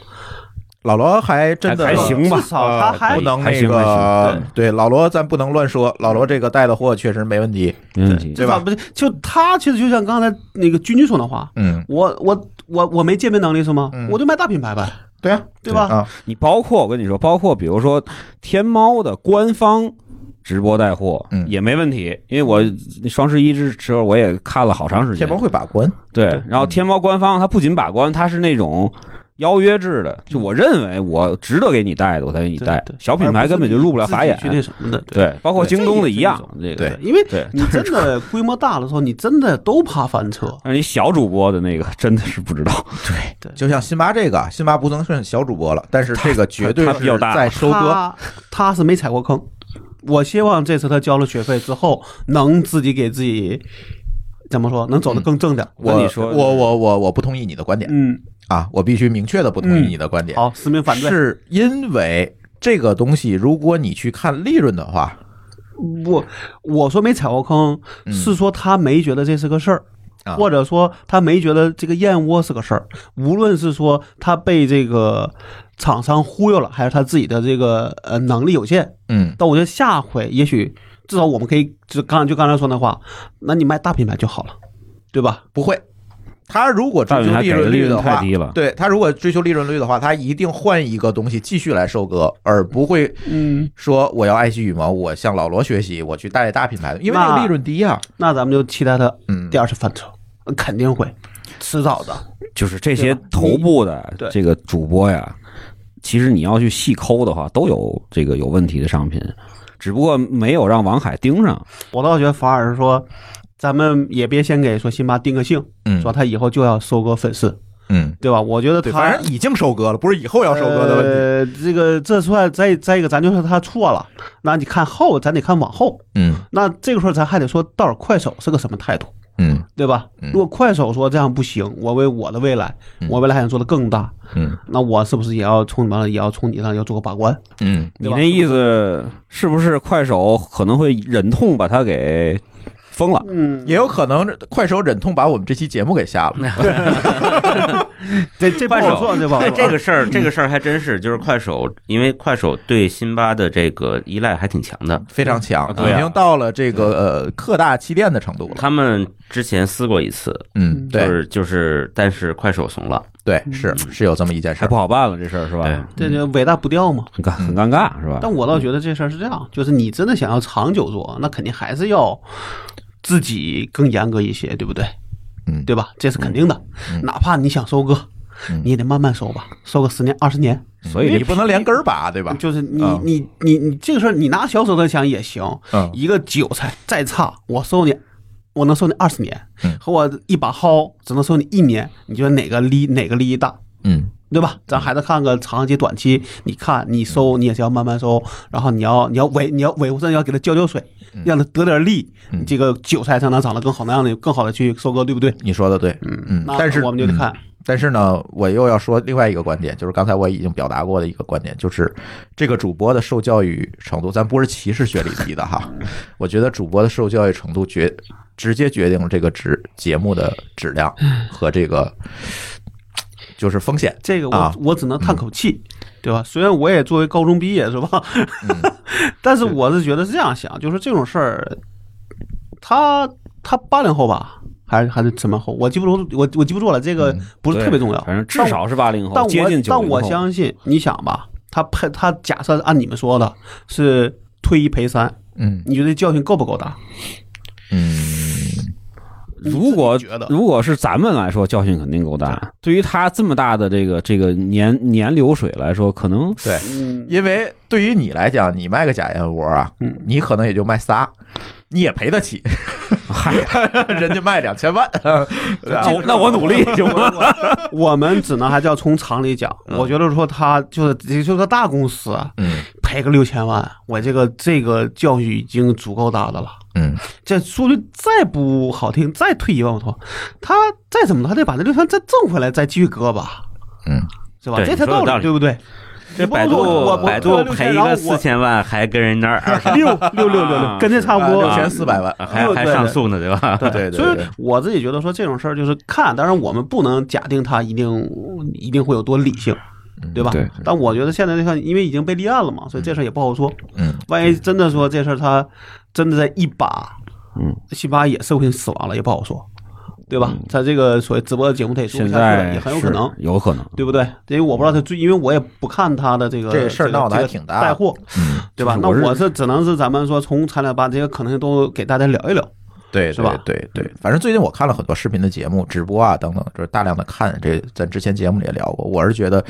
Speaker 1: 老罗还真的呃
Speaker 4: 还行吧
Speaker 2: 至少他还
Speaker 1: 不能
Speaker 4: 还
Speaker 1: 那
Speaker 4: 行还
Speaker 1: 个
Speaker 2: 行，
Speaker 1: 对老罗咱不能乱说，老罗这个带的货确实没问题，
Speaker 4: 没问题
Speaker 1: 嗯对
Speaker 2: 至
Speaker 1: 吧
Speaker 2: 少不是就他其实就像刚才那个君君说的话，
Speaker 1: 嗯，
Speaker 2: 我我我我没鉴别能力是吗？
Speaker 1: 嗯
Speaker 2: 我就卖大品牌呗，
Speaker 1: 对啊，
Speaker 2: 对吧？
Speaker 1: 啊，
Speaker 4: 你包括我跟你说，包括比如说天猫的官方直播带货
Speaker 1: 嗯
Speaker 4: 也没问题，因为我双十一之时候我也看了好长时
Speaker 1: 天
Speaker 4: 间
Speaker 1: 猫。会把关，
Speaker 4: 对，然
Speaker 2: 嗯
Speaker 4: 后天猫官方它不仅把关，它是那种。邀约制的，就我认为我值得给你带的，我才给你
Speaker 2: 嗯对
Speaker 4: 带
Speaker 2: 对。
Speaker 4: 小品牌根本就入不了法眼
Speaker 2: 而，是你自己去那什么的，
Speaker 4: 对，包括
Speaker 2: 对
Speaker 4: 京东的一样
Speaker 2: 这，
Speaker 4: 这个
Speaker 1: 对
Speaker 2: 对，因为
Speaker 4: 对。
Speaker 2: 你真的规模大了之后，你真的都怕翻 车，
Speaker 4: 但是你小主播的那个真的是不知道，
Speaker 1: 就像辛巴这个，辛巴不能算小主播了，但是这个绝对
Speaker 4: 他他比
Speaker 1: 是
Speaker 4: 较大
Speaker 1: 在收割。
Speaker 2: 他他是没踩过坑。我希望这次他交了学费之后，能自己给自己怎么说，能走得
Speaker 4: 嗯
Speaker 2: 更正点。
Speaker 4: 我
Speaker 1: 我
Speaker 4: 跟你说
Speaker 1: 我我我我不同意你的观点
Speaker 2: 嗯，
Speaker 1: 啊！我必须明确的不同意你的观点，
Speaker 2: 好，实名反对。
Speaker 1: 是因为这个东西，如果你去看利润的话，
Speaker 2: 不，我说没踩过坑，
Speaker 1: 嗯
Speaker 2: 是说他没觉得这是个事儿
Speaker 1: 啊。
Speaker 2: 或者说他没觉得这个燕窝是个事儿，无论是说他被这个厂商忽悠了，还是他自己的这个呃能力有限，
Speaker 1: 嗯
Speaker 2: 但我觉得下回也许至少我们可以就刚就刚才说那话，那你卖大品牌就好了，对吧？
Speaker 1: 不会。他如果追
Speaker 4: 大品
Speaker 1: 求
Speaker 4: 牌
Speaker 1: 利
Speaker 4: 给的
Speaker 1: 润
Speaker 4: 利
Speaker 1: 率
Speaker 4: 润
Speaker 1: 的
Speaker 4: 太
Speaker 1: 话，
Speaker 4: 低了。
Speaker 1: 对他如果追求利润率的话，他一定换一个东西继续来收割，而不会
Speaker 2: 嗯，
Speaker 1: 说我要爱惜羽毛，我向老罗学习，我去带大品牌的，因为
Speaker 2: 那
Speaker 1: 那个利润低啊。
Speaker 2: 那咱们就期待他
Speaker 1: 嗯
Speaker 2: 第，二次翻车，肯定会，迟早的。
Speaker 4: 就是这些
Speaker 2: 对吧
Speaker 4: 头部的
Speaker 2: 对
Speaker 4: 这个主播呀，其实你要去细抠的话，都有这个有问题的商品，只不过没有让王海盯上。
Speaker 2: 我倒觉得反而是说，咱们也别先给说辛巴定个性，
Speaker 1: 嗯
Speaker 2: 说他以后就要收割粉丝，
Speaker 1: 嗯，
Speaker 2: 对吧？我觉得
Speaker 1: 对，
Speaker 2: 他
Speaker 1: 反正已经收割了，不是以后要收割的问题。
Speaker 2: 呃，这个这算再再一个，咱就说他错了，那你看后，咱得看往后。
Speaker 1: 嗯
Speaker 2: 那这个时候咱还得说，到底快手是个什么态度，
Speaker 1: 嗯
Speaker 2: 对吧
Speaker 1: 嗯？
Speaker 2: 如果快手说这样不行，我为我的未来
Speaker 1: 嗯，
Speaker 2: 我未来还想做的更大，
Speaker 1: 嗯
Speaker 2: 那我是不是也要从你们也要从你上要做个把关？
Speaker 1: 嗯，
Speaker 4: 你
Speaker 2: 对吧
Speaker 4: 那意思是不是快手可能会忍痛把它给封了？
Speaker 2: 嗯，
Speaker 1: 也有可能快手忍痛把我们这期节目给下了。
Speaker 2: 这这不
Speaker 3: 快手
Speaker 2: 好说，这不好
Speaker 1: 哦
Speaker 3: 哎，这
Speaker 2: 说。
Speaker 3: 个事儿，这个事儿还真是，就是快手，因为快手对辛巴的这个依赖还挺强的。
Speaker 1: 非常强，
Speaker 3: 对
Speaker 1: 已
Speaker 3: 啊
Speaker 1: 经到了这个呃客大气垫的程度了。
Speaker 3: 他们之前撕过一次，
Speaker 1: 嗯，
Speaker 3: 就
Speaker 1: 对
Speaker 3: 是就是，但是快手怂了，
Speaker 1: 对，是是有这么一件事
Speaker 4: 还
Speaker 1: 儿
Speaker 4: 哎不。好办了，这事儿是吧？
Speaker 3: 对
Speaker 2: 这就伟大不掉嘛。
Speaker 4: 很尴很尴尬是吧？
Speaker 2: 哎嗯但
Speaker 1: 嗯
Speaker 2: 我倒觉得这事儿是这样，就是你真的想要长久做，那肯定还是要自己更严格一些，对不对？
Speaker 1: 嗯
Speaker 2: 对吧？这是肯定的，哪怕你想收割
Speaker 1: 嗯，
Speaker 2: 你也得慢慢收吧，收个十年二十年。
Speaker 4: 所以
Speaker 1: 你不能连根儿拔，对吧？
Speaker 2: 就是你
Speaker 1: 嗯
Speaker 2: 你你你这个事儿，你拿小手头想也行
Speaker 1: 嗯。
Speaker 2: 一个韭菜再差，我收你，我能收你二十年
Speaker 1: 嗯，
Speaker 2: 和我一把薅只能收你一年，你觉得哪个利哪个利益大？
Speaker 1: 嗯
Speaker 2: 对吧？咱还得看个长期、短期。你看，你收，你也是要慢慢收，然后你要你要维你要维护，甚至要给它浇浇水，让它得点力，你这个韭菜才能长得更好，能让你更好的去收割，对不对？
Speaker 1: 你说的对，嗯嗯，
Speaker 2: 那
Speaker 1: 但是
Speaker 2: 我们就得
Speaker 1: 嗯
Speaker 2: 看，
Speaker 1: 但是呢，我又要说另外一个观点，就是刚才我已经表达过的一个观点，就是这个主播的受教育程度，咱不是歧视学历低的哈。我觉得主播的受教育程度决直接决定了这个质节目的质量和这个就是风险。
Speaker 2: 这个我、
Speaker 1: 啊
Speaker 2: 我只能叹口气，对吧？虽然我也作为高中毕业是吧， 但是我是觉得是这样想，就是这种事儿，他他八零后吧，还是还是怎么后？我记不住，我我记不住了，这个不是特别重要。
Speaker 4: 反正至少是八零
Speaker 3: 哦
Speaker 2: 但
Speaker 4: 后，
Speaker 2: 我
Speaker 4: 接近九
Speaker 2: 但
Speaker 4: 零
Speaker 2: 我相信，你想吧，他赔他假设按你们说的是退一赔三，
Speaker 1: 嗯
Speaker 2: 你觉得教训够不够大？
Speaker 1: 嗯
Speaker 4: 如
Speaker 2: 你
Speaker 4: 果
Speaker 2: 自己觉得
Speaker 4: 如果是咱们来说，教训肯定够大。对于他这么大的这个这个年年流水来说，可能
Speaker 1: 对，
Speaker 2: 嗯，
Speaker 1: 因为对于你来讲，你卖个假燕窝啊，你可能也就卖仨，你也赔得起。 人家卖两千 万，对
Speaker 2: 啊
Speaker 1: 吧
Speaker 4: 那我那我努力行吗？
Speaker 2: 我们只能还是要从常理讲。
Speaker 3: 嗯
Speaker 2: 我觉得说他就是也就是个大公司，啊
Speaker 1: 嗯
Speaker 2: 赔个六千万，我这个这个教育已经足够大的了。
Speaker 1: 嗯
Speaker 2: 这说句再不好听，再退一万步说，他再怎么他得把这六千再挣回来，再继续割吧，
Speaker 1: 嗯，
Speaker 2: 是吧？
Speaker 3: 对
Speaker 2: 这才
Speaker 3: 你说
Speaker 2: 道
Speaker 3: 的道理
Speaker 2: 对不对？
Speaker 3: 这
Speaker 2: 你不
Speaker 3: 百
Speaker 2: 能
Speaker 3: 度
Speaker 2: 说我我
Speaker 3: 百
Speaker 2: 我
Speaker 3: 度
Speaker 2: 我
Speaker 3: 赔一
Speaker 2: 然后
Speaker 3: 个
Speaker 2: 我
Speaker 3: 四千万，还跟人那儿 二十
Speaker 2: 六六六六
Speaker 4: 啊
Speaker 2: 六，跟这差不多
Speaker 1: 六。千四百万，
Speaker 3: 还
Speaker 2: 对
Speaker 3: 还上诉呢，对吧？
Speaker 1: 对对对
Speaker 2: 所以我自己觉得说这种事儿就是看，当然我们不能假定他一定一定会有多理性，
Speaker 1: 嗯
Speaker 2: 对吧？
Speaker 4: 对
Speaker 2: 但我觉得现在这看，因为已经被立案了嘛，所以这事儿也不好说。
Speaker 1: 嗯，
Speaker 2: 万一真的说这事儿他真的在一把，
Speaker 4: 嗯，
Speaker 2: 辛巴也社会性死亡了，也不好说，对吧？
Speaker 1: 嗯
Speaker 2: 他这个所谓直播的节目他也做不
Speaker 4: 现
Speaker 2: 下去了，
Speaker 4: 在
Speaker 2: 也很有可能
Speaker 4: 是，有可能。
Speaker 2: 对不对？因为我不知道他最，因为我也不看他的这个
Speaker 1: 这事儿
Speaker 2: 个
Speaker 1: 闹得
Speaker 2: 这
Speaker 1: 还
Speaker 2: 个
Speaker 1: 挺大嗯
Speaker 2: 带货，对吧？
Speaker 4: 嗯就是
Speaker 2: 那
Speaker 4: 我是
Speaker 2: 我是只能是咱们说从咱俩把这些可能性都给大家聊一聊。
Speaker 1: 对，
Speaker 2: 是吧
Speaker 1: 对对，对反正最近我看了很多视频的节目、直播啊等等，就是大量的看。这咱之前节目里也聊过，我是觉得。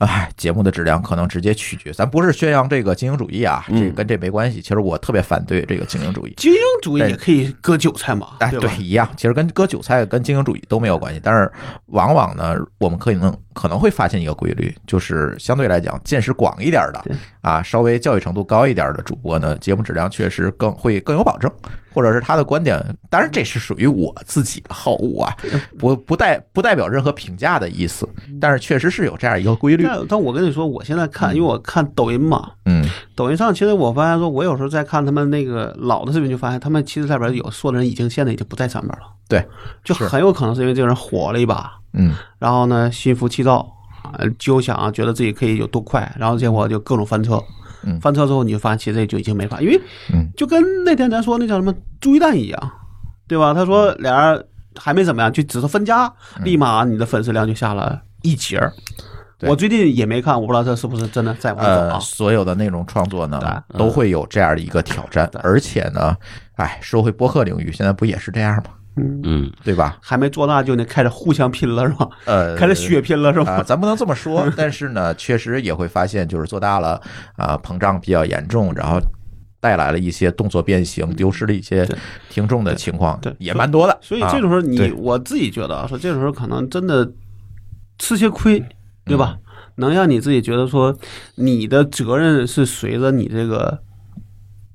Speaker 1: 哎，节目的质量可能直接取决，咱不是宣扬这个精英主义啊，
Speaker 2: 嗯
Speaker 1: 这跟这没关系。其实我特别反对这个精英主义，
Speaker 2: 精英主义
Speaker 1: 对
Speaker 2: 也可以割韭菜嘛，
Speaker 1: 哎，
Speaker 2: 吧
Speaker 1: 对，？一样，其实跟割韭菜、跟精英主义都没有关系。但是往往呢，我们可以能可能会发现一个规律，就是相对来讲见识广一点的
Speaker 2: 对
Speaker 1: 啊，稍微教育程度高一点的主播呢，节目质量确实更会更有保证，或者是他的观点。当然，这是属于我自己的好恶啊，不不代不代表任何评价的意思。但是确实是有这样一个规律。
Speaker 2: 但但我跟你说，我现在看，因为我看抖音嘛，
Speaker 1: 嗯
Speaker 2: 抖音上其实我发现说，我有时候在看他们那个老的视频，就发现他们其实上边有说的人已经现在已经不在上面了，
Speaker 1: 对，
Speaker 2: 就是很有可能是因为这个人火了一把，
Speaker 1: 嗯
Speaker 2: 然后呢心浮气躁啊，就想、啊、觉得自己可以有多快，然后结果就各种翻车
Speaker 1: 嗯。
Speaker 2: 翻车之后，你就发现其实这就已经没法，因为
Speaker 1: 嗯
Speaker 2: 就跟那天咱说那叫什么猪鸡蛋一样，对吧？他说
Speaker 1: 嗯
Speaker 2: 俩人还没怎么样，就只是分家，立马你的粉丝量就下了一截儿。
Speaker 1: 对
Speaker 2: 我最近也没看，我不知道这是不是真的在往上走
Speaker 1: 呃，
Speaker 2: 啊？
Speaker 1: 所有的内容创作呢，
Speaker 2: 对
Speaker 1: 都会有这样的一个挑战，而且呢，哎，说回播客领域，现在不也是这样吗？
Speaker 3: 嗯，
Speaker 1: 对吧？
Speaker 2: 还没做大就得开始互相拼了是吧？
Speaker 1: 呃，
Speaker 2: 开始血拼了是
Speaker 1: 啊、
Speaker 2: 吧？
Speaker 1: 咱不能这么 说，但是呢，确实也会发现，就是做大了啊、膨胀比较严重，然后带来了一些动作变形，丢失了一些
Speaker 2: 嗯对
Speaker 1: 听众的情况
Speaker 2: 对，对
Speaker 1: 也蛮多的。
Speaker 2: 所以
Speaker 1: 啊
Speaker 2: 这种时候你，
Speaker 1: 对
Speaker 2: 我自己觉得啊，说这种时候可能真的吃些亏，对
Speaker 1: 嗯
Speaker 2: 吧？能让你自己觉得说，你的责任是随着你这个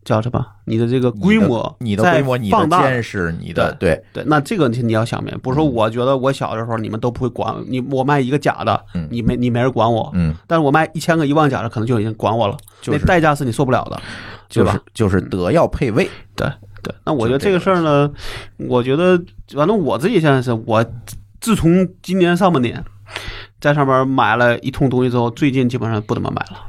Speaker 2: 叫什么，你的这个规模
Speaker 1: 你的规模、
Speaker 2: 在
Speaker 1: 你的
Speaker 2: 放大
Speaker 1: 见识、你的对，
Speaker 2: 对，那这个你要想明白，不是
Speaker 1: 嗯
Speaker 2: 说我觉得我小的时候你们都不会管你，我卖一个假的
Speaker 1: 嗯，
Speaker 2: 你没你没人管我，
Speaker 1: 嗯，
Speaker 2: 但是我卖一千个一万假的，可能就已经管我了，
Speaker 1: 就是
Speaker 2: 那代价是你受不了的，对
Speaker 1: 就
Speaker 2: 吧
Speaker 1: 是？就是德要配位，
Speaker 2: 对对，那我觉得
Speaker 1: 就这
Speaker 2: 这个
Speaker 1: 个
Speaker 2: 事儿呢，我觉得反正我自己现在是我自从今年上半年在上面买了一通东西之后，最近基本上不怎么买了，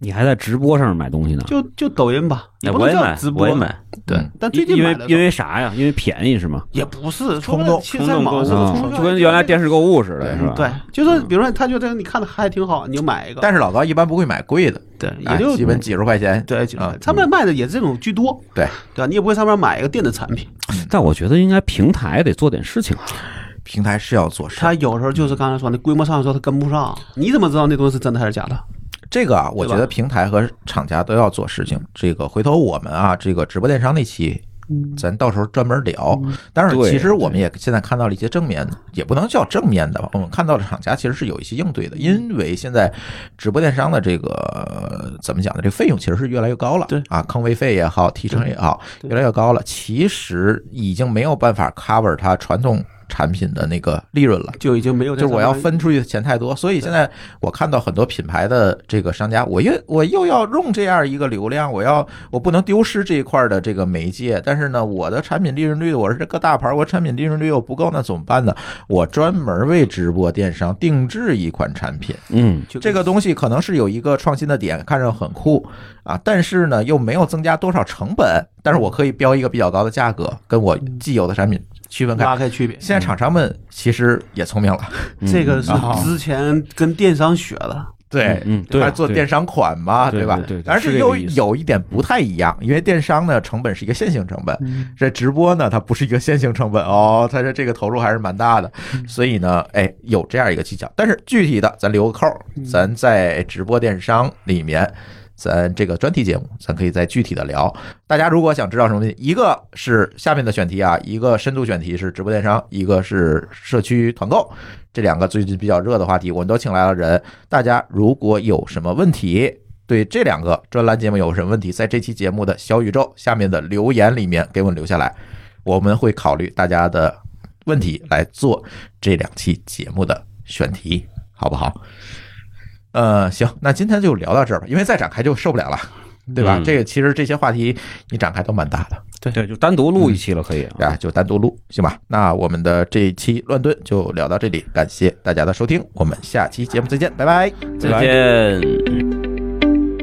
Speaker 4: 你还在直播上买东西呢？
Speaker 2: 就就抖音吧，也
Speaker 3: 那
Speaker 2: 不
Speaker 3: 我
Speaker 2: 能
Speaker 3: 也
Speaker 2: 叫
Speaker 3: 买
Speaker 2: 直，播
Speaker 3: 哎我也，买。
Speaker 2: 对，
Speaker 1: 嗯
Speaker 2: 但最近
Speaker 4: 因
Speaker 2: 买
Speaker 4: 为
Speaker 2: 了
Speaker 4: 因为啥呀？因为便宜是吗？
Speaker 2: 也不是
Speaker 1: 冲
Speaker 2: 说
Speaker 1: 动
Speaker 2: 现
Speaker 3: 冲
Speaker 2: 在
Speaker 3: 动购
Speaker 2: 网
Speaker 3: 物
Speaker 2: 上
Speaker 3: 啊
Speaker 2: 冲
Speaker 4: 嗯，就跟原来电视购物似的，是吧？
Speaker 2: 对，就说比如说他觉得你看的还挺好，你就买一个，
Speaker 1: 但是老高一般不会买贵的，
Speaker 2: 对，也
Speaker 1: 哎
Speaker 2: 就
Speaker 1: 基本几十块钱。
Speaker 2: 对，几十
Speaker 1: 啊
Speaker 2: 块上面卖的也是这种居多，
Speaker 1: 对
Speaker 2: 对吧？你也不会上面买一个电子产品，
Speaker 4: 但我觉得应该平台得做点事情啊。
Speaker 1: 平台是要做事儿，
Speaker 2: 它有时候就是刚才说那规模上的时候它跟不上，你怎么知道那东西是真的还是假的？
Speaker 1: 这个啊，我
Speaker 2: 对
Speaker 1: 觉
Speaker 2: 吧嗯
Speaker 1: 得平台和厂家都要做事情。这个回头我们啊，这个直播电商那期。
Speaker 2: 嗯
Speaker 1: 咱到时候专门聊。当然，
Speaker 4: 对
Speaker 1: 其实我们也现在看到了一些正面的，也不能叫正面的吧。我们看到的厂家其实是有一些应对的，因为现在直播电商的这个呃怎么讲呢？这个费用其实是越来越高了。
Speaker 2: 对
Speaker 1: 啊，坑位费也好，提成也好，
Speaker 2: 对
Speaker 1: 越来越高了。其实已经没有办法 cover 它传统产品的那个利润了。
Speaker 2: 就已经没有这
Speaker 1: 就是我
Speaker 2: 上
Speaker 1: 要
Speaker 2: 面
Speaker 1: 分出去的钱太多，所以现在我看到很多品牌的这个商家，我又我又要用这样一个流量，我要我不能丢失这一块的这个媒介，但是呢，我的产品利润率，我是个大牌，我产品利润率又不够，那怎么办呢？我专门为直播电商定制一款产品，
Speaker 4: 嗯，
Speaker 2: 就
Speaker 1: 这个东西可能是有一个创新的点，看着很酷啊，但是呢又没有增加多少成本，但是我可以标一个比较高的价格，跟我既有的产品区分开。
Speaker 2: 拉开区别。
Speaker 1: 现在厂商们其实也聪明了。
Speaker 2: 这个是
Speaker 1: 啊
Speaker 2: 之前跟电商学的，
Speaker 1: 对，
Speaker 4: 嗯，对
Speaker 1: 他，做电商款嘛，
Speaker 4: 对
Speaker 1: 吧
Speaker 4: 对对对？
Speaker 1: 但
Speaker 4: 是
Speaker 1: 是
Speaker 4: 这
Speaker 1: 又
Speaker 4: 个意思
Speaker 1: 有一点不太一样，因为电商呢成本是一个线性成
Speaker 4: 嗯
Speaker 1: 本，这直播呢它不是一个线性成本哦，它这这个投入还是蛮大的，
Speaker 4: 嗯
Speaker 1: 所以呢，哎，有这样一个技巧。但是具体的咱留个扣儿，
Speaker 4: 嗯
Speaker 1: 咱在直播电商里面。咱这个专题节目，咱可以再具体的聊。大家如果想知道什么问题，一个是下面的选题啊，一个深度选题是直播电商，一个是社区团购，这两个最近比较热的话题，我们都请来了人。大家如果有什么问题，对这两个专栏节目有什么问题，在这期节目的小宇宙下面的留言里面给我们留下来，我们会考虑大家的问题来做这两期节目的选题，好不好？呃，行，那今天就聊到这儿吧，因为再展开就受不了了，对吧？
Speaker 3: 嗯
Speaker 1: 这个其实这些话题你展开都蛮大的，
Speaker 4: 对，就单独录一期了，可以啊。
Speaker 1: 啊，就单独录行吧？那我们的这一期乱炖就聊到这里，感谢大家的收听，我们下期节目再见，拜拜。
Speaker 3: 再见。